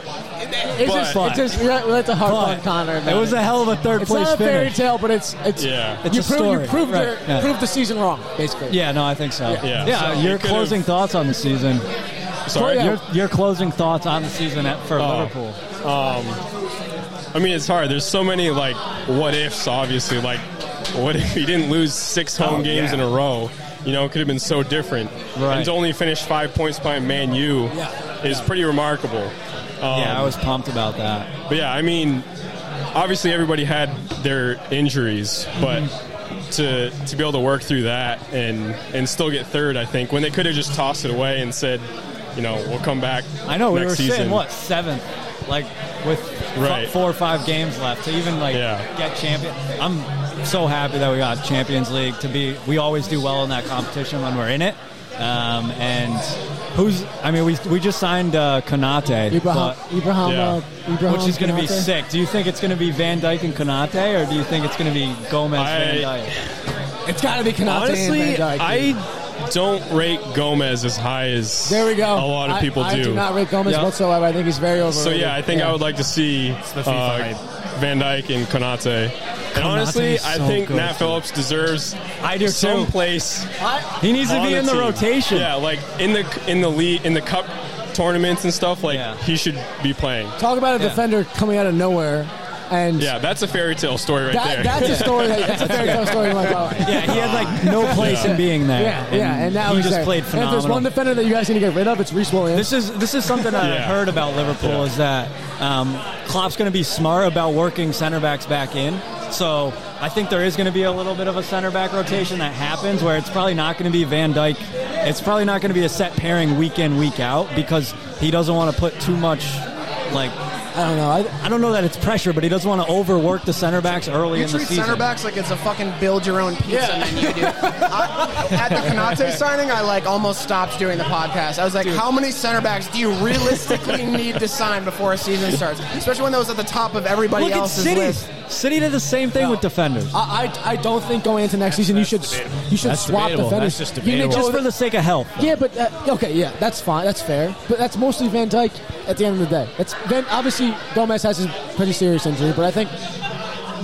S1: It's just,
S6: But-
S1: it's just yeah, well, that's a hard
S3: But
S1: one, Connor.
S3: It
S1: man.
S3: was a hell of a third
S1: It's
S3: place
S1: not a fairy
S3: finish.
S1: tale, but it's it's.
S6: Yeah.
S3: It's
S1: you
S3: a
S1: proved,
S3: story.
S1: You proved,
S3: Right,
S1: your,
S3: yeah.
S1: proved the season wrong, basically.
S3: Yeah, no, I think so.
S6: Yeah. So
S3: your
S6: you could've-
S3: closing thoughts on the season.
S6: Sorry.
S1: Yeah.
S3: Your, your closing thoughts on the season at, for
S6: Oh.
S3: Liverpool.
S6: I mean, it's hard. There's so many like what ifs. Obviously, like what if he didn't lose six home
S3: Oh,
S6: games in a row? You know, it could have been so different.
S3: Right.
S6: And to only finish five points behind Man U is pretty remarkable. Um,
S3: yeah, I was pumped about that.
S6: But yeah, I mean, obviously everybody had their injuries, but
S3: Mm-hmm.
S6: to to be able to work through that and and still get third, I think when they could have just tossed it away and said, you know, we'll come back.
S3: I know we
S6: next
S3: were
S6: season.
S3: sitting what seventh, like with f-
S6: Right.
S3: four or five games left to even like
S6: Yeah.
S3: get champion. I'm so happy that we got Champions League to be. We always do well in that competition when we're in it. Um, and who's? I mean, we we just signed uh, Kanate,
S1: Ibrahim, Ibrahim,
S6: Yeah.
S1: uh, Ibrahim
S3: which is going to be
S1: Konate.
S3: sick. Do you think it's going to be Van Dyke and Kanate, or do you think it's going to be Gomez Van
S6: I-
S3: Dyke?
S1: It's got to be Kanate
S6: Honestly,
S1: and Van Dijk.
S6: I don't rate Gomez as high as
S1: there we go.
S6: A lot of
S1: I-
S6: people
S1: I do.
S6: do.
S1: not rate Gomez
S3: Yeah.
S1: whatsoever. I think he's very overrated.
S6: so yeah, I think I would like to see
S7: the FIFA
S6: uh, Van Dyke and Konate.
S3: Konate
S6: And honestly,
S3: is
S6: I
S3: so
S6: think
S3: good,
S6: Nat
S3: dude.
S6: Phillips deserves
S3: I do
S6: some
S3: too.
S6: place
S3: He needs to
S6: on
S3: be in the
S6: team.
S3: rotation.
S6: Yeah, like in the in the league in the cup tournaments and stuff. Like
S3: Yeah.
S6: he should be playing.
S1: Talk about a
S3: Yeah.
S1: defender coming out of nowhere, and
S6: Yeah, that's a fairy tale story right there.
S1: that, that's a story. That, that's a fairy tale story. you wanna call it.
S3: Yeah, he had like no place in being there.
S1: Yeah, yeah, and now
S3: he
S1: he's
S3: just
S1: there.
S3: played
S1: And
S3: phenomenal.
S1: if there's one defender that you guys need to get rid of, it's Reese Williams.
S3: This is this is something I've
S6: Yeah.
S3: heard about Liverpool
S6: Yeah.
S3: is that um, Klopp's going to be smart about working center backs back in. So I think there is going to be a little bit of a center back rotation that happens where it's probably not going to be Van Dyke. It's probably not going to be a set pairing week in week out because he doesn't want to put too much like.
S1: I don't know. I,
S3: I don't know that it's pressure, but he doesn't want to overwork the center backs early
S2: You
S3: in the
S2: treat
S3: season.
S2: center backs like it's a fucking build your own pizza menu, dude. I, at the Kanate signing, I like almost stopped doing the podcast. I was like, how many center backs do you realistically need to sign before a season starts? Especially when that was at the top of everybody
S3: Look at
S2: else's
S3: City.
S2: list.
S3: City did the same thing with defenders.
S1: I, I, I don't think going into next season you should you should
S4: That's
S1: swap
S4: debatable.
S1: defenders.
S4: That's just
S1: You need to
S3: just
S1: go-
S3: for the sake of health.
S1: yeah, but uh, okay, yeah, that's fine, that's fair. But that's mostly Van Dyke. At the end of the day, it's Van. Obviously, Gomez has a pretty serious injury, but I think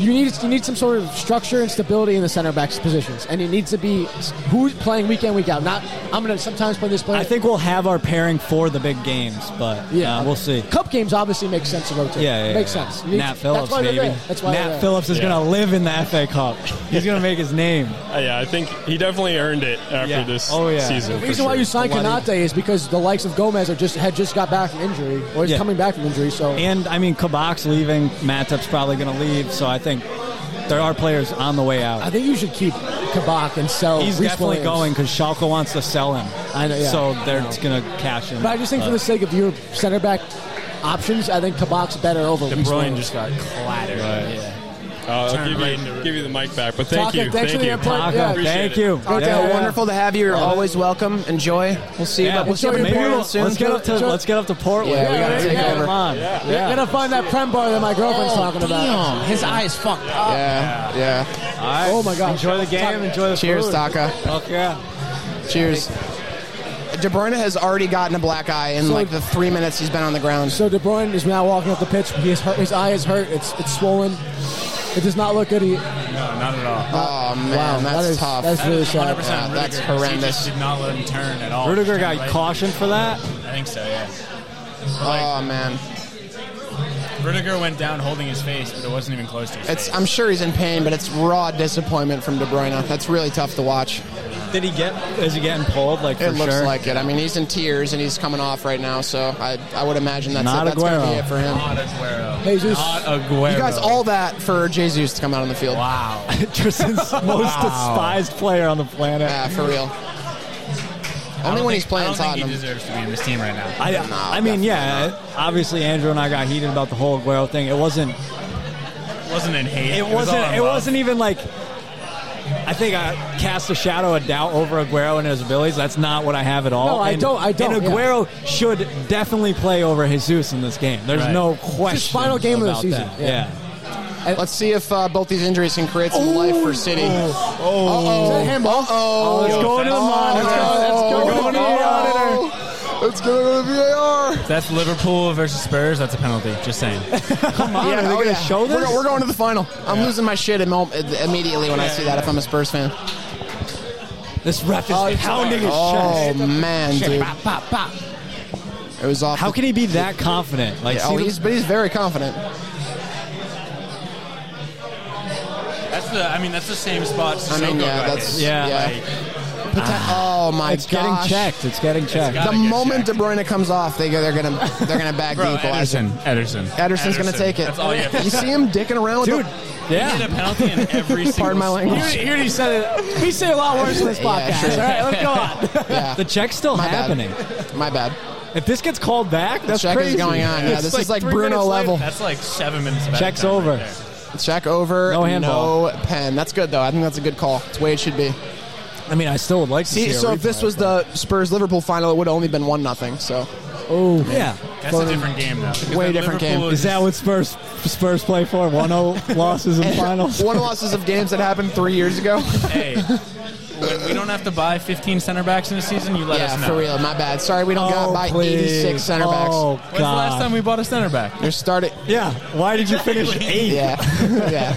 S1: you need you need some sort of structure and stability in the center backs positions, and it needs to be who's playing week in week out. Not I'm going to sometimes play this player.
S3: I think we'll have our pairing for the big games, but yeah, we'll see.
S1: Cup games obviously make sense to rotate.
S3: Yeah, yeah,
S1: makes
S3: yeah.
S1: sense. You need-
S3: Nat Phillips,
S1: that's why they're
S3: baby.
S1: there. That's why they're
S3: Nat
S1: there.
S3: Phillips is
S6: Yeah.
S3: going to live in the FA Cup. He's going to make his name.
S6: Uh, yeah, I think he definitely earned it after
S3: Yeah.
S6: this
S3: Oh, yeah.
S6: season.
S1: The
S6: for
S1: reason why
S6: sure.
S1: you signed
S3: Bloody-
S1: Kanate is because the likes of Gomez are just had just got back from injury, or is
S3: Yeah.
S1: coming back from injury. So
S3: And I mean, Kabak's leaving. Matip's probably going to leave. So I think there are players on the way
S1: I
S3: out.
S1: think you should keep Kabak and sell.
S3: He's
S1: Reece
S3: definitely
S1: Williams.
S3: going because Schalke wants to sell him.
S1: I know, yeah.
S3: So they're going to cash Uh, him.
S1: But I just think for the sake of your center back options, I think Kabak's better over.
S7: De
S1: Reece
S7: Bruyne
S1: Williams.
S7: just got clattered. Yeah.
S6: Uh, I'll
S7: Turn
S6: give,
S7: right
S6: you,
S7: into-
S6: give you the mic back, but thank
S1: Taka,
S6: you.
S1: thanks for
S6: Thank
S1: the
S6: you.
S1: input.
S3: Taka,
S1: Yeah.
S6: Appreciate
S3: thank
S6: it.
S3: you.
S1: Okay,
S2: Yeah,
S1: yeah.
S2: wonderful to have you. You're
S1: Yeah.
S2: always welcome. Enjoy. We'll see.
S3: Yeah,
S2: about, we'll see
S1: enjoy
S2: about
S1: your
S3: maybe
S1: Portland
S3: we'll,
S2: soon.
S3: let's get up to let's get up to Portland.
S2: Yeah, we
S1: gotta
S3: Yeah,
S1: take
S3: yeah,
S1: over.
S3: Come on.
S1: You're gonna find that prem bar that my girlfriend's talking about.
S2: Oh, His eyes fucked up. Yeah, yeah.
S1: Oh my god!
S3: Enjoy the game. Enjoy the
S2: Cheers,
S3: food.
S2: Taka.
S3: Fuck yeah.
S2: Cheers. De Bruyne has already gotten a black eye in
S1: So-
S2: like the three minutes he's been on the ground.
S1: So De Bruyne is now walking up the pitch. He is hurt. His eye is hurt. It's it's swollen. It does not look good. He,
S7: No, not at all.
S2: oh man,
S1: wow,
S2: that's
S1: that is
S2: tough.
S1: That's really sad.
S7: 100%
S2: uh, Yeah, that's
S7: Rudiger, 'cause He
S2: horrendous.
S7: just did not let him turn at all.
S3: Rudiger
S7: Turned
S3: got
S7: right.
S3: cautioned for that.
S7: I think so, yeah.
S2: oh man,
S7: Rudiger went down holding his face, but it wasn't even close to his
S2: it's.
S7: face.
S2: I'm sure he's in pain, but it's raw disappointment from De Bruyne. That's really tough to watch.
S3: Did he get? Is he getting pulled? Like for
S2: It looks
S3: sure?
S2: like it. I mean, he's in tears and he's coming off right now, so I, I would imagine that's
S3: Not
S2: it. That's going to
S3: Aguero.
S2: be it for him.
S7: Not Aguero.
S1: Jesus.
S7: Not Aguero.
S2: You guys, all that for Jesus to come out on the field.
S7: Wow.
S3: Tristan's most despised player on the planet.
S2: Yeah, for real. Only when he's playing
S7: I don't think
S2: Tottenham.
S7: he deserves to be in this team right now.
S3: I,
S2: No,
S3: I mean, yeah. Obviously, Andrew and I got heated about the whole Aguero thing. It wasn't.
S7: It wasn't in hate.
S3: It,
S7: was all
S3: wasn't.
S7: in
S3: It
S7: love.
S3: wasn't even like. I think I cast a shadow of doubt over Aguero and his abilities. That's not what I have at all.
S1: No, I
S3: And-
S1: don't- I don't,
S3: And
S1: yeah.
S3: Aguero should definitely play over Jesus in this game. There's
S7: Right.
S3: no question.
S1: final game of the
S3: about
S1: season,
S3: that.
S1: yeah.
S3: Yeah.
S2: Let's see if uh, both these injuries can create some life for City. Oh,
S1: Is that a handball?
S2: oh,
S3: Let's go to the monitor. Let's go to the monitor.
S2: Let's go to the VAR.
S7: That's Liverpool versus Spurs. That's a penalty. Just saying.
S3: Come on, are they
S2: oh,
S3: going to show
S2: We're,
S3: this?
S2: go- we're going to the final. I'm losing my shit immel- immediately when I see that if I'm a Spurs fan.
S3: This ref is pounding his
S2: Oh,
S3: chest.
S2: man, dude.
S3: Bop, bop, bop.
S2: It was off.
S3: How
S2: the-
S3: can he be that confident? Like,
S2: oh,
S3: see the-
S2: he's, but he's very confident.
S7: That's the. I mean, that's the same spot.
S2: I mean,
S7: Sissoko
S2: yeah,
S7: got
S2: that's.
S7: hit.
S3: Yeah. ah.
S7: Like,
S2: Poten- oh, my
S3: it's
S2: gosh.
S3: getting checked. It's getting checked.
S7: got-
S2: The
S7: Gotta get
S2: moment De
S7: checked.
S2: Bruyne comes off, they go, they're gonna they're gonna bag
S7: Bro,
S2: the equalizer.
S7: Ederson. Ederson.
S2: Ederson's gonna
S7: Ederson.
S2: take it.
S7: That's all you have to
S2: see him dicking around with
S3: Dude,
S2: the-
S7: He did
S3: yeah.
S7: a penalty in every single.
S2: Pardon my language.
S7: spot.
S1: You already said it. We say a lot worse in this
S2: Yeah,
S1: podcast.
S2: sure.
S1: All right, let's go on.
S2: Yeah.
S3: The check's still
S2: My bad.
S3: happening.
S2: My bad.
S3: If this gets called back, that's
S2: check
S3: crazy.
S2: is going on. Yeah,
S3: It's
S2: this is like
S3: three
S2: Bruno
S3: minutes later.
S2: level.
S7: That's like seven minutes. Of
S3: Check's
S7: added time
S3: over.
S7: Right there.
S2: Check over.
S3: No handball.
S2: No pen. That's good though. I think that's a good call. It's the way it should be.
S3: I mean, I still would like to see.
S2: See,
S3: a
S2: so if this
S3: replay,
S2: was the Spurs Liverpool final, it would have only been one nothing. So
S3: but- yeah,
S7: That's a different game though. Because then
S2: different
S7: Liverpool
S2: game.
S3: is that what Spurs Spurs play for? 1-0 losses in finals.
S2: one losses of games that happened three years ago.
S7: Hey, when we don't have to buy 15 center backs in a season, you let
S2: yeah,
S7: us know.
S2: for real. My bad. Sorry, we don't got
S3: Oh,
S2: by
S3: please.
S2: 86 center backs.
S3: Oh God.
S7: When's the last time we bought a center back?
S2: They're starting.
S3: Yeah. Why did you finish eighth
S2: Yeah, yeah.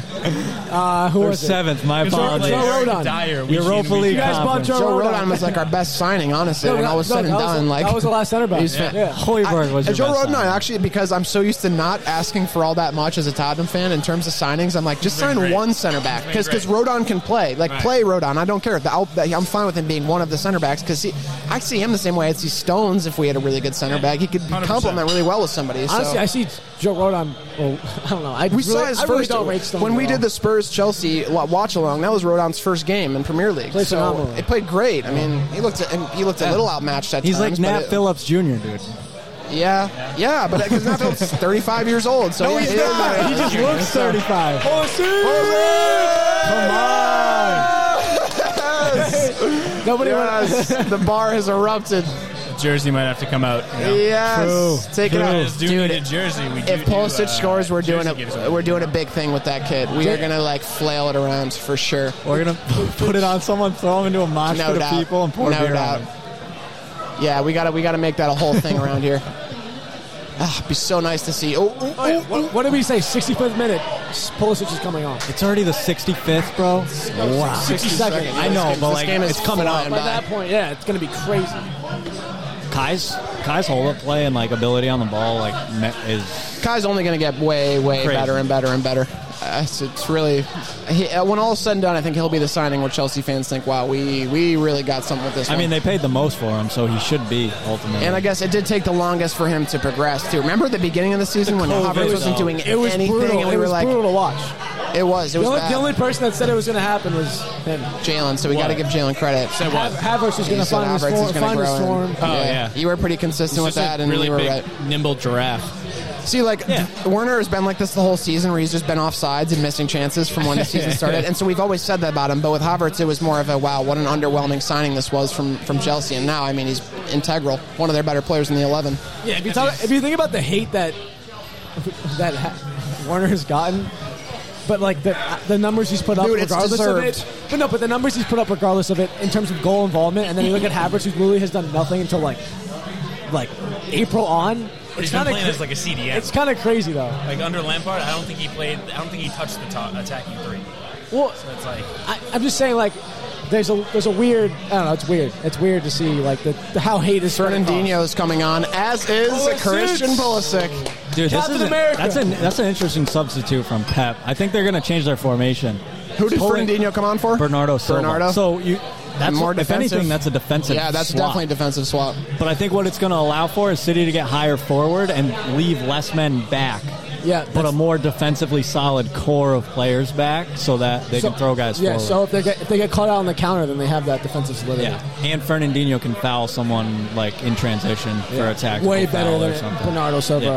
S1: Uh, who
S3: or
S1: was it?
S3: seventh? My apologies.
S1: Joe
S7: Eric
S1: Rodon.
S7: Dyer, week in,
S3: Europa
S7: week
S3: League.
S1: You guys bought
S3: Conference.
S1: Joe,
S2: Joe
S1: Rodon.
S2: Rodon was like our best signing, honestly.
S1: No,
S2: when all was
S1: no,
S2: said and
S1: that was-
S2: done, like
S1: that was the last center back.
S2: he's
S1: Yeah.
S2: fan-
S3: Hoiberg was
S2: Uh,
S3: your
S2: Joe
S3: best
S2: Rodon,
S3: sign.
S2: actually, because I'm so used to not asking for all that much as a Tottenham fan in terms of signings, I'm like, just sign
S7: great.
S2: one center back
S7: been
S2: because
S7: great.
S2: Rodon can play. Like,
S7: Right.
S2: play Rodon. I don't care. The- I'll- that- I'm fine with him being one of the center backs because I see him the same way I see Stones if we had a really good center back. He could
S7: 100%.
S2: complement really well with somebody. So.
S1: Honestly, I see Joe Rodon. Well, I don't know. I
S2: we
S1: really,
S2: saw his
S1: I really
S2: first
S1: don't rate Stone
S2: when we
S1: at all.
S2: did the Spurs Chelsea watch along. That was Rodon's first game in Premier League.
S1: Played
S2: so
S1: phenomenally.
S2: it played great. I mean, he looked and he looked a little outmatched at
S3: He's
S2: times.
S3: like
S2: but
S3: Nat
S2: it-
S3: Phillips Jr., dude.
S2: Yeah, yeah, but because Nat Phillips is 35 years old. So
S3: No,
S2: yeah,
S3: he's
S2: it is
S3: not.
S2: Nat
S3: He just
S2: Phillips.
S3: looks 35. Come on.
S2: Nobody yes. the bar has erupted.
S7: Jersey might have to come out. You know?
S2: Yes,
S3: True.
S2: take it
S3: True.
S2: out,
S7: Just do
S2: dude.
S7: need a jersey. We do
S2: If Pulisic
S7: do, uh,
S2: scores, we're doing
S7: jersey giveaway.
S2: a we're doing a big thing with that kid. We are gonna like flail it around for sure,
S3: We're gonna put it on someone, throw him into a mosh
S2: no
S3: pit
S2: doubt.
S3: of people, and pour
S2: no
S3: beer
S2: doubt.
S3: on him.
S2: Yeah, we gotta we gotta make that a whole thing around here. Ah, it'd be so nice to see. Oh, oh, oh.
S1: What, what did we say? 65th minute. Pulisic is coming on.
S3: It's already the 65th, bro. Wow.
S1: 60 seconds.
S3: I know, but
S2: oh. This
S3: like
S2: game is
S3: it's coming up.
S2: flying
S1: By that point, yeah, it's going to be crazy.
S3: Kai's Kai's hold up play and like ability on the ball like me- is
S2: Kai's only going to get way, way
S3: Crazy.
S2: better and better and better. Uh, it's, it's really, he, uh, when all is said and done, I think he'll be the signing where Chelsea fans think, "Wow, we we really got something with this."
S3: I
S2: one.
S3: mean they paid the most for him, so he should be ultimately.
S2: and I guess it did take the longest for him to progress too. Remember at the beginning of the season when Havertz wasn't doing
S1: It was
S2: anything,
S1: brutal.
S2: and we
S1: it
S2: were
S1: was
S2: like,
S1: brutal to watch.
S2: "It was,
S1: The
S2: it was
S1: only, the
S2: bad."
S1: only person that said it was going to happen was him.
S2: Jalen, so we got to give Jalen credit.
S4: Said what?
S1: Havertz is going
S2: He
S1: to
S2: said
S1: find his
S2: Havertz
S1: form.
S2: is gonna
S1: Find his
S2: grow
S1: form.
S2: in.
S4: Oh, yeah.
S2: you were pretty consistent with
S4: It's just
S2: that,
S4: a
S2: and
S4: really
S2: you were
S4: big,
S2: right.
S4: nimble giraffe.
S2: See, like th- Werner has been like this the whole season, where he's just been off sides and missing chances from when the season started, and so we've always said that about him. But with Havertz, it was more of a wow, what an underwhelming signing this was from from Chelsea, and now I mean he's integral, one of their better players in the eleven.
S1: Yeah, if you, talk, if you think about the hate that that ha- Warner's gotten, but like the the numbers he's put up,
S2: Dude, it's
S1: regardless of
S2: deserved.
S1: it. But no, but the numbers he's put up, regardless of it, in terms of goal involvement, and then you look at Havertz, who literally has done nothing until like like April on.
S7: But he's been
S1: kinda
S7: playing
S1: cra-
S7: as like a CDM.
S1: it's kind of crazy though.
S7: like under Lampard, I don't think he played. I don't think he touched the top attacking three.
S1: Well,
S7: So it's like
S1: I, I'm just saying like. There's a there's a weird I don't know it's weird it's weird to see like the how hate is spread across.
S2: Fernandinho is coming on, as is
S1: Pulisic.
S2: Christian Pulisic.
S3: Dude, this
S1: Captain
S3: is an-
S1: America.
S3: that's an that's an interesting substitute from Pep. I think they're going to change their formation.
S2: Who did
S3: Pulling-
S2: Fernandinho come on for?
S3: Bernardo Silva.
S2: Bernardo?
S3: So you that's
S2: More
S3: if
S2: defensive.
S3: anything that's a defensive.
S2: yeah, that's
S3: swap.
S2: definitely a defensive swap.
S3: But I think what it's going to allow for is City to get higher forward and leave less men back.
S1: Yeah,
S3: But a
S1: that's-
S3: more defensively solid core of players back so that they can throw guys
S1: yeah
S3: forward.
S1: so if they get if they get caught out on the counter then they have that defensive solidity
S3: yeah. And Fernandinho can foul someone like in transition for a tackle.
S1: Way
S3: foul
S1: better
S3: or
S1: than
S3: something.
S1: Bernardo Silva
S3: Yeah.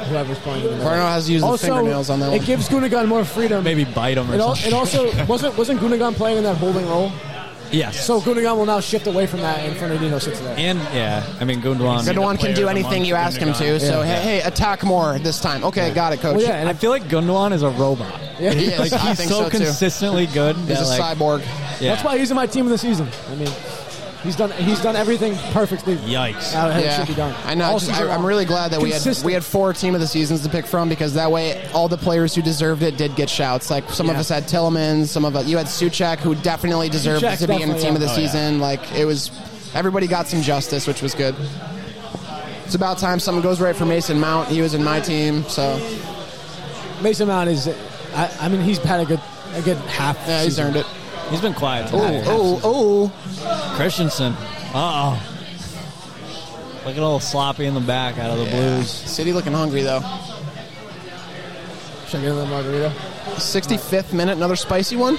S1: or whoever's playing in the middle.
S2: Bernardo has used his
S1: also,
S2: fingernails on that
S1: It
S2: one.
S1: gives Gundogan more freedom.
S3: Maybe bite him or
S1: It, al-
S3: something.
S1: it also wasn't wasn't Gundogan playing in that holding role,
S3: yes.
S1: so Gundogan will now shift away from that, and Fernandinho sits there.
S3: and yeah, I mean Gundogan.
S2: Gundogan
S7: player
S2: can
S7: of the
S2: do anything
S7: month
S2: you
S7: for
S2: ask him to.
S7: Gundogan.
S2: So
S1: Yeah.
S2: hey, hey, attack more this time. Okay, got it, coach.
S1: well, yeah, and
S3: I
S1: if,
S3: feel like Gundogan is a robot.
S1: yeah,
S2: He is.
S3: Like
S2: I
S3: he's
S2: think so,
S3: so,
S2: too.
S3: consistently good.
S2: He's
S3: that,
S2: a
S3: like,
S2: cyborg.
S3: yeah.
S1: that's why he's in my team of the season. I mean, he's done he's done everything perfectly.
S3: Yikes.
S1: How it
S2: yeah,
S1: should be done.
S2: I know. I
S1: All
S2: just,
S1: season
S2: I, I'm
S1: long.
S2: really glad that we had
S1: Consistent.
S2: we had four team of the seasons to pick from because that way all the players who deserved it did get shouts. Like some of
S1: Yeah.
S2: us had Tillman, some of us you had Suchak who definitely deserved
S1: Suchak
S2: to be in the
S1: definitely,
S2: team of the
S1: yeah.
S3: Oh, yeah.
S2: season. Like it was, everybody got some justice, which was good. It's about time someone goes right for Mason Mount. He was in my team, so
S1: Mason Mount is. I, I mean, he's had a good a good half.
S2: yeah, he's
S1: season.
S2: earned it.
S3: He's been quiet.
S2: Oh,
S3: tonight.
S2: oh, oh!
S3: Christensen. Uh oh. Look at old sloppy in the back out of the blues.
S2: City looking hungry though.
S1: Should I get another margarita?
S2: 65th minute, another spicy one.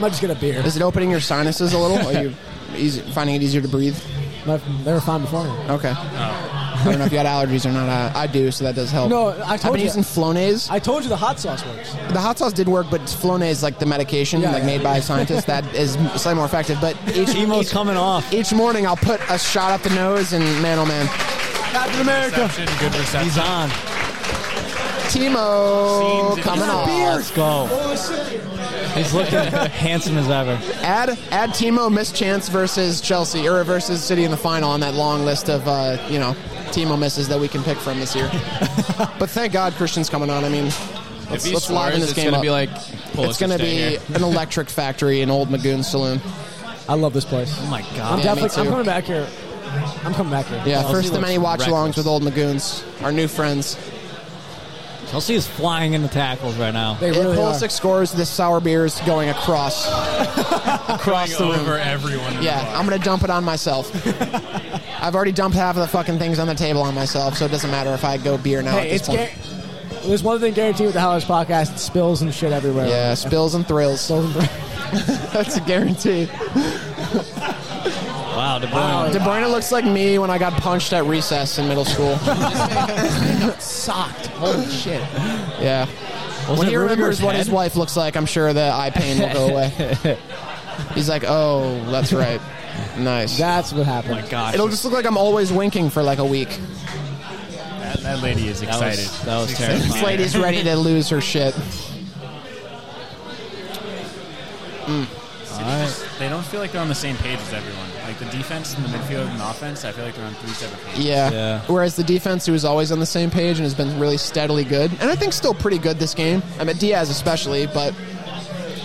S1: Might just get a beer.
S2: Is it opening your sinuses a little? Are you easy, finding it easier to breathe?
S1: Might- They were fine before me.
S2: Okay. I don't know if you had allergies or not. I, I do, so that does help.
S1: No, I
S2: I've
S1: told
S2: been
S1: you.
S2: using Flonase.
S1: I told you the hot sauce works.
S2: the hot sauce did work, but Flonase, like the medication,
S1: Yeah,
S2: like
S1: yeah.
S2: made by scientists, that is slightly more effective. But each,
S3: Chemo's
S2: each,
S3: coming off.
S2: each morning, I'll put a shot up the nose, and man, oh man,
S1: Captain America.
S7: reception, good reception.
S3: He's on.
S2: Timo
S7: Seems
S2: coming
S7: it's
S2: on.
S3: Let's go. He's looking handsome as ever.
S2: Add add Timo mischance versus Chelsea or versus City in the final on that long list of uh, you know Timo misses that we can pick from this year. but thank God Christian's coming on. I mean,
S4: If
S2: let's,
S4: he
S2: let's liven
S4: scores,
S2: this
S4: it's
S2: game
S4: going to
S2: up.
S4: be like
S2: it's going to be an electric factory in Old Magoon Saloon.
S1: I love this place.
S3: Oh my
S1: I'm
S3: god.
S2: Yeah, me
S1: definitely. I'm
S2: too.
S1: coming back here. I'm coming back here.
S2: Yeah,
S1: I'll see
S2: first of
S1: what's-
S2: many watch-alongs
S4: reckless.
S2: with Old Magoons, our new friends.
S3: Chelsea is flying in the tackles right now.
S1: They
S2: If
S1: really are.
S2: Pulisic scores, this sour beer is going across across the room.
S7: over everyone. in
S2: Yeah,
S7: the bar.
S2: I'm gonna dump it on myself. I've already dumped half of the fucking things on the table on myself, so it doesn't matter if I go beer now. at
S1: Hey,
S2: this
S1: it's
S2: point.
S1: gar- there's one thing guaranteed with the Howlers podcast: it spills and shit everywhere.
S2: Yeah, spills and thrills.
S1: Spills and-
S2: That's a guarantee.
S3: Wow, De Bruyne.
S2: De Bruyne looks like me when I got punched at recess in middle school.
S1: Socked.
S2: Holy shit. Yeah.
S3: Was
S2: when
S3: it
S2: he remembers
S3: Rudiger's
S2: what his
S3: head?
S2: wife looks like, I'm sure the eye pain will go away. He's like, oh, that's right. Nice.
S1: That's what happened.
S3: Oh my gosh.
S2: It'll just look like I'm always winking for like a week.
S7: that, that lady is
S3: that
S7: excited.
S3: was, that was
S2: This
S3: terrifying.
S2: lady's ready to lose her shit.
S3: All right.
S7: they don't feel like they're on the same page as everyone. Like the defense and the midfield and the offense, I feel like they're on three separate pages.
S2: Yeah.
S3: Yeah.
S2: Whereas the defense, who was always on the same page and has been really steadily good, and I think still pretty good this game. I mean Diaz especially, but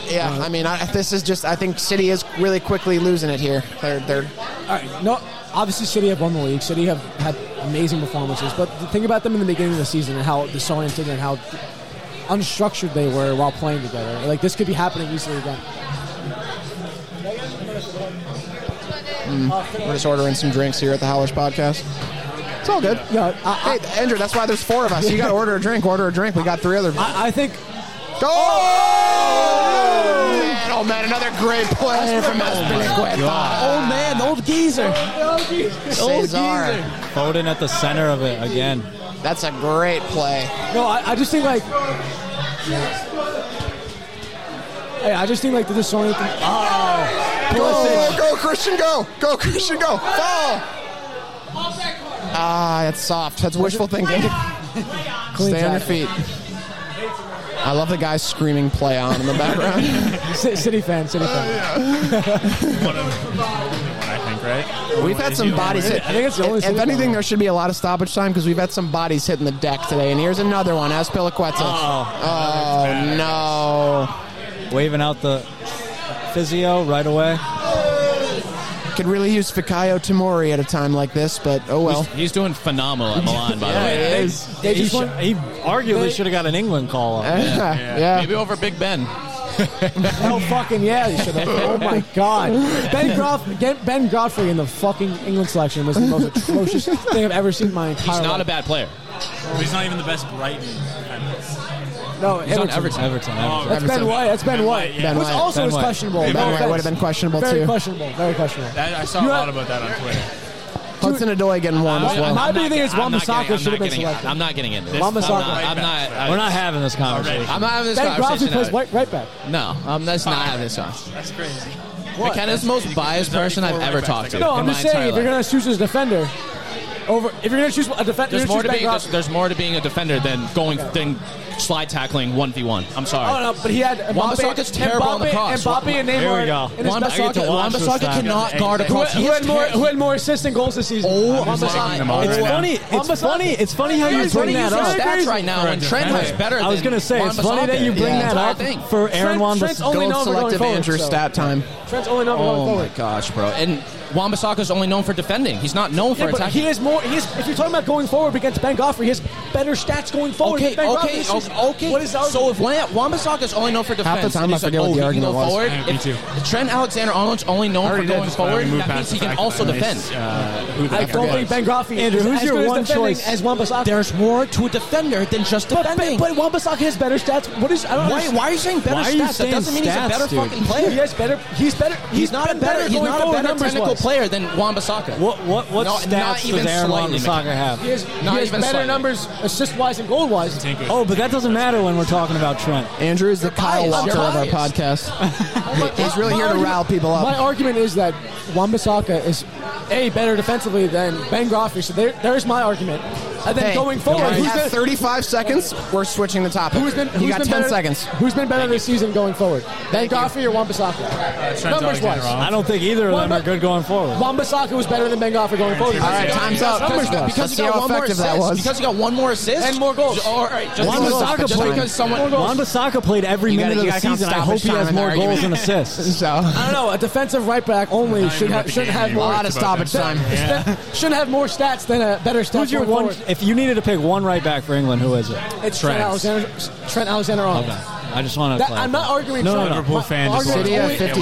S2: yeah, I mean I, this is just I think City is really quickly losing it here. They're they're
S1: All right. No, obviously City have won the league. City have had amazing performances. But the thing about them in the beginning of the season and how disoriented and how unstructured they were while playing together. Like this could be happening easily again.
S2: we're just ordering some drinks here at the Howlers podcast. It's all good.
S1: Yeah, I,
S2: Hey, Andrew, that's why there's four of us. You got to order a drink. Order a drink. We got three other.
S1: I, I think
S2: Go! Oh, man, oh man, another great play from Espinigueta.
S1: old man, old geezer.
S2: Cesar.
S3: Foden at the center of it again.
S2: That's a great play.
S1: No, I, I just think like. Hey, I just think like the disoriented. Oh,
S2: Go,
S1: Pulisic.
S2: go, Christian, go. Go, Christian, go. Fall. Ah, that's soft. That's wishful thinking.
S1: Clean
S2: Stay on your
S1: tackle.
S2: feet. I love the guy screaming play on in the background.
S1: C- City fan, City fan.
S7: I think, right?
S2: We've had some bodies hit.
S1: I think it's the only
S2: If
S1: sleeper.
S2: anything, there should be a lot of stoppage time because we've had some bodies hitting the deck today. And here's another one. As Piliqueta. Oh, no.
S3: Waving out the physio right away.
S2: Could really use Fikayo Tomori at a time like this, but oh well.
S4: He's, he's doing phenomenal at Milan, by the way.
S2: It is.
S1: They
S3: He,
S1: just
S3: sh-
S1: won.
S3: he arguably should have got an England call up.
S2: yeah.
S4: Maybe over Big Ben.
S1: Hell fucking yeah, you should have. Oh my god. Ben, Groff, get- ben Godfrey in the fucking England selection was the most atrocious thing I've ever seen in my entire
S4: He's not a
S1: life.
S4: bad player.
S7: But he's not even the best Brighton. defense.
S1: no,
S4: He's
S1: Everton.
S4: on Everton.
S3: Everton,
S1: That's
S3: Everton.
S1: Ben
S2: Everton.
S1: White. That's Ben,
S7: Ben
S1: White.
S7: White, yeah.
S2: Ben
S1: Which
S2: White.
S1: also
S3: Ben
S1: was
S3: White.
S1: questionable.
S2: Ben
S1: No
S2: White
S1: offense.
S2: would have been questionable,
S1: Very
S2: too.
S1: questionable. Very questionable.
S7: That, I saw
S1: You
S7: a lot
S1: had-
S7: about that on Twitter.
S2: Hudson Adoy getting one as
S1: I'm-
S2: well.
S1: My big thing is Wan
S4: I'm not
S1: Bissaka
S4: getting-
S1: should
S4: I'm
S1: have
S4: not
S1: been
S4: getting-
S1: selected.
S4: I'm not getting into this.
S1: Wan
S4: I'm
S1: Bissaka.
S4: not. I'm not, I,
S3: We're not having this conversation.
S4: I'm not having this
S1: Ben Godfrey
S4: conversation.
S1: plays
S4: now.
S1: right, right back.
S4: No, I'm that's not having this one.
S7: That's crazy.
S4: McKenna's the most biased person I've ever talked to.
S1: No,
S4: in
S1: I'm
S4: my
S1: just saying
S4: entire
S1: if you're
S4: life.
S1: gonna choose as a defender over, if you're gonna choose a defender,
S4: There's more to
S1: Ben
S4: being there's,
S1: Godfrey.
S4: there's more to being a defender than going than slide tackling one v one. I'm
S1: Oh
S4: sorry.
S1: no, but he had
S4: Wan
S1: Mbappe,
S4: Bissaka's terrible on the
S1: Mbappe-
S4: cross.
S1: Mbappe and Neymar.
S3: Here we go.
S1: in his
S4: Wan
S1: back-
S3: I get to
S4: Bissaka, Wan
S3: watch this
S4: Bissaka
S3: time.
S4: cannot guard
S1: Who,
S4: across.
S1: who
S4: He
S1: had
S4: is
S1: more?
S4: terrible.
S1: Who had more assists and goals this season?
S4: Oh
S1: Wan
S4: my
S1: Bissaka.
S4: God.
S3: It's
S4: Right
S3: funny.
S1: Wan
S3: It's
S1: Bissaka.
S3: funny. It's funny how
S4: You
S3: you
S4: guys want
S3: bring
S4: to use
S3: that
S4: your
S3: up.
S4: stats right now when Trent was better.
S3: I was
S4: going to
S3: gonna say it's funny that you bring
S2: Yeah.
S3: that up
S4: Thing.
S3: for Aaron
S1: Trent-
S3: Wan.
S1: Trent's
S3: Bas-
S1: only
S2: Gold
S1: known for going
S2: selective
S1: forward,
S2: Andrew
S1: so.
S2: stat time.
S1: Trent's only known for going
S4: Oh my
S1: forward.
S4: gosh, bro! And Wan Bissaka is only known for defending. He's not known for
S1: Yeah, but
S4: attacking.
S1: he is more. He is, if you're talking about going forward against Ben Godfrey, he has better stats going forward.
S4: Okay,
S1: than ben Godfrey
S4: okay,
S1: this season.
S4: o- okay.
S1: What is the argument?
S4: so if Wan- Wan Bissaka is only known for defense,
S2: time
S4: and
S2: I
S4: he's like,
S2: forget what
S4: oh,
S2: the
S4: he can
S2: argument
S4: go
S2: was.
S4: forward.
S7: Yeah, me
S4: If
S7: too.
S4: Trent Alexander-Arnold's only known for going forward. That means he can also defend.
S1: I don't think Ben Godfrey.
S3: Andrew,
S1: is
S3: who's
S1: as
S3: your
S1: good as
S3: one
S1: defending
S3: choice?
S1: as Wan Bissaka?
S4: There's more to a defender than just
S1: but, but,
S4: defending.
S1: but Wan Bissaka has better stats. What is? I don't
S4: why,
S1: understand.
S4: why are you saying better
S3: Why are you
S4: stats?
S3: saying
S4: that doesn't mean he's a
S3: stats,
S4: better
S3: dude?
S4: fucking player.
S1: He has better. He's better.
S4: He's not a
S1: been
S4: better. He's
S1: going
S4: not a
S1: forward
S4: better
S1: numbers
S4: technical
S1: wise.
S4: player than Wan Bissaka.
S3: What what what
S4: No, not
S3: stats does
S4: even
S3: Aaron Wan
S4: slightly,
S3: Bissaka
S1: He
S3: have?
S1: has, he
S4: Not
S1: has
S4: even
S1: better
S4: slightly.
S1: numbers assist wise and goal wise.
S3: Oh, but that doesn't matter when we're talking about Trent.
S2: Andrew is the Kyle
S4: biased.
S2: Walker
S4: You're
S2: of our
S4: biased.
S2: podcast. He's really here to rile people
S1: My
S2: up.
S1: argument is that Wan Bissaka is a better defensively than Ben Godfrey. So there, there's my argument. And then
S2: Hey,
S1: going forward,
S2: you
S1: who's
S2: got
S1: been,
S2: 35 seconds. We're switching the topic.
S1: who's been, who's
S2: you got
S1: been
S2: 10
S1: better,
S2: seconds.
S1: Who's been better this season going forward? Ben Godfrey or Wan Bissaka? numbers wise.
S3: I don't think either of
S1: Wan
S3: them are
S1: Bi-
S3: good going forward.
S1: Wan Bissaka was better than Ben Godfrey going forward.
S2: All right, time's up.
S1: Numbers wise.
S2: Let's
S4: Because he
S2: see
S4: got
S2: how
S4: one more
S2: effective
S4: assist.
S2: that was.
S4: Because he got one more assist
S1: And more goals.
S4: Ju- All right, just,
S3: Wan
S4: because-
S3: Bissaka
S4: just
S3: played-
S4: because someone.
S1: goals.
S3: Wan Bissaka played every
S2: You gotta-
S3: minute
S2: you
S3: of
S2: gotta
S3: the
S2: count
S3: season. I hope
S2: stoppage
S3: he
S2: time
S3: has
S2: in that
S3: more goals and
S2: argument.
S3: assists.
S2: So, a
S1: I don't know. A defensive right back only should ha- should have more
S2: lot of stoppage time.
S1: should have more stats than a better stats.
S3: Who's your
S1: going
S3: one?
S1: forward.
S3: If you needed to pick one right back for England, who is it?
S1: It's Trent Alexander. Trent Alexander Arnold.
S3: I just want to.
S1: That, I'm not arguing.
S3: No, no,
S1: Trent.
S3: no.
S7: Liverpool
S1: My-
S7: fan
S1: my
S7: just
S1: argument
S2: City
S1: is
S2: at
S1: only-
S7: Yeah, when in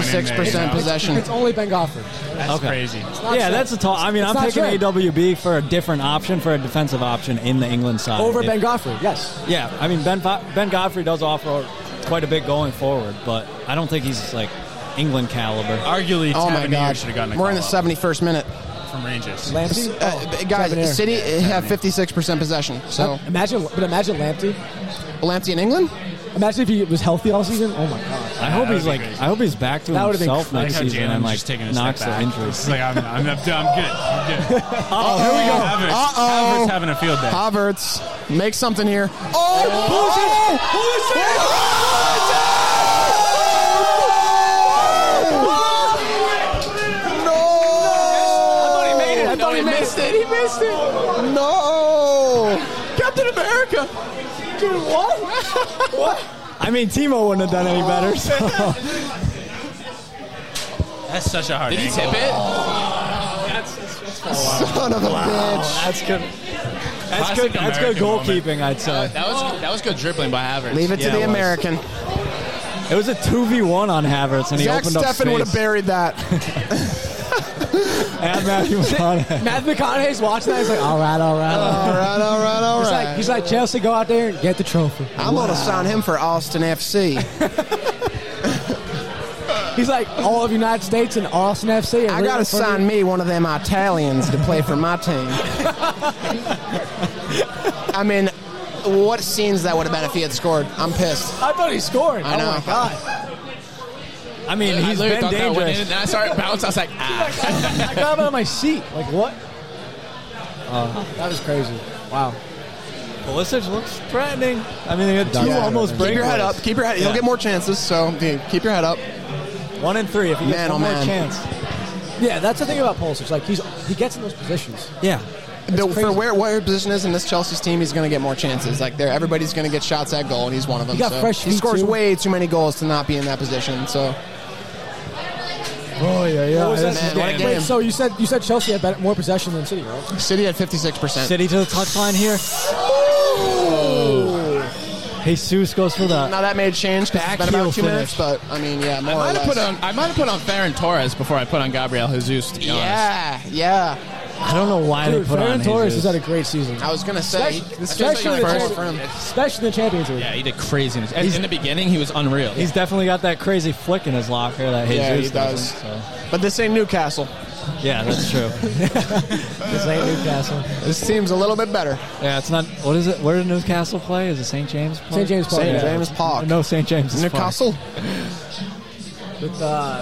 S7: there,
S2: 56%
S7: yeah.
S2: possession.
S1: It's only Ben Godfrey.
S7: That's
S3: Okay.
S7: crazy.
S1: not
S3: yeah,
S1: Trent.
S3: that's the talk. I mean,
S1: It's
S3: I'm
S1: not
S3: picking
S1: Trent.
S3: AWB for a different option, for a defensive option in the England side.
S1: Over
S3: It-
S1: Ben Godfrey, yes.
S3: Yeah, I mean Ben Fo- Ben Godfrey does offer quite a bit going forward, but I don't think he's like England caliber.
S7: Arguably,
S2: Oh, my
S7: Tavernier
S2: God.
S7: should have gotten a
S2: We're in the
S7: call-up
S2: 71st minute.
S7: from Rangers.
S1: Lamptey,
S2: Uh,
S1: Oh,
S2: guys,
S1: Tavernier.
S2: City have 56% possession. So,
S1: uh, Imagine, but imagine Lamptey.
S2: Lamptey in England?
S1: Imagine if he was healthy all season. Oh my god.
S3: I hope
S7: that
S3: he's
S7: would
S3: like
S7: be crazy.
S3: I hope he's back to
S1: That would've been
S3: himself
S1: crazy.
S3: next season and like knocks the
S7: He's
S3: injuries.
S7: like, I'm, I'm, I'm, good. I'm good.
S3: Oh, here we go.
S7: Havertz,
S2: Uh-oh.
S7: Havertz having a field day.
S2: Havertz, make something here. Oh! oh! oh!
S1: missed it.
S2: No!
S1: Captain America. Dude, what? what?
S3: I mean, Timo wouldn't have done any better. so-
S7: That's such a hard
S4: Did he
S7: angle.
S4: tip it?
S2: Son of a bitch.
S3: that's good. That's
S7: Classic
S3: good. That's good
S7: American
S3: goalkeeping, I'd say.
S4: That was that was good dribbling by Havertz.
S2: Leave it
S3: Yeah,
S2: to
S3: it
S2: the
S3: was.
S2: American.
S3: It was a two v one on Havertz, and he
S2: Zach
S3: opened up
S2: Steffen would have
S3: space.
S2: buried that.
S3: And Matthew McConaughey.
S1: Matthew McConaughey's watching that. He's like, all right, all right. All
S2: all right, all right, all
S1: He's
S2: right.
S1: like, he's like, Chelsea, go out there and get the trophy.
S2: I'm gonna sign him for Austin FC.
S1: He's like, all of United States and Austin FC. are
S2: I
S1: rooting
S2: gotta
S1: for
S2: sign
S1: you.
S2: me one of them Italians to play for my team. I mean, what scenes that would have been if he had scored? I'm pissed.
S1: I thought he scored.
S2: I
S1: Oh
S2: know.
S1: my god!
S3: I mean,
S4: I
S3: he's been
S4: literally thought that went in,
S3: dangerous.
S4: and then I started bouncing. I was like, ah.
S1: I got up out of my seat. Like what? Uh, that was crazy. Wow.
S3: Pulisic looks threatening. I mean, they had two
S1: Yeah.
S3: almost
S2: Keep
S3: breakaways.
S2: your head up. Keep your head. You'll
S3: Yeah.
S2: get more chances. So dude, keep your head up.
S3: One and three. If he
S2: Man,
S3: gets one
S2: oh,
S3: more
S2: man.
S3: chance,
S1: Yeah, that's the thing about Pulisic. Like he's he gets in those positions.
S3: yeah.
S2: The- for
S1: crazy.
S2: where what your position is in this Chelsea's team, he's gonna get more chances. Like there, everybody's gonna get shots at goal, and he's one of them.
S1: got
S2: so.
S1: fresh
S2: he
S1: feet,
S2: scores
S1: too.
S2: way too many goals to not be in that position. So
S1: Oh yeah, yeah. What was
S2: Man,
S1: that?
S2: what a
S1: Wait,
S2: game.
S1: so you said you said Chelsea had better, more possession than City, right?
S2: City had 56 percent.
S3: City to the touchline here. Jesus goes for the
S2: Now that may change. 'cause It's been
S3: Back heel
S2: about two
S3: finish.
S2: minutes, but I mean, yeah, more
S4: I
S2: or
S4: might have
S2: less.
S4: put on I might have put on Ferran Torres before I put on Gabriel Jesus. To be honest.
S2: yeah, yeah.
S3: I don't know why
S1: Dude,
S3: they put
S1: Ferran
S3: on
S1: Torres
S3: Jesus.
S1: has had a great season,
S2: I was gonna say
S1: Especially-
S2: this feels
S1: especially
S2: like
S1: the
S2: first
S1: Chelsea-
S2: for him.
S1: especially in the Champions League.
S4: yeah, he did craziness. And in the beginning, he was unreal.
S3: He's definitely got that crazy flick in his locker that Jesus
S2: Yeah, he does.
S3: doesn't, so.
S2: But this ain't Newcastle.
S3: Yeah, that's true.
S1: This ain't Newcastle.
S2: This team's a little bit better.
S3: yeah, it's not. What is it? Where did Newcastle play? Is it St. James? Park?
S1: St. James Park,
S2: St.
S1: yeah.
S2: James Park.
S3: No, St. James.
S2: Newcastle.
S1: With uh,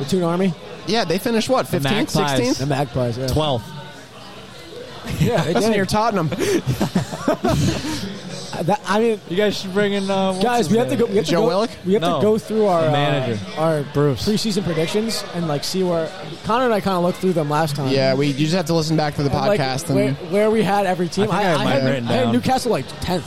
S1: the Toon Army,
S2: Yeah, they finished what 15th,
S3: Magpies.
S2: 16th.
S1: the Magpies. Yeah,
S3: Twelve.
S1: yeah they
S2: That's
S1: did.
S2: near Tottenham.
S1: That- I mean,
S3: You guys should bring in uh, what's
S1: guys,
S3: his
S1: we have to
S3: name?
S1: go. We have
S2: Joe
S1: to go,
S2: Willock?
S1: we have
S3: No.
S1: to go through our
S3: The
S1: uh,
S3: manager.
S1: our
S3: Bruce.
S1: preseason predictions, and like see where Connor and I kind of looked through them last time.
S2: Yeah, we you just have to listen back to the
S1: And, like,
S2: podcast
S1: where,
S2: and
S1: where we had every team.
S3: I think I had mine
S1: had,
S3: written
S1: had
S3: down.
S1: Newcastle like tenth.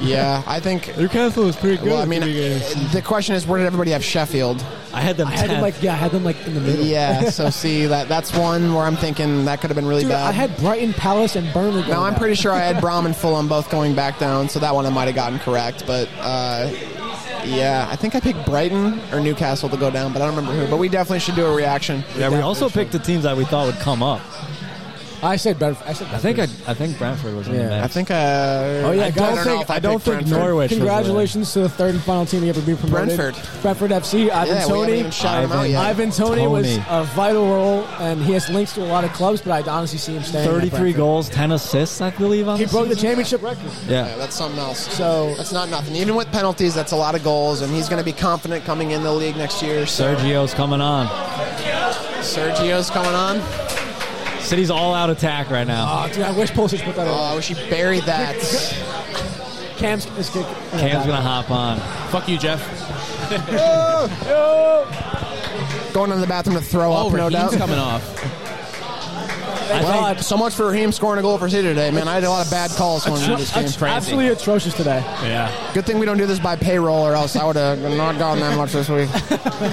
S2: yeah, I think.
S3: Newcastle was pretty good.
S2: Well, I mean, uh, the question is, where did everybody have Sheffield?
S3: I had them.
S1: I had them
S3: 10th.
S1: like yeah, I had them like in the middle.
S2: Yeah, so see that that's one where I'm thinking that could have been really
S1: Dude,
S2: bad.
S1: I had Brighton, Palace, and Burnley. going
S2: Now I'm
S1: down.
S2: pretty sure I had Brom and Fulham both going back down, so that one I might have gotten correct. But uh, yeah, I think I picked Brighton or Newcastle to go down, but I don't remember who. But we definitely should do a reaction.
S3: yeah, we also picked the teams that we thought would come up.
S1: I said Bedford. I said
S3: I think I, I think Brentford was in
S1: Yeah.
S3: the mix.
S2: I think. Uh,
S1: Oh, yeah,
S2: I
S1: guys,
S2: don't,
S1: I
S2: know
S1: think-
S2: if I,
S3: I don't
S2: picked
S3: think
S2: Brentford.
S3: Norwich. was in there.
S1: Congratulations to the third and final team to ever be promoted.
S2: Brentford.
S1: Brentford FC. Ivan
S2: Yeah, we haven't even
S1: Tony.
S2: shouted them out yet.
S1: Ivan Tony, was
S3: Tony.
S1: a vital role, and he has links to a lot of clubs. But I'd honestly see him staying. at
S3: 33
S1: Brentford.
S3: goals, 10 assists, I believe. On
S1: He broke the
S3: season.
S1: championship record.
S2: Yeah,
S3: Yeah.
S2: that's something else.
S1: So
S2: That's not nothing. Even with penalties, that's a lot of goals, and he's going to be confident coming in the league next year. So
S3: Sergio's coming on.
S2: Sergio's coming on.
S3: City's all out attack right now.
S1: Oh, dude, I wish Pulisic put that
S2: Oh,
S1: on.
S2: I wish he buried that.
S1: Cam's is kick.
S2: Oh,
S3: Cam's gonna hop on.
S4: Fuck you, Jeff.
S2: Going in the bathroom to throw
S4: Oh,
S2: up, no doubt.
S4: Raheem's coming off.
S1: Thank
S2: Well,
S1: God.
S2: so much for Raheem scoring a goal for City today, man. I had a lot of bad calls when I this game.
S1: Atro- absolutely atrocious today.
S4: Yeah.
S2: Good thing we don't do this by payroll, or else I would have not gotten that much this week.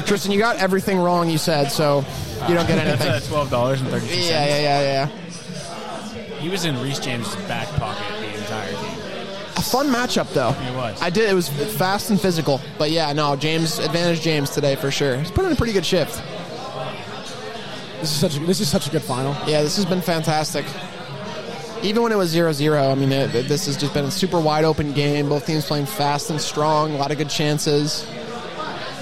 S2: Tristan, you got everything wrong you said, so you don't get
S7: That's
S2: anything.
S7: at twelve dollars and thirty
S2: Yeah,
S7: two cents.
S2: yeah, yeah,
S7: He was in Reese James' back pocket the entire game.
S2: yeah. A fun matchup, though.
S7: It was.
S2: I did. It was fast and physical, but yeah, no. James advantage James today for sure. He's put in a pretty good shift.
S1: This is such a, this is such a good final.
S2: Yeah, this has been fantastic. Even when it was 0 0, I mean, it, it- this has just been a super wide open game. Both teams playing fast and strong, a lot of good chances.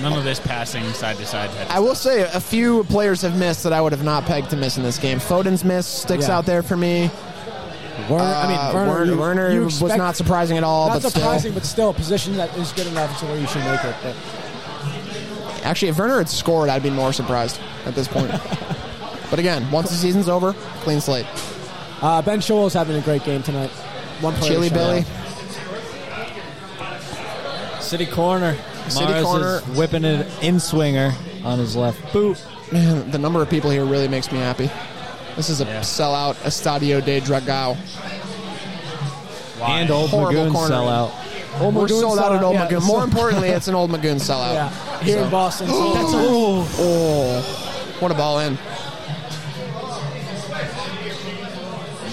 S7: None of this passing side to side. had-
S2: I will say a few players have missed that I would have not pegged to miss in this game. Foden's miss sticks
S1: Yeah.
S2: out there for me.
S1: Werner,
S2: I mean, Uh, Werner,
S1: you-
S2: Werner
S1: you
S2: was
S1: expect-
S2: not surprising at all.
S1: Not
S2: but
S1: surprising, but still a position that is good enough to where you should make it. But
S2: Still, actually, if Werner had scored, I'd be more surprised at this point. but again, once the season's over, clean slate.
S1: uh, Ben Scholes having a great game tonight. One player
S2: Chili
S1: shut
S2: Billy.
S1: out.
S3: City corner.
S2: City
S3: Mars
S2: corner.
S3: is whipping it in swinger on his left boot.
S2: Man, the number of people here really makes me happy. This is a sellout Estadio de Dragao.
S3: and Old
S2: Horrible
S3: Magoon
S2: corner.
S3: sellout.
S1: Old
S2: We're
S1: Magoon
S2: sold out at Old
S1: yeah,
S2: Magoon.
S1: so-
S2: More importantly, it's an Old Magoon sellout.
S1: yeah, here in
S2: So-
S1: Boston. So that's a-
S2: Oh. What a ball in.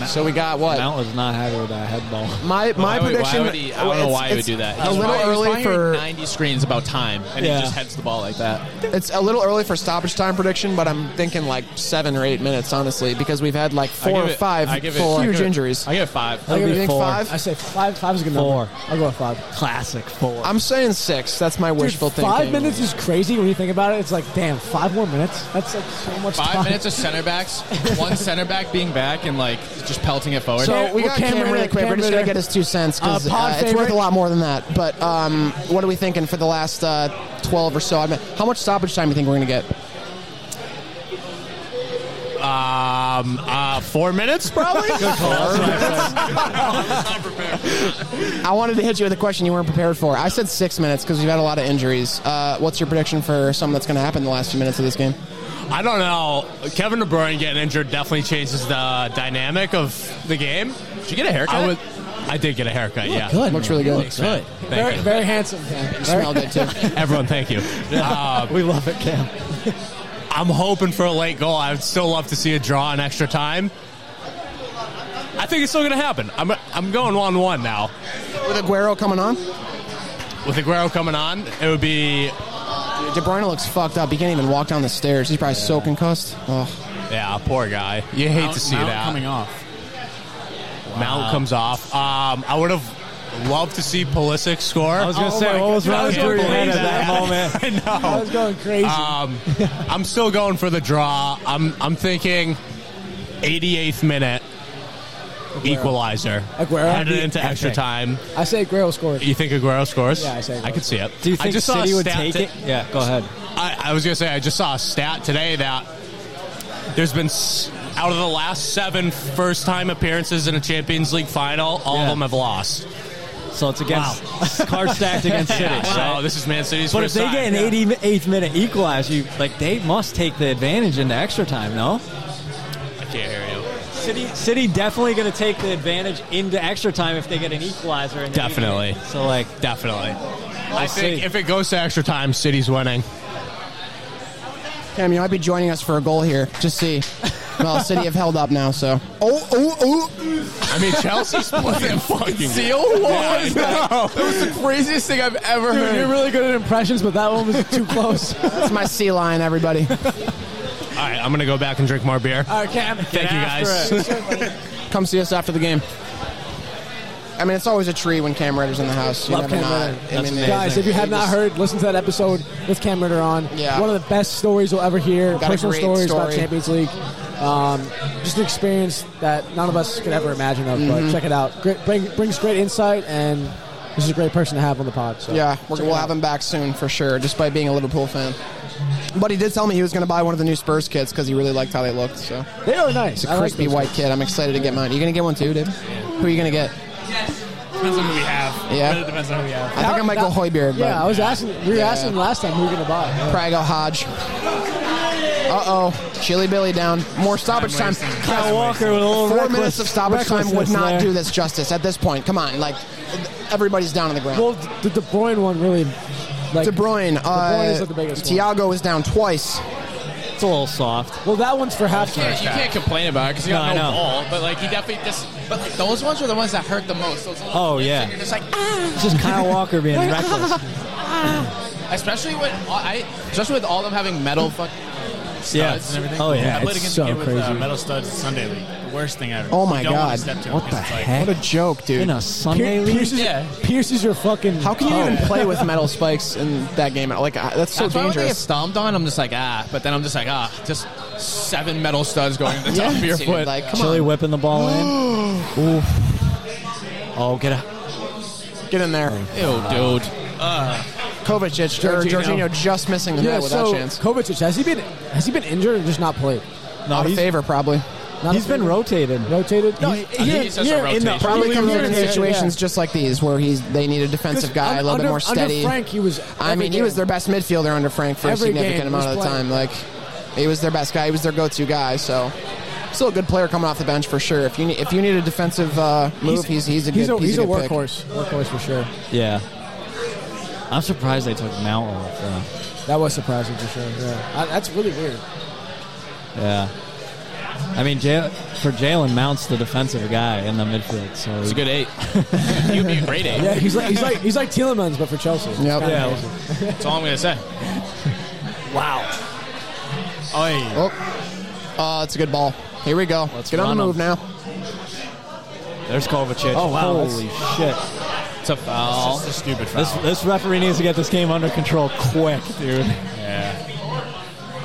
S2: So we got what?
S3: Mount was not happy with that headball.
S2: My my
S4: Why would-
S2: prediction.
S4: Why would he, I don't know
S2: it's-
S4: why he would
S2: it's
S4: do that.
S2: A little
S4: probably-
S2: early
S4: he's probably hearing
S2: for
S4: 90 screens about time, and
S3: Yeah.
S4: he just heads the ball like that.
S2: it's a little early for stoppage time prediction, but I'm thinking like seven or eight minutes, honestly, because we've had like four
S4: I
S2: or
S4: give it-
S2: five
S4: I give it- I
S2: huge
S4: give it-
S2: injuries.
S4: I give it five.
S1: I'll
S2: You
S1: give it
S2: think
S3: four.
S2: five?
S1: I say five. Five is a good
S3: Four.
S1: number. I'll go with five.
S3: Classic four.
S2: I'm saying six. That's my wishful
S1: Dude,
S2: thinking.
S1: five minutes is crazy when you think about it. It's like, damn, five more minutes. That's like so much
S4: Five
S1: time.
S4: minutes of center backs, one center back being back and like just pelting it forward.
S2: So we
S1: Well,
S2: got Cam
S1: Cam
S2: really
S1: Ritter-
S2: quick. We're
S1: Cam
S2: just gonna
S1: Ritter-
S2: get his two cents because
S1: Uh, pod
S2: it's worth
S1: favorite?
S2: a lot more than that. But um, what are we thinking for the last uh, twelve or so? I mean, how much stoppage time do you think we're gonna get?
S7: Um, uh, four minutes, probably.
S2: I wanted to hit you with a question you weren't prepared for. I said six minutes because we've had a lot of injuries. Uh, what's your prediction for something that's gonna happen in the last few minutes of this game?
S7: I don't know. Kevin De Bruyne getting injured definitely changes the dynamic of the game. Did you get a haircut? I, would, I did get a haircut. yeah,
S1: Good.
S2: Looks really good.
S7: Thanks, man.
S1: Very,
S7: Thank you.
S1: very handsome. man. Very-
S2: Smell good too.
S7: Everyone, thank you. Uh,
S3: we love it, Cam.
S7: I'm hoping for a late goal. I would still love to see a draw in extra time. I think it's still going to happen. I'm I'm going one one now
S2: With Aguero coming on,
S7: with Aguero coming on. It would be
S2: De Bruyne looks fucked up. He can't even walk down the stairs. He's probably so concussed. Oh,
S7: yeah, poor guy. You hate to see
S5: Mount
S7: that.
S5: coming off.
S7: Mount comes off. Um, I would have loved to see Pulisic score.
S3: I was gonna
S1: Oh
S3: say,
S1: my
S3: what was
S1: God.
S3: running
S1: I can't
S3: through your
S1: believe
S3: head at that moment?
S7: I
S1: I
S7: know.
S1: was going crazy.
S7: Um, I'm still going for the draw. I'm I'm thinking 88th minute equalizer.
S1: Aguero?
S7: headed into extra
S3: Okay.
S7: time.
S1: I say Grail scored.
S7: You think Aguero scores?
S1: Yeah, I say Aguero
S7: I could see it.
S3: Do you think
S7: I just saw
S3: City
S7: a
S3: would
S7: stat
S3: take
S7: to-
S3: it? Yeah, go ahead.
S7: I, I was gonna say I just saw a stat today that there's been s- out of the last seven first time appearances in a Champions League final, all
S3: Yeah.
S7: of them have lost.
S3: So it's against card stacked against City.
S7: Yeah,
S3: right?
S7: so this is Man City's
S3: But if
S7: first
S3: they
S7: time.
S3: get an 88th minute equalizer, you like they must take the advantage into extra time. No,
S7: I can't hear you.
S3: City City definitely going to take the advantage into extra time if they get an equalizer. In the
S7: Definitely.
S3: eighth minute. So like,
S7: Definitely. I think
S3: see.
S7: if it goes to extra time, City's winning.
S2: Cam, you might be joining us for a goal here. Just see. Well, City have held up now, so. Oh, oh, oh!
S7: I mean, Chelsea's playing fucking
S2: Seal? What
S7: Yeah,
S2: was
S7: I
S2: that? That was the craziest thing I've ever
S1: Dude, you're
S2: heard.
S1: really good at impressions, but that one was too close. All
S2: That's my sea lion, everybody.
S7: All right, I'm gonna go back and drink more beer.
S1: right, Cam.
S7: Thank you guys.
S2: Come see us after the game. I mean, it's always a treat when Cam Ritter's in the house. You
S1: Love
S2: never
S1: Cam
S2: know.
S1: Ritter.
S2: I mean,
S1: Guys, if you have
S2: he
S1: not
S2: just-
S1: heard, listen to that episode with Cam Ritter on.
S2: Yeah.
S1: One of the best stories you'll ever hear.
S2: Got a
S1: Personal
S2: great
S1: stories about
S2: story.
S1: Champions League. Um, just an experience that none of us could ever imagine of,
S2: Mm-hmm.
S1: but check it out. Great, bring, brings great insight, and this is a great person to have on the pod. So.
S2: Yeah, we're, we'll have him back soon for sure, just by being a Liverpool fan. But he did tell me he was going to buy one of the new Spurs kits because he really liked how they looked. So
S1: They are nice. I like
S2: crispy
S1: those
S2: white
S1: guys.
S2: kit. I'm excited to get mine. You going to get one too, dude? Who are you going to get?
S5: Depends on who we have.
S2: Yeah.
S5: Really depends on who we have.
S2: I think I might go Hoiberg.
S1: Yeah, I
S2: but
S1: was asking. We were
S2: Yeah.
S1: asking last time who you're gonna buy.
S2: probably go Hodge. Uh oh, Chili Billy down. More stoppage time.
S5: wasting.
S2: Guys,
S3: Kyle Walker with a little
S2: Four
S3: reckless-
S2: minutes of stoppage time would
S3: recklessness
S2: not
S3: there.
S2: do this justice at this point. Come on, like everybody's down on the ground.
S1: Well, the De Bruyne one really. Like,
S2: De Bruyne,
S1: Bruyne is
S2: uh,
S1: not the biggest one.
S2: Tiago is down twice.
S3: It's a little soft.
S1: Well, that one's for half
S4: You can't complain about it because you
S3: No,
S4: got
S3: I
S4: no,
S3: know.
S4: ball. But like, he definitely just. But like, those ones are the ones that hurt the most. Those little
S3: Oh,
S4: dips,
S3: yeah.
S4: and You're just like, ah.
S3: It's just Kyle Walker being reckless.
S4: especially when I, especially with all them having metal fucking studs
S3: Yeah.
S4: and everything.
S3: Oh
S4: I
S3: yeah.
S4: played
S3: It's
S4: against
S3: so
S4: a kid with,
S3: crazy.
S5: Uh, metal studs Sunday league. The worst thing ever.
S2: Oh my
S5: You don't
S2: God.
S5: Want to step to
S3: what
S5: it
S3: the
S5: 'cause it's like-
S3: heck?
S2: What a joke, dude.
S3: in a Sunday league?
S1: pierces,
S4: Yeah.
S1: pierces your fucking.
S2: How can you
S1: toe.
S2: even play with metal spikes in that game? Like I- that's so
S4: That's why when they get
S2: dangerous.
S4: stomped on, I'm just like ah, but then I'm just like ah, just seven metal studs going to the top of your
S2: dude,
S4: foot.
S2: Like, come
S3: Chili
S2: on,
S3: whipping the ball in. Oof. Oh, get out.
S2: get in there.
S4: Ew, dude.
S2: Kovacic or
S1: Jorginho.
S2: Jorginho just missing the
S1: Yeah,
S2: net with
S1: so
S2: that chance.
S1: Kovacic has he been has he been injured or just not played?
S3: No,
S2: Out of
S3: he's,
S2: favor, probably.
S1: Not
S3: he's
S1: a-
S3: been rotated.
S1: rotated. No,
S4: I think he's just a rotation.
S2: Probably comes
S1: yeah,
S2: in
S1: yeah, yeah.
S2: situations just like these where he's they need a defensive guy, a
S1: Under-
S2: little bit more
S1: under-
S2: steady.
S1: Under Frank, he was.
S2: I
S1: every
S2: mean, he
S1: game.
S2: was their best midfielder under Frank for a
S1: Every game
S2: significant
S1: he
S2: amount
S1: was
S2: of the
S1: playing.
S2: time. Like, he was their best guy. He was their go-to guy. So still a good player coming off the bench for sure. If you need, if you need a defensive uh, move, he's, he's a good
S1: he's a, he's a
S2: good pick.
S1: workhorse, workhorse for sure.
S3: Yeah. I'm surprised they took Mount off. Though.
S1: That was surprising for sure. Yeah, I, that's really weird.
S3: Yeah. I mean, Jay, for Jalen, Mount's the defensive guy in the midfield. So
S4: It's a good eight. You'd be a great eight.
S1: Yeah, he's like he's like he's like Tielemans, but for Chelsea. It's
S2: Yep.
S1: kinda
S2: Yeah.
S1: crazy.
S4: That's all I'm gonna say.
S2: Uh, it's a good ball. Here we go.
S3: Let's
S2: Get on
S3: run
S2: the
S3: 'em.
S2: move now.
S3: there's Kovacic. Oh wow! Holy shit!
S4: It's a foul.
S5: It's a stupid foul.
S3: This this referee needs to get this game under control quick, dude.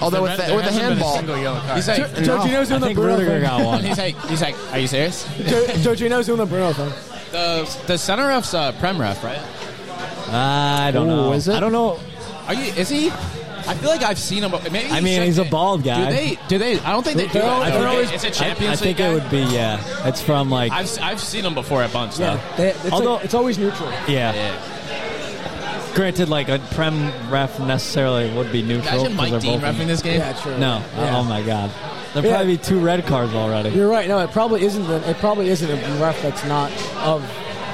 S2: Although with the, with the handball,
S4: He's like,
S2: No.
S1: Jorginho's
S3: I
S1: doing the
S3: think
S1: Bruno
S3: Rudiger
S1: thing.
S3: got one.
S4: he's like, he's like, are you serious?
S1: Jo- Jorginho's doing the Bruno thing.
S4: The the center ref's uh, prem ref, right?
S3: I don't
S2: Ooh,
S3: know.
S2: is it?
S3: I don't know.
S4: Are you? Is he? I feel like I've seen him. Maybe
S3: I mean, he's a bald
S4: Do
S3: guy.
S4: they? Do they? I don't think they do.
S1: They're
S4: that.
S1: all-
S4: I
S1: they're
S4: think
S1: always-
S4: it's a
S3: I,
S4: Champions
S3: I
S4: League
S3: think
S4: guy.
S3: it would be yeah. It's from like
S4: I've I've seen him before at bunch though.
S1: Yeah, they, it's
S3: Although-
S1: like, it's always neutral.
S3: yeah.
S4: Yeah.
S3: Granted, like a prem ref necessarily would be neutral.
S4: Imagine
S3: 'cause
S4: Mike
S3: they're
S4: Dean
S3: both-
S4: refing this game.
S1: Yeah, true.
S3: No.
S1: Yeah.
S3: Oh my god. There'd
S1: Yeah.
S3: probably be two red cards already.
S1: You're right. No, it probably isn't. The, it probably isn't a ref that's not of.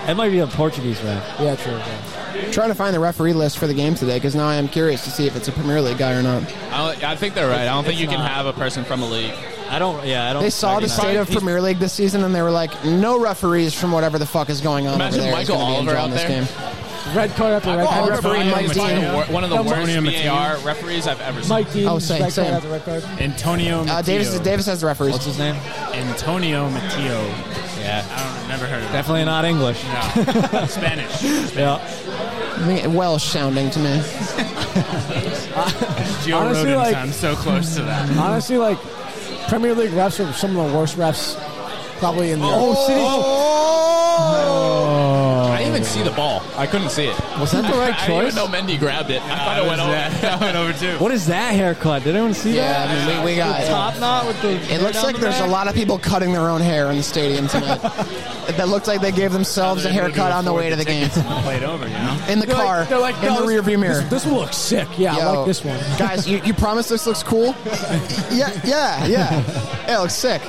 S3: It might be a Portuguese ref.
S1: Yeah, true. yeah.
S2: trying to find the referee list for the game today because now I am curious to see if it's a Premier League guy or not.
S4: I, don't- I think they're right. I don't think you can
S3: not-
S4: have a person from a league.
S3: I don't. Yeah. I don't.
S2: They saw the
S3: recognize-
S2: state of Premier League this season and they were like, no referees from whatever the fuck is going on
S4: Imagine
S2: over there. is
S4: Michael
S2: gonna be
S4: Oliver
S2: enjoying
S4: out
S2: this
S4: there.
S2: game.
S1: Red card after red
S2: Michael
S1: card.
S4: Oh,
S2: Oliver
S1: Referee
S2: and Mike
S1: Mike Dean.
S2: Dean.
S4: One of the- one of the worst
S5: Antonio
S4: VAR referees I've ever seen.
S1: Mike Dean.
S2: Oh, same,
S1: red
S2: same.
S1: card after red card.
S5: Antonio Matteo.
S2: Uh, Davis, Davis has the referees.
S3: What's his name?
S5: Antonio Matteo.
S3: Yeah.
S5: I don't never heard of that.
S3: Definitely not English.
S5: No. Spanish.
S3: Yeah.
S2: I think it- Welsh sounding to me.
S5: Joe
S1: Honestly,
S5: Rogan
S1: like-
S5: sounds so close to that.
S1: Honestly, like Premier League refs are some of the worst refs, probably in the.
S3: Oh, City.
S2: Oh!
S4: I didn't even see the ball. I couldn't see it.
S3: Was that the right
S4: I didn't even
S3: choice?
S4: know Mendy grabbed it. I thought it went over.
S5: I went over too.
S3: What is that haircut? Did anyone see
S2: Yeah,
S3: that?
S2: I mean, we, we got
S3: Top knot with the.
S2: It looks like there's a lot of people cutting their own hair in the stadium tonight. that looked like they gave themselves a haircut on the way to the game.
S5: Played over, you know.
S2: In the
S1: They're like-
S2: car,
S1: they're like,
S2: in
S1: "No,
S2: the
S1: this-
S2: rearview mirror.
S1: This, this one looks sick. Yeah, I
S2: Yo.
S1: like this one.
S2: Guys, you, you promise this looks cool? yeah, yeah, yeah. It looks sick.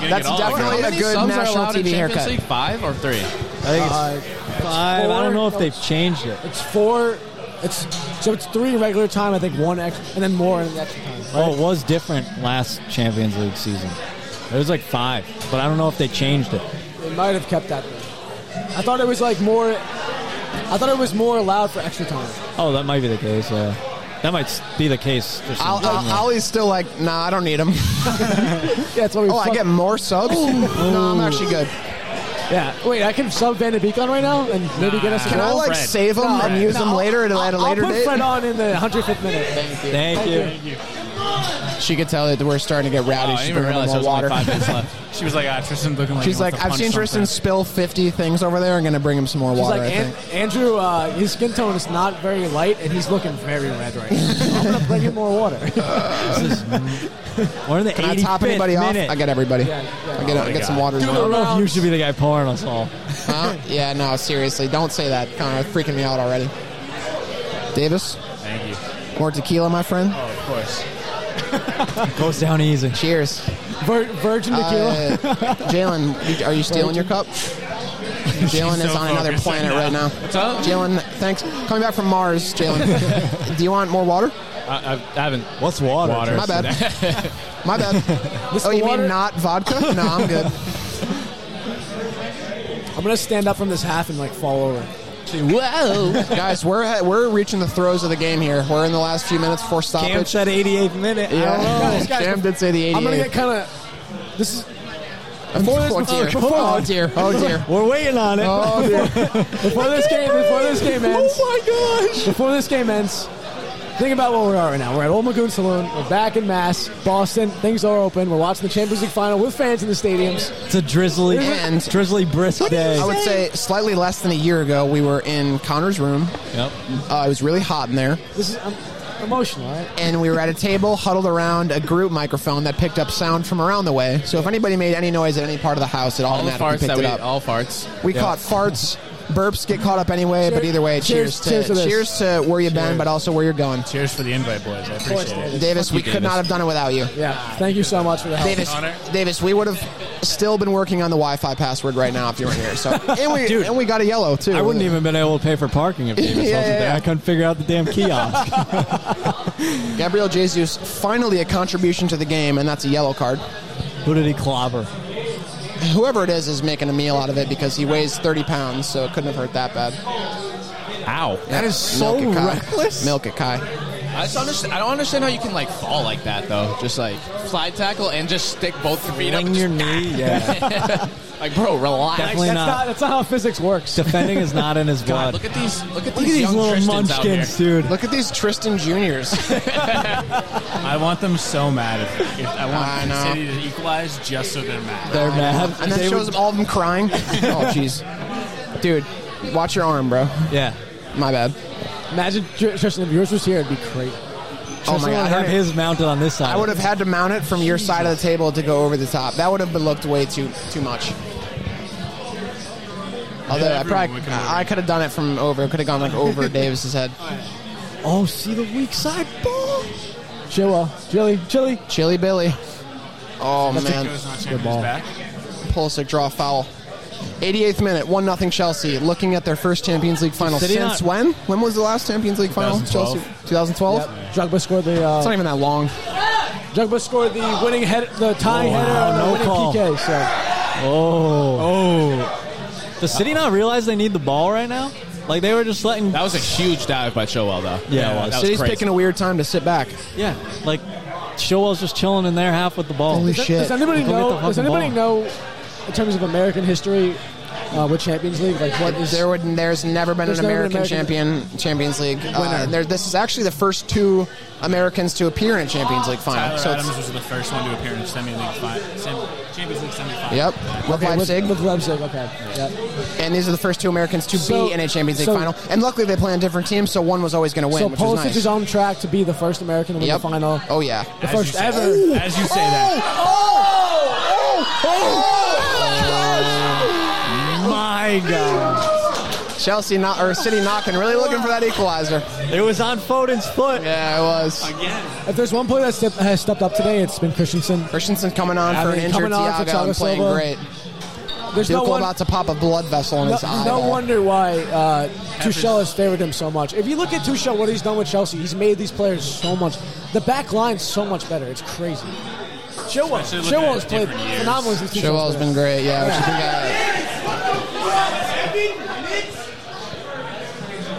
S2: That's definitely
S4: How
S2: a
S4: many
S2: good
S4: subs are
S2: national
S4: allowed in
S2: TV
S4: Champions
S2: haircut.
S4: League? Five or three?
S1: Uh,
S3: Five. I don't know if they've changed it.
S1: it's four. It's so it's three regular time. I think one extra, and then more in the extra time. Right?
S3: Oh, it was different last Champions League season. It was like five, but I don't know if they changed it.
S1: They might have kept that. Though. I thought it was like more. I thought it was more allowed for extra time.
S3: Oh, that might be the case. Yeah, that might s- be the case. for some
S2: I'll, I'll,
S3: reason.
S2: Ollie's still like, nah, I don't need him.
S1: Yeah, that's what we.
S2: Oh, I
S1: fuck-
S2: get more subs? no, I'm actually good.
S1: Yeah, wait, I can sub Van de Beek on right now and maybe get us. a
S2: Can I
S1: goal?
S2: like
S5: Fred.
S2: save him and use him
S1: I'll-
S2: later at a- at a
S1: I'll-
S2: later
S1: I'll put
S2: date?
S1: Fred on in the 105th minute.
S3: Thank you.
S2: She could tell that we're starting to get rowdy.
S4: Oh, I
S2: She's
S4: didn't
S2: bringing
S4: even
S2: a
S4: realize
S2: little
S4: there was only
S2: water.
S4: five minutes left.
S5: She was like, ah, Tristan's looking like
S2: She's like, I've seen Tristan spill 50 things over there. I'm going to bring him some more
S1: She's
S2: water,
S1: like,
S2: I think.
S1: An- Andrew, uh, his skin tone is not very light, and he's looking very red right now. I'm gonna bring him more water.
S3: We're in the
S2: Can I top anybody
S3: 85th
S2: off?
S3: minute.
S2: I get everybody.
S1: Yeah, yeah.
S2: I get, I get some water. as
S3: I
S2: well.
S3: don't know if you should be the guy pouring us all.
S2: Huh? Yeah, no, seriously. Don't say that. Connor, it's freaking me out already. Davis,
S5: Thank you.
S2: more tequila, my friend.
S5: Oh, of course.
S3: Goes down easy.
S2: Cheers.
S1: Vir- virgin tequila.
S2: Uh, Jalen, you- are you stealing your cup? Jalen is
S5: so
S2: on another
S5: focused
S2: planet
S5: right
S2: right now.
S4: What's up?
S2: Jalen, thanks. Coming back from Mars, Jalen. Do you want more water?
S4: I, I haven't.
S3: What's water?
S4: Water.
S2: My bad. My bad. oh,
S1: the
S2: you
S1: water?
S2: mean not vodka? No, I'm good.
S1: I'm gonna stand up from this half and like fall over.
S2: Whoa, guys, we're we're reaching the throes of the game here. We're in the last few minutes before
S3: Cam
S2: stoppage.
S3: said 88th minute. I don't know.
S1: Guys,
S2: Yeah,
S1: guys,
S2: Cam did say the 88.
S1: I'm gonna get kind of. This is before this,
S2: oh, dear.
S1: before,
S2: oh dear! Oh dear!
S3: We're waiting on it.
S2: Oh dear!
S1: before this game, before this game
S2: Oh
S1: ends,
S3: my gosh.
S1: before this game ends, think about where we are right now. We're at Old Magoon Saloon. We're back in Mass, Boston. Things are open. We're watching the Champions League final with fans in the stadiums.
S3: It's a drizzly,
S2: And-
S3: drizzly brisk day.
S2: I would say slightly less than a year ago, we were in Connor's room.
S3: Yep.
S2: Uh, it was really hot in there,
S1: This is I'm emotional. All right?
S2: and we were at a table huddled around a group microphone that picked up sound from around the way. So if anybody made any noise at any part of the house, it
S4: All the
S2: automatically
S4: farts
S2: picked
S4: that
S2: it
S4: we
S2: up.
S4: all farts.
S2: we caught farts. burps get caught up anyway, but either way,
S1: cheers-
S2: cheers, to
S1: cheers
S2: cheers
S1: to
S2: to,
S1: this.
S2: where you've been, but also where you're going.
S8: Cheers for the invite, boys. I appreciate it.
S2: Davis, we could not have done it without you.
S1: Yeah. Thank you so much for the help.
S2: Davis, Davis, we would have still been working on the Wi-Fi password right now if you weren't here. So, and we and we got a yellow too.
S3: I wouldn't even been able to pay for parking if Davis
S2: Yeah,
S3: wasn't
S2: yeah,
S3: there.
S2: yeah.
S3: I couldn't figure out the damn kiosk.
S2: Gabriel Jesus finally a contribution to the game, and that's a yellow card.
S3: Who did he clobber?
S2: Whoever it is is making a meal out of it because he weighs 30 pounds, so it couldn't have hurt that bad.
S4: Ow.
S2: That is so Milk it, Kai. Milk it, Kai.
S8: I, just understand, I don't understand how you can like fall like that though. Just like slide tackle and just stick both your feet up. and
S3: Fling your knee. Yeah,
S8: just- like bro, relax.
S3: definitely
S1: that's,
S3: not.
S1: not, that's not how physics works.
S3: Defending is not in his
S8: God,
S3: blood.
S8: look
S3: Look
S8: at these. Look at these,
S3: at these
S8: young
S3: little
S8: Tristans out here.
S3: munchkins, dude.
S2: Look at these Tristan Juniors.
S8: I want them so mad. If, if I
S2: want I know. City
S8: to equalize just so they're mad.
S3: They're mad.
S2: and that
S3: They
S2: shows
S3: would-
S2: all of them crying. Oh, jeez. Dude, watch your arm, bro.
S3: yeah.
S2: My bad.
S1: Imagine Tr- Tristan if yours was here, it'd be great.
S2: Oh, my
S3: Someone
S2: God. I
S3: have
S2: don't even-
S3: his mounted on this side.
S2: I would have had to mount it from your side of the table to go over the top. That would have been looked way too too much. Although I probably I could have done it from over. It could have gone like over Davis's head.
S3: Oh, see the weak side ball.
S1: Chilla, Chili, Chili.
S2: Chili Billy. Oh man,
S1: Good ball.
S2: Pulisic draw foul. 88th minute, one nothing Chelsea. Looking at their first Champions League final
S3: City
S2: since
S3: not-
S2: when? When was the last Champions League final?
S8: 2012.
S2: Chelsea 2012.
S1: Yep. Drogba scored the
S2: It's not
S1: uh,
S2: even that long.
S1: Drogba scored the winning head, the tying
S3: Wow,
S1: header on the
S3: no
S1: winning
S3: call.
S1: PK. So
S3: Oh. Oh. Does City not realize they need the ball right now? Like they were just letting.
S4: That was a huge dive by Chilwell, though.
S3: Yeah, it was.
S4: that was
S2: City's
S4: crazy.
S2: picking a weird time to sit back.
S3: Yeah. Like Chilwell's just chilling in their half with the ball.
S2: Holy
S1: does,
S2: shit!
S1: does anybody
S3: Go get the
S1: know?
S3: fucking
S1: Does anybody
S3: ball.
S1: know in terms of American history uh, with Champions League? Like what is
S2: There would, there's never been
S1: There's
S2: an
S1: never been
S2: American,
S1: an
S2: champion Champions League Uh, there, this is actually the first two Americans to appear in a Champions League final.
S8: Tyler
S2: so
S8: Adams
S2: it's,
S8: was the first one to appear in semi league five, semi, Champions League semifinal.
S2: yep, with
S1: Okay, with,
S2: Leipzig,
S1: with Leipzig? Okay. Yep.
S2: and these are the first two Americans to
S1: So-
S2: be in a Champions League
S1: so-
S2: final. And luckily, they play on different teams, so one was always going to win,
S1: So
S2: which
S1: Pulisic
S2: was nice.
S1: is on track to be the first American to win
S2: yep.
S1: the final.
S2: Oh yeah.
S1: The first ever.
S8: As you say that,
S3: My God.
S2: Chelsea not or City knocking, really looking for that equalizer.
S3: It was on Foden's foot.
S2: Yeah, it was.
S1: If there's one player that step, has stepped up today, it's been Christensen.
S2: Christensen coming on
S1: I
S2: for an
S1: mean,
S2: injured
S1: coming on for
S2: Thiago and
S1: Thiago
S2: playing
S1: Silva.
S2: great.
S1: There's
S2: Duke
S1: no one.
S2: about to pop a blood vessel in
S1: No,
S2: his eye.
S1: no
S2: there.
S1: wonder why uh, Tuchel has favored him so much. If you look at Tuchel, what he's done with Chelsea, he's made these players so much. The back line's so much better. It's crazy. Chilwell,
S8: looking
S1: Chilwell
S8: at
S1: has played
S8: different years.
S1: phenomenally since Tuchel's
S2: Chilwell's
S1: there.
S2: been great, yeah. Which has been bad.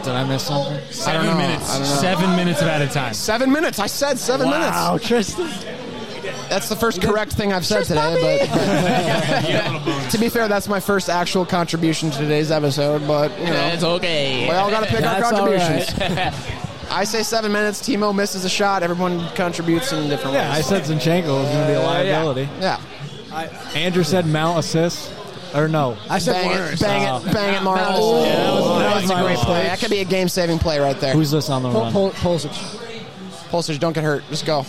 S3: Did I miss something?
S2: I
S8: seven
S2: don't know. I don't know.
S8: minutes, seven minutes of added time.
S2: Seven minutes. I said seven minutes.
S3: Tristan.
S2: That's the first correct thing I've said today. But to be fair, that's my first actual contribution to today's episode. But you know,
S8: It's okay.
S2: we all got to pick our
S1: That's all
S2: contributions. I say seven minutes. Timo misses a shot. Everyone contributes in different
S3: Yeah, I
S2: ways.
S3: said Zinchenko was going to be a liability.
S2: yeah.
S3: Andrew said Mount assists. Or no.
S1: I said
S2: Bang
S1: Warner.
S2: it, bang
S3: Oh.
S2: it, bang it, Marvel.
S3: Yeah, that was- that
S2: that's
S3: was
S2: a
S3: my
S2: great
S3: mistake.
S2: play. That could be a game-saving play right there.
S3: Who's this on the
S1: Pul-
S3: run?
S1: Pul- Pulisic.
S2: Pulisic, don't get hurt. Just go.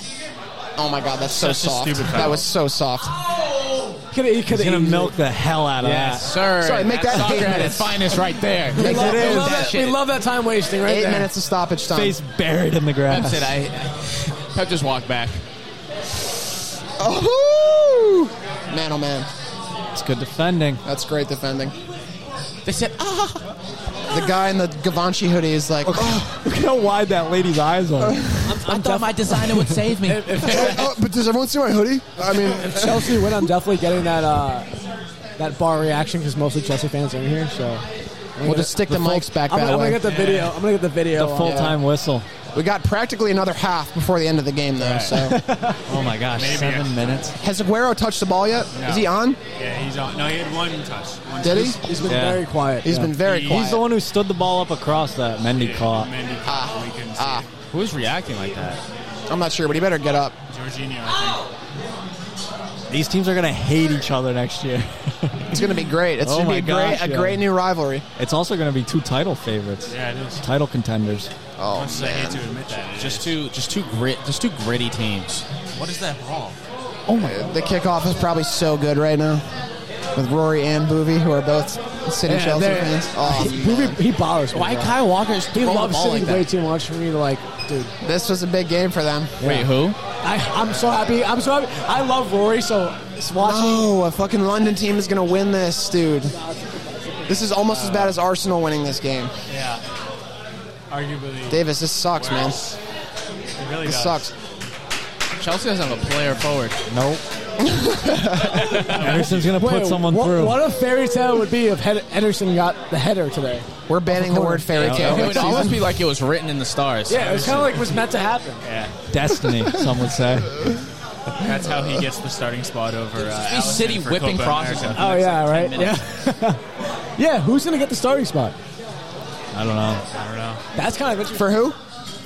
S2: Oh my God, that's so
S8: Such a
S2: soft.
S8: stupid
S2: that
S8: foul.
S2: was so soft.
S1: He coulda- he coulda
S3: He's going to
S1: easily-
S3: milk the hell out of
S8: sir.
S2: Sorry, make that
S8: soccer
S2: eight
S8: at
S2: minutes.
S8: its finest right there.
S2: Make
S1: We love,
S2: that
S1: we
S2: eight
S1: love
S2: minutes.
S1: that, we love that time wasting right
S2: Eight
S1: there.
S2: minutes of stoppage
S3: that.
S2: time.
S3: Face buried in the
S8: Pep
S3: grass.
S8: said I. Pep just walked back.
S2: Oh, man, oh man,
S3: It's good defending.
S2: that's great defending.
S8: They said, "Ah,
S2: The guy in the Gavanchi hoodie is like, oh,
S3: Look how wide that lady's eyes are.
S8: I thought my designer would save me."
S2: oh, oh, but does everyone see my hoodie? I mean,
S1: Chelsea win. I'm definitely getting that uh, that bar reaction because mostly Chelsea fans are in here. So
S2: we'll just stick the, mics back
S1: I'm,
S2: that
S1: gonna- I'm gonna
S2: way.
S1: get the video. I'm gonna get the video.
S3: The
S1: on-
S3: full time whistle.
S2: we got practically another half before the end of the game, though. So,
S3: Oh my gosh, seven minutes.
S2: has Aguero touched the ball yet? Is he on?
S8: yeah, he's on. No, he had one touch. One
S2: Did he?
S1: He's been
S3: Yeah.
S1: very quiet.
S2: He's
S1: yeah.
S2: been very quiet.
S3: He's the one who stood the ball up across that Mendy caught.
S8: Mendy
S2: Ah,
S8: we couldn't see
S2: ah.
S8: it.
S4: Who's reacting like that?
S2: I'm not sure, but he better get up.
S8: Jorginho, I
S3: These teams are going to hate each other next year.
S2: It's gonna be great. It's
S3: Oh
S2: gonna be
S3: my
S2: a great,
S3: gosh,
S2: a
S3: yeah.
S2: great new rivalry.
S3: It's also going to be two title favorites.
S8: think. Yeah, it is.
S3: Title contenders.
S2: Oh
S8: Just I hate
S2: man,
S8: to admit that.
S4: Just two, just two grit, just two gritty teams.
S8: what is that brawl?
S2: oh my. The kickoff is probably so good right now. with Rory and Boovy, who are both City
S1: Yeah,
S2: Chelsea
S1: they're-
S2: fans. Oh,
S1: Booby, he bothers me.
S4: Why
S1: bro.
S4: Kyle Walker is
S1: He
S4: throwing the
S1: loves
S4: ball
S1: City
S4: like
S1: way
S4: that?
S1: too much for me to like, dude.
S2: this was a big game for them.
S4: Wait, who?
S1: I, I'm so happy. I'm so happy. I love Rory, so it's watching.
S2: Oh, a fucking London team is going to win this, dude. This is almost as bad as Arsenal winning this game.
S7: Yeah. Arguably.
S2: Davis, this sucks, man.
S7: worse. It really
S2: This
S7: does.
S2: sucks.
S4: Chelsea doesn't have a player forward.
S1: Nope.
S3: Anderson's gonna put someone
S1: what,
S3: through.
S1: What a fairy tale would be if Hed- Ederson got the header today.
S2: We're banning the word fairy tale.
S4: It
S2: next
S4: would almost
S2: season.
S4: be like it was written in the stars.
S1: Yeah, it was kind of like was meant to happen.
S3: Destiny, some would say.
S7: That's how he gets the starting spot over. Uh, Allison
S4: City
S7: for
S4: whipping
S7: Copa
S4: crosses
S7: America.
S1: Oh yeah, right. Yeah, yeah. Who's gonna get the starting spot?
S3: I don't know.
S7: I don't know.
S1: That's kind of interesting
S2: For who?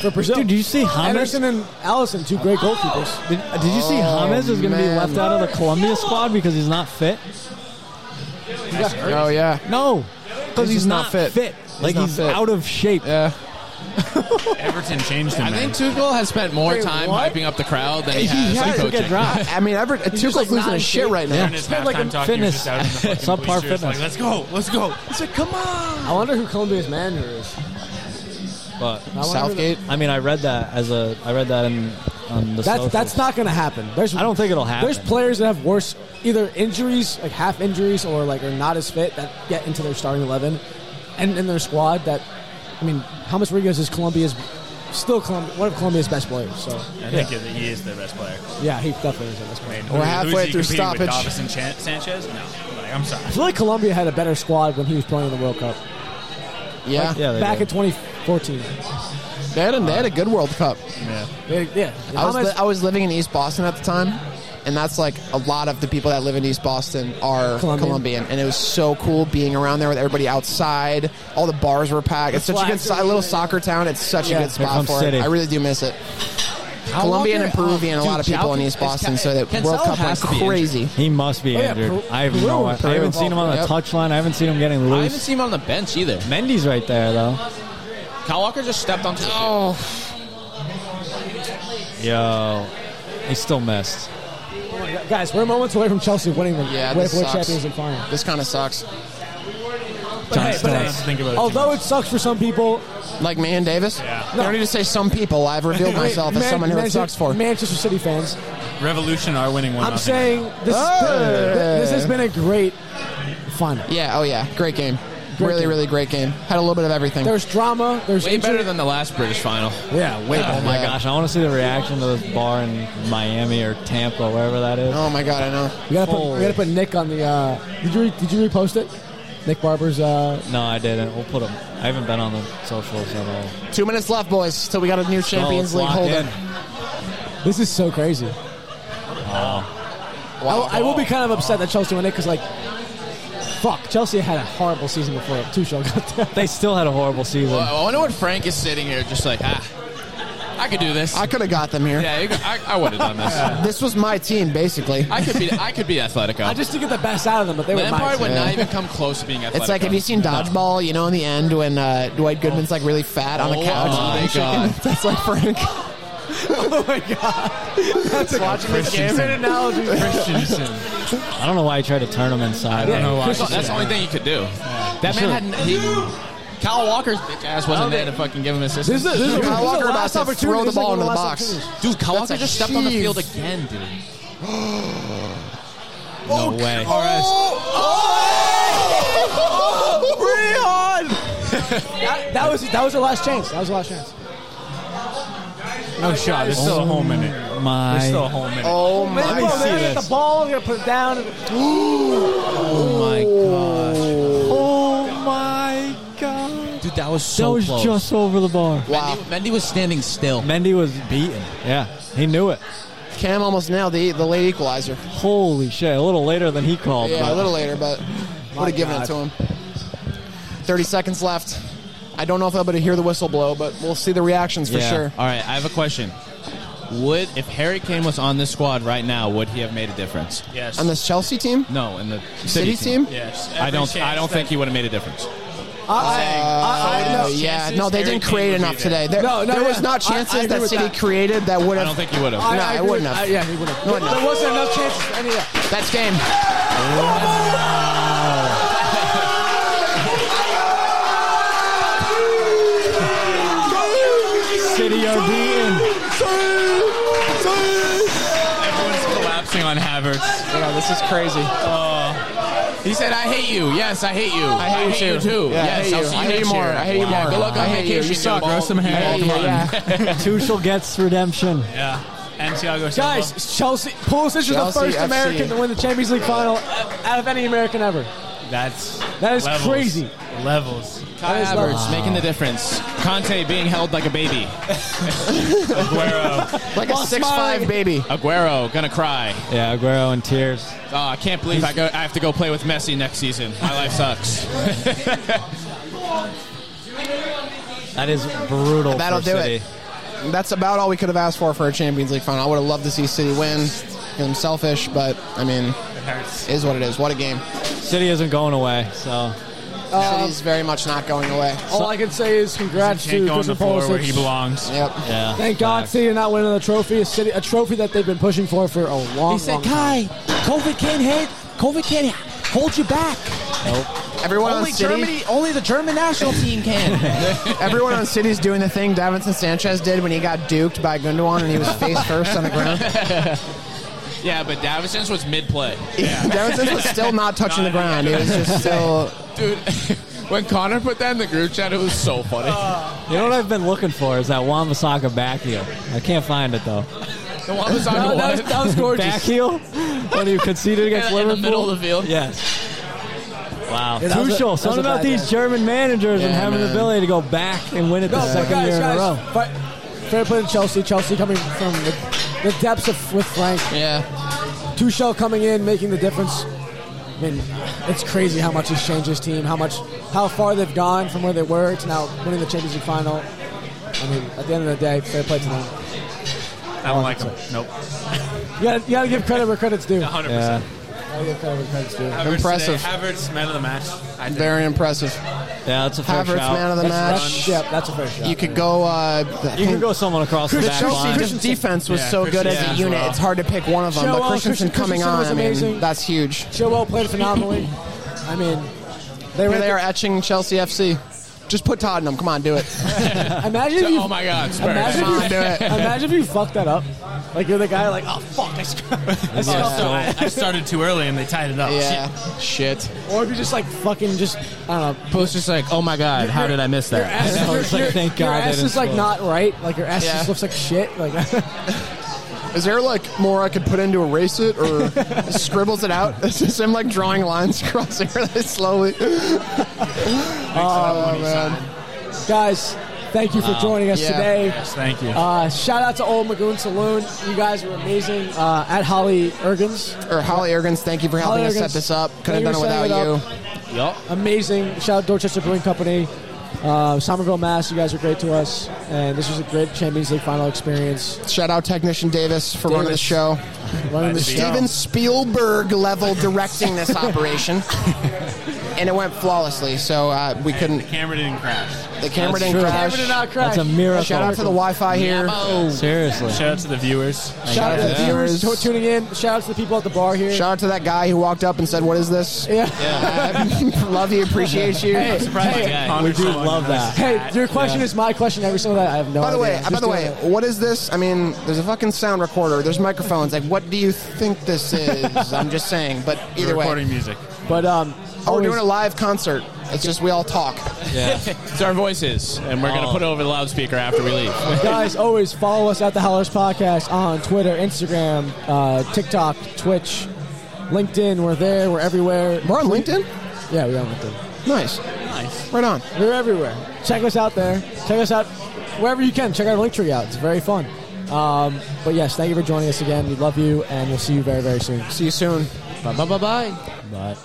S1: for Brazil.
S3: Dude, did you see James?
S1: Ederson and Allison, two great goalkeepers.
S3: Did, did you see James is going to be
S2: man.
S3: left out of the Columbia squad because he's not fit?
S2: Oh yeah.
S3: No,
S2: He's
S3: because he's,
S2: just
S3: not fit. Like
S2: not
S3: he's
S2: fit.
S3: out of shape.
S2: Yeah.
S7: Everton changed him.
S4: I
S7: man.
S4: think Tuchel has spent more
S1: Wait,
S4: time
S1: what?
S4: hyping up the crowd than
S1: He
S4: he, has
S1: has to
S4: coaching.
S1: get dropped.
S2: I mean, Ever- Tuchel's
S1: like,
S2: losing
S1: not
S2: his
S1: in
S2: shit
S1: shape.
S2: right now.
S7: During his
S1: Spent like
S7: halftime
S1: a
S7: talk, he was
S3: fitness.
S7: just out in the fucking
S3: Subpar
S7: bleachers,
S3: fitness.
S7: Like, let's go, let's go.
S1: It's like, come on. I wonder who Columbia's manager is. I
S3: But
S1: wonder who the-
S2: Southgate.
S3: I mean, I read that as a. I read that in on the.
S1: That's
S3: socials.
S1: that's not going to happen. There's
S3: I don't think it'll happen.
S1: There's players that have worse either injuries, like half injuries, or like are not as fit that get into their starting eleven and in their squad. That I mean, James Rodriguez is Colombia's still Colombia, one of Colombia's best players. So
S7: I think that he is the best player.
S1: yeah, he definitely is the best
S7: I
S1: player.
S7: mean,
S2: We're
S7: who-
S2: halfway
S7: who is he
S2: through
S7: competing with,
S2: stoppage.
S7: Davis and Chan- Sanchez? No, like, I'm sorry.
S1: I feel like Colombia had a better squad when he was playing in the World Cup
S2: Yeah.
S3: Yeah, they
S1: back
S3: do.
S1: in 2014.
S2: They had, a, they had a good World Cup.
S1: They- yeah,
S2: I was,
S1: James-
S2: li- I was living in East Boston at the time, and that's like a lot of the people that live in East Boston are Colombian.
S1: Colombian.
S2: and it was so cool being around there with everybody outside. All the bars were packed. It's such a good
S1: flags
S2: si-
S1: are
S2: little
S1: there.
S2: soccer town. It's such a
S1: Yeah,
S2: good
S3: here
S2: spot
S3: comes
S2: for
S3: City.
S2: it. I really do miss it. Colombian
S1: uh,
S2: and Peruvian, a lot of people in East Boston, so that World Cup went crazy.
S3: He must be
S1: Oh, yeah,
S3: injured.
S1: Peru-
S3: I have no.
S1: Peru-
S3: I
S1: Peru.
S3: haven't seen him on the
S2: Yep.
S3: touchline. I haven't seen him getting
S4: I haven't
S3: loose.
S4: seen him on the bench either.
S3: Mendy's right there though.
S4: Kyle Walker just stepped onto the field.
S1: Oh.
S3: Yo, he still missed.
S1: guys, we're moments away from Chelsea winning the
S2: Yeah,
S1: Way
S2: this
S1: Forward
S2: sucks.
S1: Champions League final.
S2: This kind of sucks.
S1: But hey, but
S7: I
S1: hey,
S7: don't uh, think about it too
S1: although it sucks for some people,
S2: Like me and Davis.
S7: Yeah.
S2: I don't need to say some people. I've revealed myself as
S1: Man-
S2: someone who it
S1: Manchester-
S2: sucks for.
S1: Manchester City fans.
S7: Revolution are winning one.
S1: I'm saying this, th- this has been a great final.
S2: Yeah. Oh yeah. Great game.
S1: Great
S2: really,
S1: game.
S2: really great game. Had a little bit of everything.
S1: There's drama. There's
S4: Way
S1: injury.
S4: better than the last British final.
S1: yeah, way
S3: Oh
S1: better.
S3: my
S2: Yeah.
S3: gosh! I want to see the reaction to this bar in Miami or Tampa, wherever that is.
S2: oh my god, I know.
S1: We gotta, put,
S3: Holy.
S1: we gotta put Nick on the. Uh, did you re- did you repost it? Nick Barber's. Uh,
S3: No, I didn't. We'll put him. I haven't been on the socials at all.
S2: Two minutes left, boys, till we got a new Champions
S3: So
S2: League
S3: it's locked
S2: holder.
S3: in.
S1: this is so crazy.
S2: Wow.
S1: I, I will be kind of upset that Chelsea won it because like, fuck, Chelsea had a horrible season before Tuchel got there.
S3: They still had a horrible season.
S4: Well, Oh, I wonder what Frank is sitting here just like, ah, I could do this.
S2: I could have got them here.
S4: yeah, you could- I, I would have done this.
S2: This was my team, basically.
S4: I could be I could be Atletico.
S1: I just to get the best out of them, but they
S4: And
S1: were
S4: then
S1: my
S4: probably
S1: team.
S4: would not even come close to being Atletico.
S2: It's like have you seen Dodgeball? You know, in the end when uh, Dwight Goodman's like really fat on
S4: Oh
S2: the couch.
S4: my
S2: eating chicken.
S4: God.
S2: That's like Frank.
S1: Oh my god, that's a watching this game. An analogy.
S3: I don't know why I tried to turn him inside.
S1: Yeah.
S4: That's, that's the only thing you could do. That man had n- he, Kyle Walker's bitch ass wasn't there to fucking give him assistance.
S1: This is this is
S2: Kyle
S1: this is
S2: Walker
S1: the
S2: about
S1: last
S2: to
S1: opportunity.
S2: throw the
S1: This is, like, one
S2: ball
S1: of
S2: into
S1: the
S2: the
S1: last
S2: box.
S1: opportunities.
S4: dude, Kyle
S2: That's
S4: Walker
S2: a
S4: just stepped on the
S2: heave.
S4: field again, dude.
S3: No way.
S1: That, that was that was her last chance. That was her last chance.
S7: no shot. There's still a whole minute. There's still
S3: oh
S7: a
S3: My.
S7: whole minute.
S2: Oh
S1: Let
S2: my
S1: me
S3: see this.
S1: The ball, they're gonna put it down.
S3: Oh my god.
S4: Dude, that was so
S3: That was
S4: close.
S3: just over the bar.
S2: wow.
S4: Mendy was standing still.
S3: Mendy was beaten. Yeah, he knew it.
S2: Cam almost nailed the the late equalizer.
S3: Holy shit! A little later than he called.
S2: Yeah,
S3: but-
S2: a little later, but would have given it to him. Thirty seconds left. I don't know if I'll be able to hear the whistle blow, but we'll see the reactions for
S4: Yeah.
S2: sure.
S4: All right, I have a question. Would if Harry Kane was on this squad right now, would he have made a difference?
S7: Yes.
S2: On this Chelsea team,
S4: No, in the
S2: City,
S4: City,
S2: team,
S7: yes.
S4: I
S7: Every
S4: don't.
S7: chance
S4: I don't
S7: that-
S4: think he would have made a difference.
S2: Uh, yeah, no, they
S7: Harry
S2: didn't
S7: Kane
S2: create
S7: would be
S2: enough
S7: there.
S2: today. There,
S1: No, no,
S2: there was
S1: yeah.
S2: not
S1: I- I
S2: chances
S1: agree
S2: that
S1: with
S2: City
S1: that.
S2: created that would
S4: I
S2: have.
S4: don't think he would have.
S2: No, it
S1: agree
S2: wouldn't
S1: with-
S2: have.
S1: I- yeah, he wouldn't have.
S2: No, it
S1: there
S2: wouldn't
S1: wasn't
S2: have.
S1: enough chances. I mean, yeah.
S2: That's game.
S3: City are being.
S8: Everyone's collapsing on Havertz. Oh.
S5: Yeah, this is crazy.
S8: He said, "I hate you." Yes, I hate you. I hate, you too.
S2: Yeah, I
S8: yes,
S2: hate
S8: I'll
S2: you.
S8: see
S2: I hate you
S8: next
S2: more.
S8: year.
S2: I hate you
S8: Yeah,
S2: more.
S8: Good luck
S2: I
S8: on
S2: hate you. You
S8: vacation.
S2: suck.
S8: Grow some hair.
S2: Hey,
S8: Come on.
S2: yeah.
S3: Tuchel gets redemption.
S5: Yeah. And Thiago Silva.
S1: Guys, Chelsea, Pulisic is the
S2: Chelsea
S1: first
S2: FC.
S1: American to win the Champions League final uh, out of any American ever.
S5: that's
S1: That is crazy.
S5: Levels.
S8: Kai
S1: is
S8: Havertz making the difference. Conte being held like a baby. Aguero,
S2: Like a six-five baby.
S8: Aguero gonna cry.
S3: Yeah, Aguero in tears.
S8: Oh, I can't believe I go. I have to go play with Messi next season. My life sucks.
S3: That is brutal.
S2: That'll
S3: for
S2: do
S3: City.
S2: it. That's about all we could have asked for for a Champions League final. I would have loved to see City win. 'cause I'm selfish, but I mean, it hurts. Is what it is. What a game.
S3: City isn't going away, so
S2: City's very much not going away.
S1: All I can say is congrats to
S5: Can't go on
S1: Christian
S5: the floor where he
S1: Pulisic.
S5: belongs.
S2: Yep.
S3: yeah.
S1: Thank God,
S3: Facts.
S1: City did not win another trophy. A, city, a trophy that they've been pushing for for a long,
S9: He said,
S1: long time.
S9: Kai, COVID can't hit. COVID can't hold you back.
S2: Everyone
S9: Only
S2: on City.
S9: Germany, only the German national team can.
S2: Everyone on City's doing the thing Davinson Sanchez did when he got duked by Gundogan and he was face first on the ground.
S8: yeah, but Davison's was mid play.
S2: Davinson was still not touching the ground. He was just still.
S8: Dude, when Connor put that in the group chat, it was so funny.
S3: You know what I've been looking for is that Wan Bissaka back heel. I can't find it though.
S8: the one was on the one
S3: Back heel when you conceded against
S8: in
S3: Liverpool.
S8: the middle of the field.
S3: Yes. Wow.
S1: that was a-
S3: Crucial.
S1: that was
S3: Something
S1: a
S3: about
S1: bad
S3: these
S1: day.
S3: German managers and
S2: Yeah,
S3: having the
S2: man.
S3: ability to go back and win it the
S1: No, but
S3: second year
S1: guys,
S3: in a
S1: guys,
S3: row.
S1: but fair play to Chelsea. Chelsea coming from the, the depths of with Frank.
S2: Yeah.
S1: Tuchel coming in, making the difference. I mean, it's crazy how much he's changed his team, how much, how far they've gone from where they were to now winning the Champions League final. I mean, at the end of the day, fair play to them.
S5: I don't like him. Nope.
S1: You gotta, you gotta give credit where credit's due. You
S5: 100%.
S3: Yeah.
S1: gotta give credit where credit's due.
S5: Havertz
S2: Impressive.
S5: Today, Havertz, man of the match. I think.
S2: Very impressive.
S3: Yeah, that's a fair
S2: Havertz,
S3: shout.
S2: man of the
S1: That's, that's,
S2: match.
S1: yeah, that's a fair shot.
S2: You could go. Uh, I
S3: you can
S2: think
S3: go someone across the
S2: The
S3: back
S2: Chelsea
S3: line.
S2: just defense was
S5: Yeah,
S2: so good as
S5: Christensen
S2: a
S5: as
S2: unit.
S5: well.
S2: It's hard to pick one of them.
S1: Chilwell,
S2: but Christensen
S1: Christensen-
S2: coming on, I
S1: Christensen was
S2: mean,
S1: amazing.
S2: that's huge.
S1: Chilwell played phenomenally. I mean, they were.
S2: Here they are
S1: at
S2: etching Chelsea FC. Just put Tottenham. Come on, do it.
S1: the- Imagine if you.
S8: Oh my God, Spurs.
S1: Imagine
S2: Come on,
S1: if,
S2: do
S1: you,
S2: it.
S1: imagine if you fucked that up. Like you're the guy, like, oh fuck, I screwed. I screwed up.
S5: I, Oh, I started too early and they tied it up.
S2: Yeah. Shit.
S1: Or if you just like fucking just, I don't know.
S8: Post just like, oh my god, how did I miss
S1: Your
S8: that?
S1: ass,
S3: know, it's like,
S1: your-
S3: thank
S1: your
S3: God they
S1: ass
S3: didn't
S1: is like
S3: score.
S1: not right. Like your ass
S2: Yeah.
S1: just looks like shit. Like
S2: Is there like more I could put in to erase it or scribbles it out? It's just him like drawing lines across there like, slowly. oh man,
S1: guys, thank you for joining us
S2: Yeah.
S1: today.
S5: Yes, thank you.
S1: Uh, shout out to Old Magoon Saloon. You guys were amazing. Uh, at Holly Ergens,
S2: or Holly Ergens, thank you for helping
S1: Holly
S2: us set
S1: Ergens,
S2: this up. Could
S1: thank
S2: have
S1: you for
S2: done it without
S1: setting it
S2: you.
S1: amazing. Shout out Dorchester Brewing Company, uh, Somerville, Mass. You guys were great to us, and this was a great Champions League final experience.
S2: Shout out technician Davis for running the
S1: Davis.
S2: show.
S1: Running the show.
S2: Steven Spielberg level directing this operation, and it went flawlessly. So uh, we couldn't.
S5: Camera didn't crash.
S2: The camera didn't
S3: true.
S2: crash.
S1: Camera did not crash.
S3: That's a miracle.
S2: Shout out to the Wi-Fi here.
S3: Seriously.
S5: Shout out to the viewers.
S1: Shout out to the
S2: Yeah.
S1: viewers who are tuning in. Shout out to the people at the bar here.
S2: Shout out to that guy who walked up and said, "What is this?" Uh,
S1: yeah.
S2: Love you, appreciate you.
S3: We do love that.
S1: Hey, your question is my question every single night. I have no
S2: By the way,
S1: idea.
S2: by
S1: Just
S2: the
S1: do
S2: way,
S1: it.
S2: what is this? I mean, there's a fucking sound recorder. There's microphones. Like, what do you think this is? I'm just saying. But either way,
S5: Recording music.
S1: But um,
S2: oh, we're
S1: always-
S2: doing a live concert. It's just we all talk.
S8: It's our voices, and we're
S5: Oh.
S8: gonna put it over the loudspeaker after we leave.
S1: Guys, always follow us at the Howlers Podcast on Twitter, Instagram, uh, TikTok, Twitch, LinkedIn. We're there. We're everywhere.
S2: We're on LinkedIn.
S1: Yeah, we're on LinkedIn.
S2: Nice,
S5: Nice.
S2: right on.
S1: We're everywhere. Check us out there. Check us out wherever you can. Check our link tree out. It's very fun. Um, but yes, thank you for joining us again. We love you, and we'll see you very, very soon.
S2: See you soon.
S8: Bye bye bye bye.
S3: But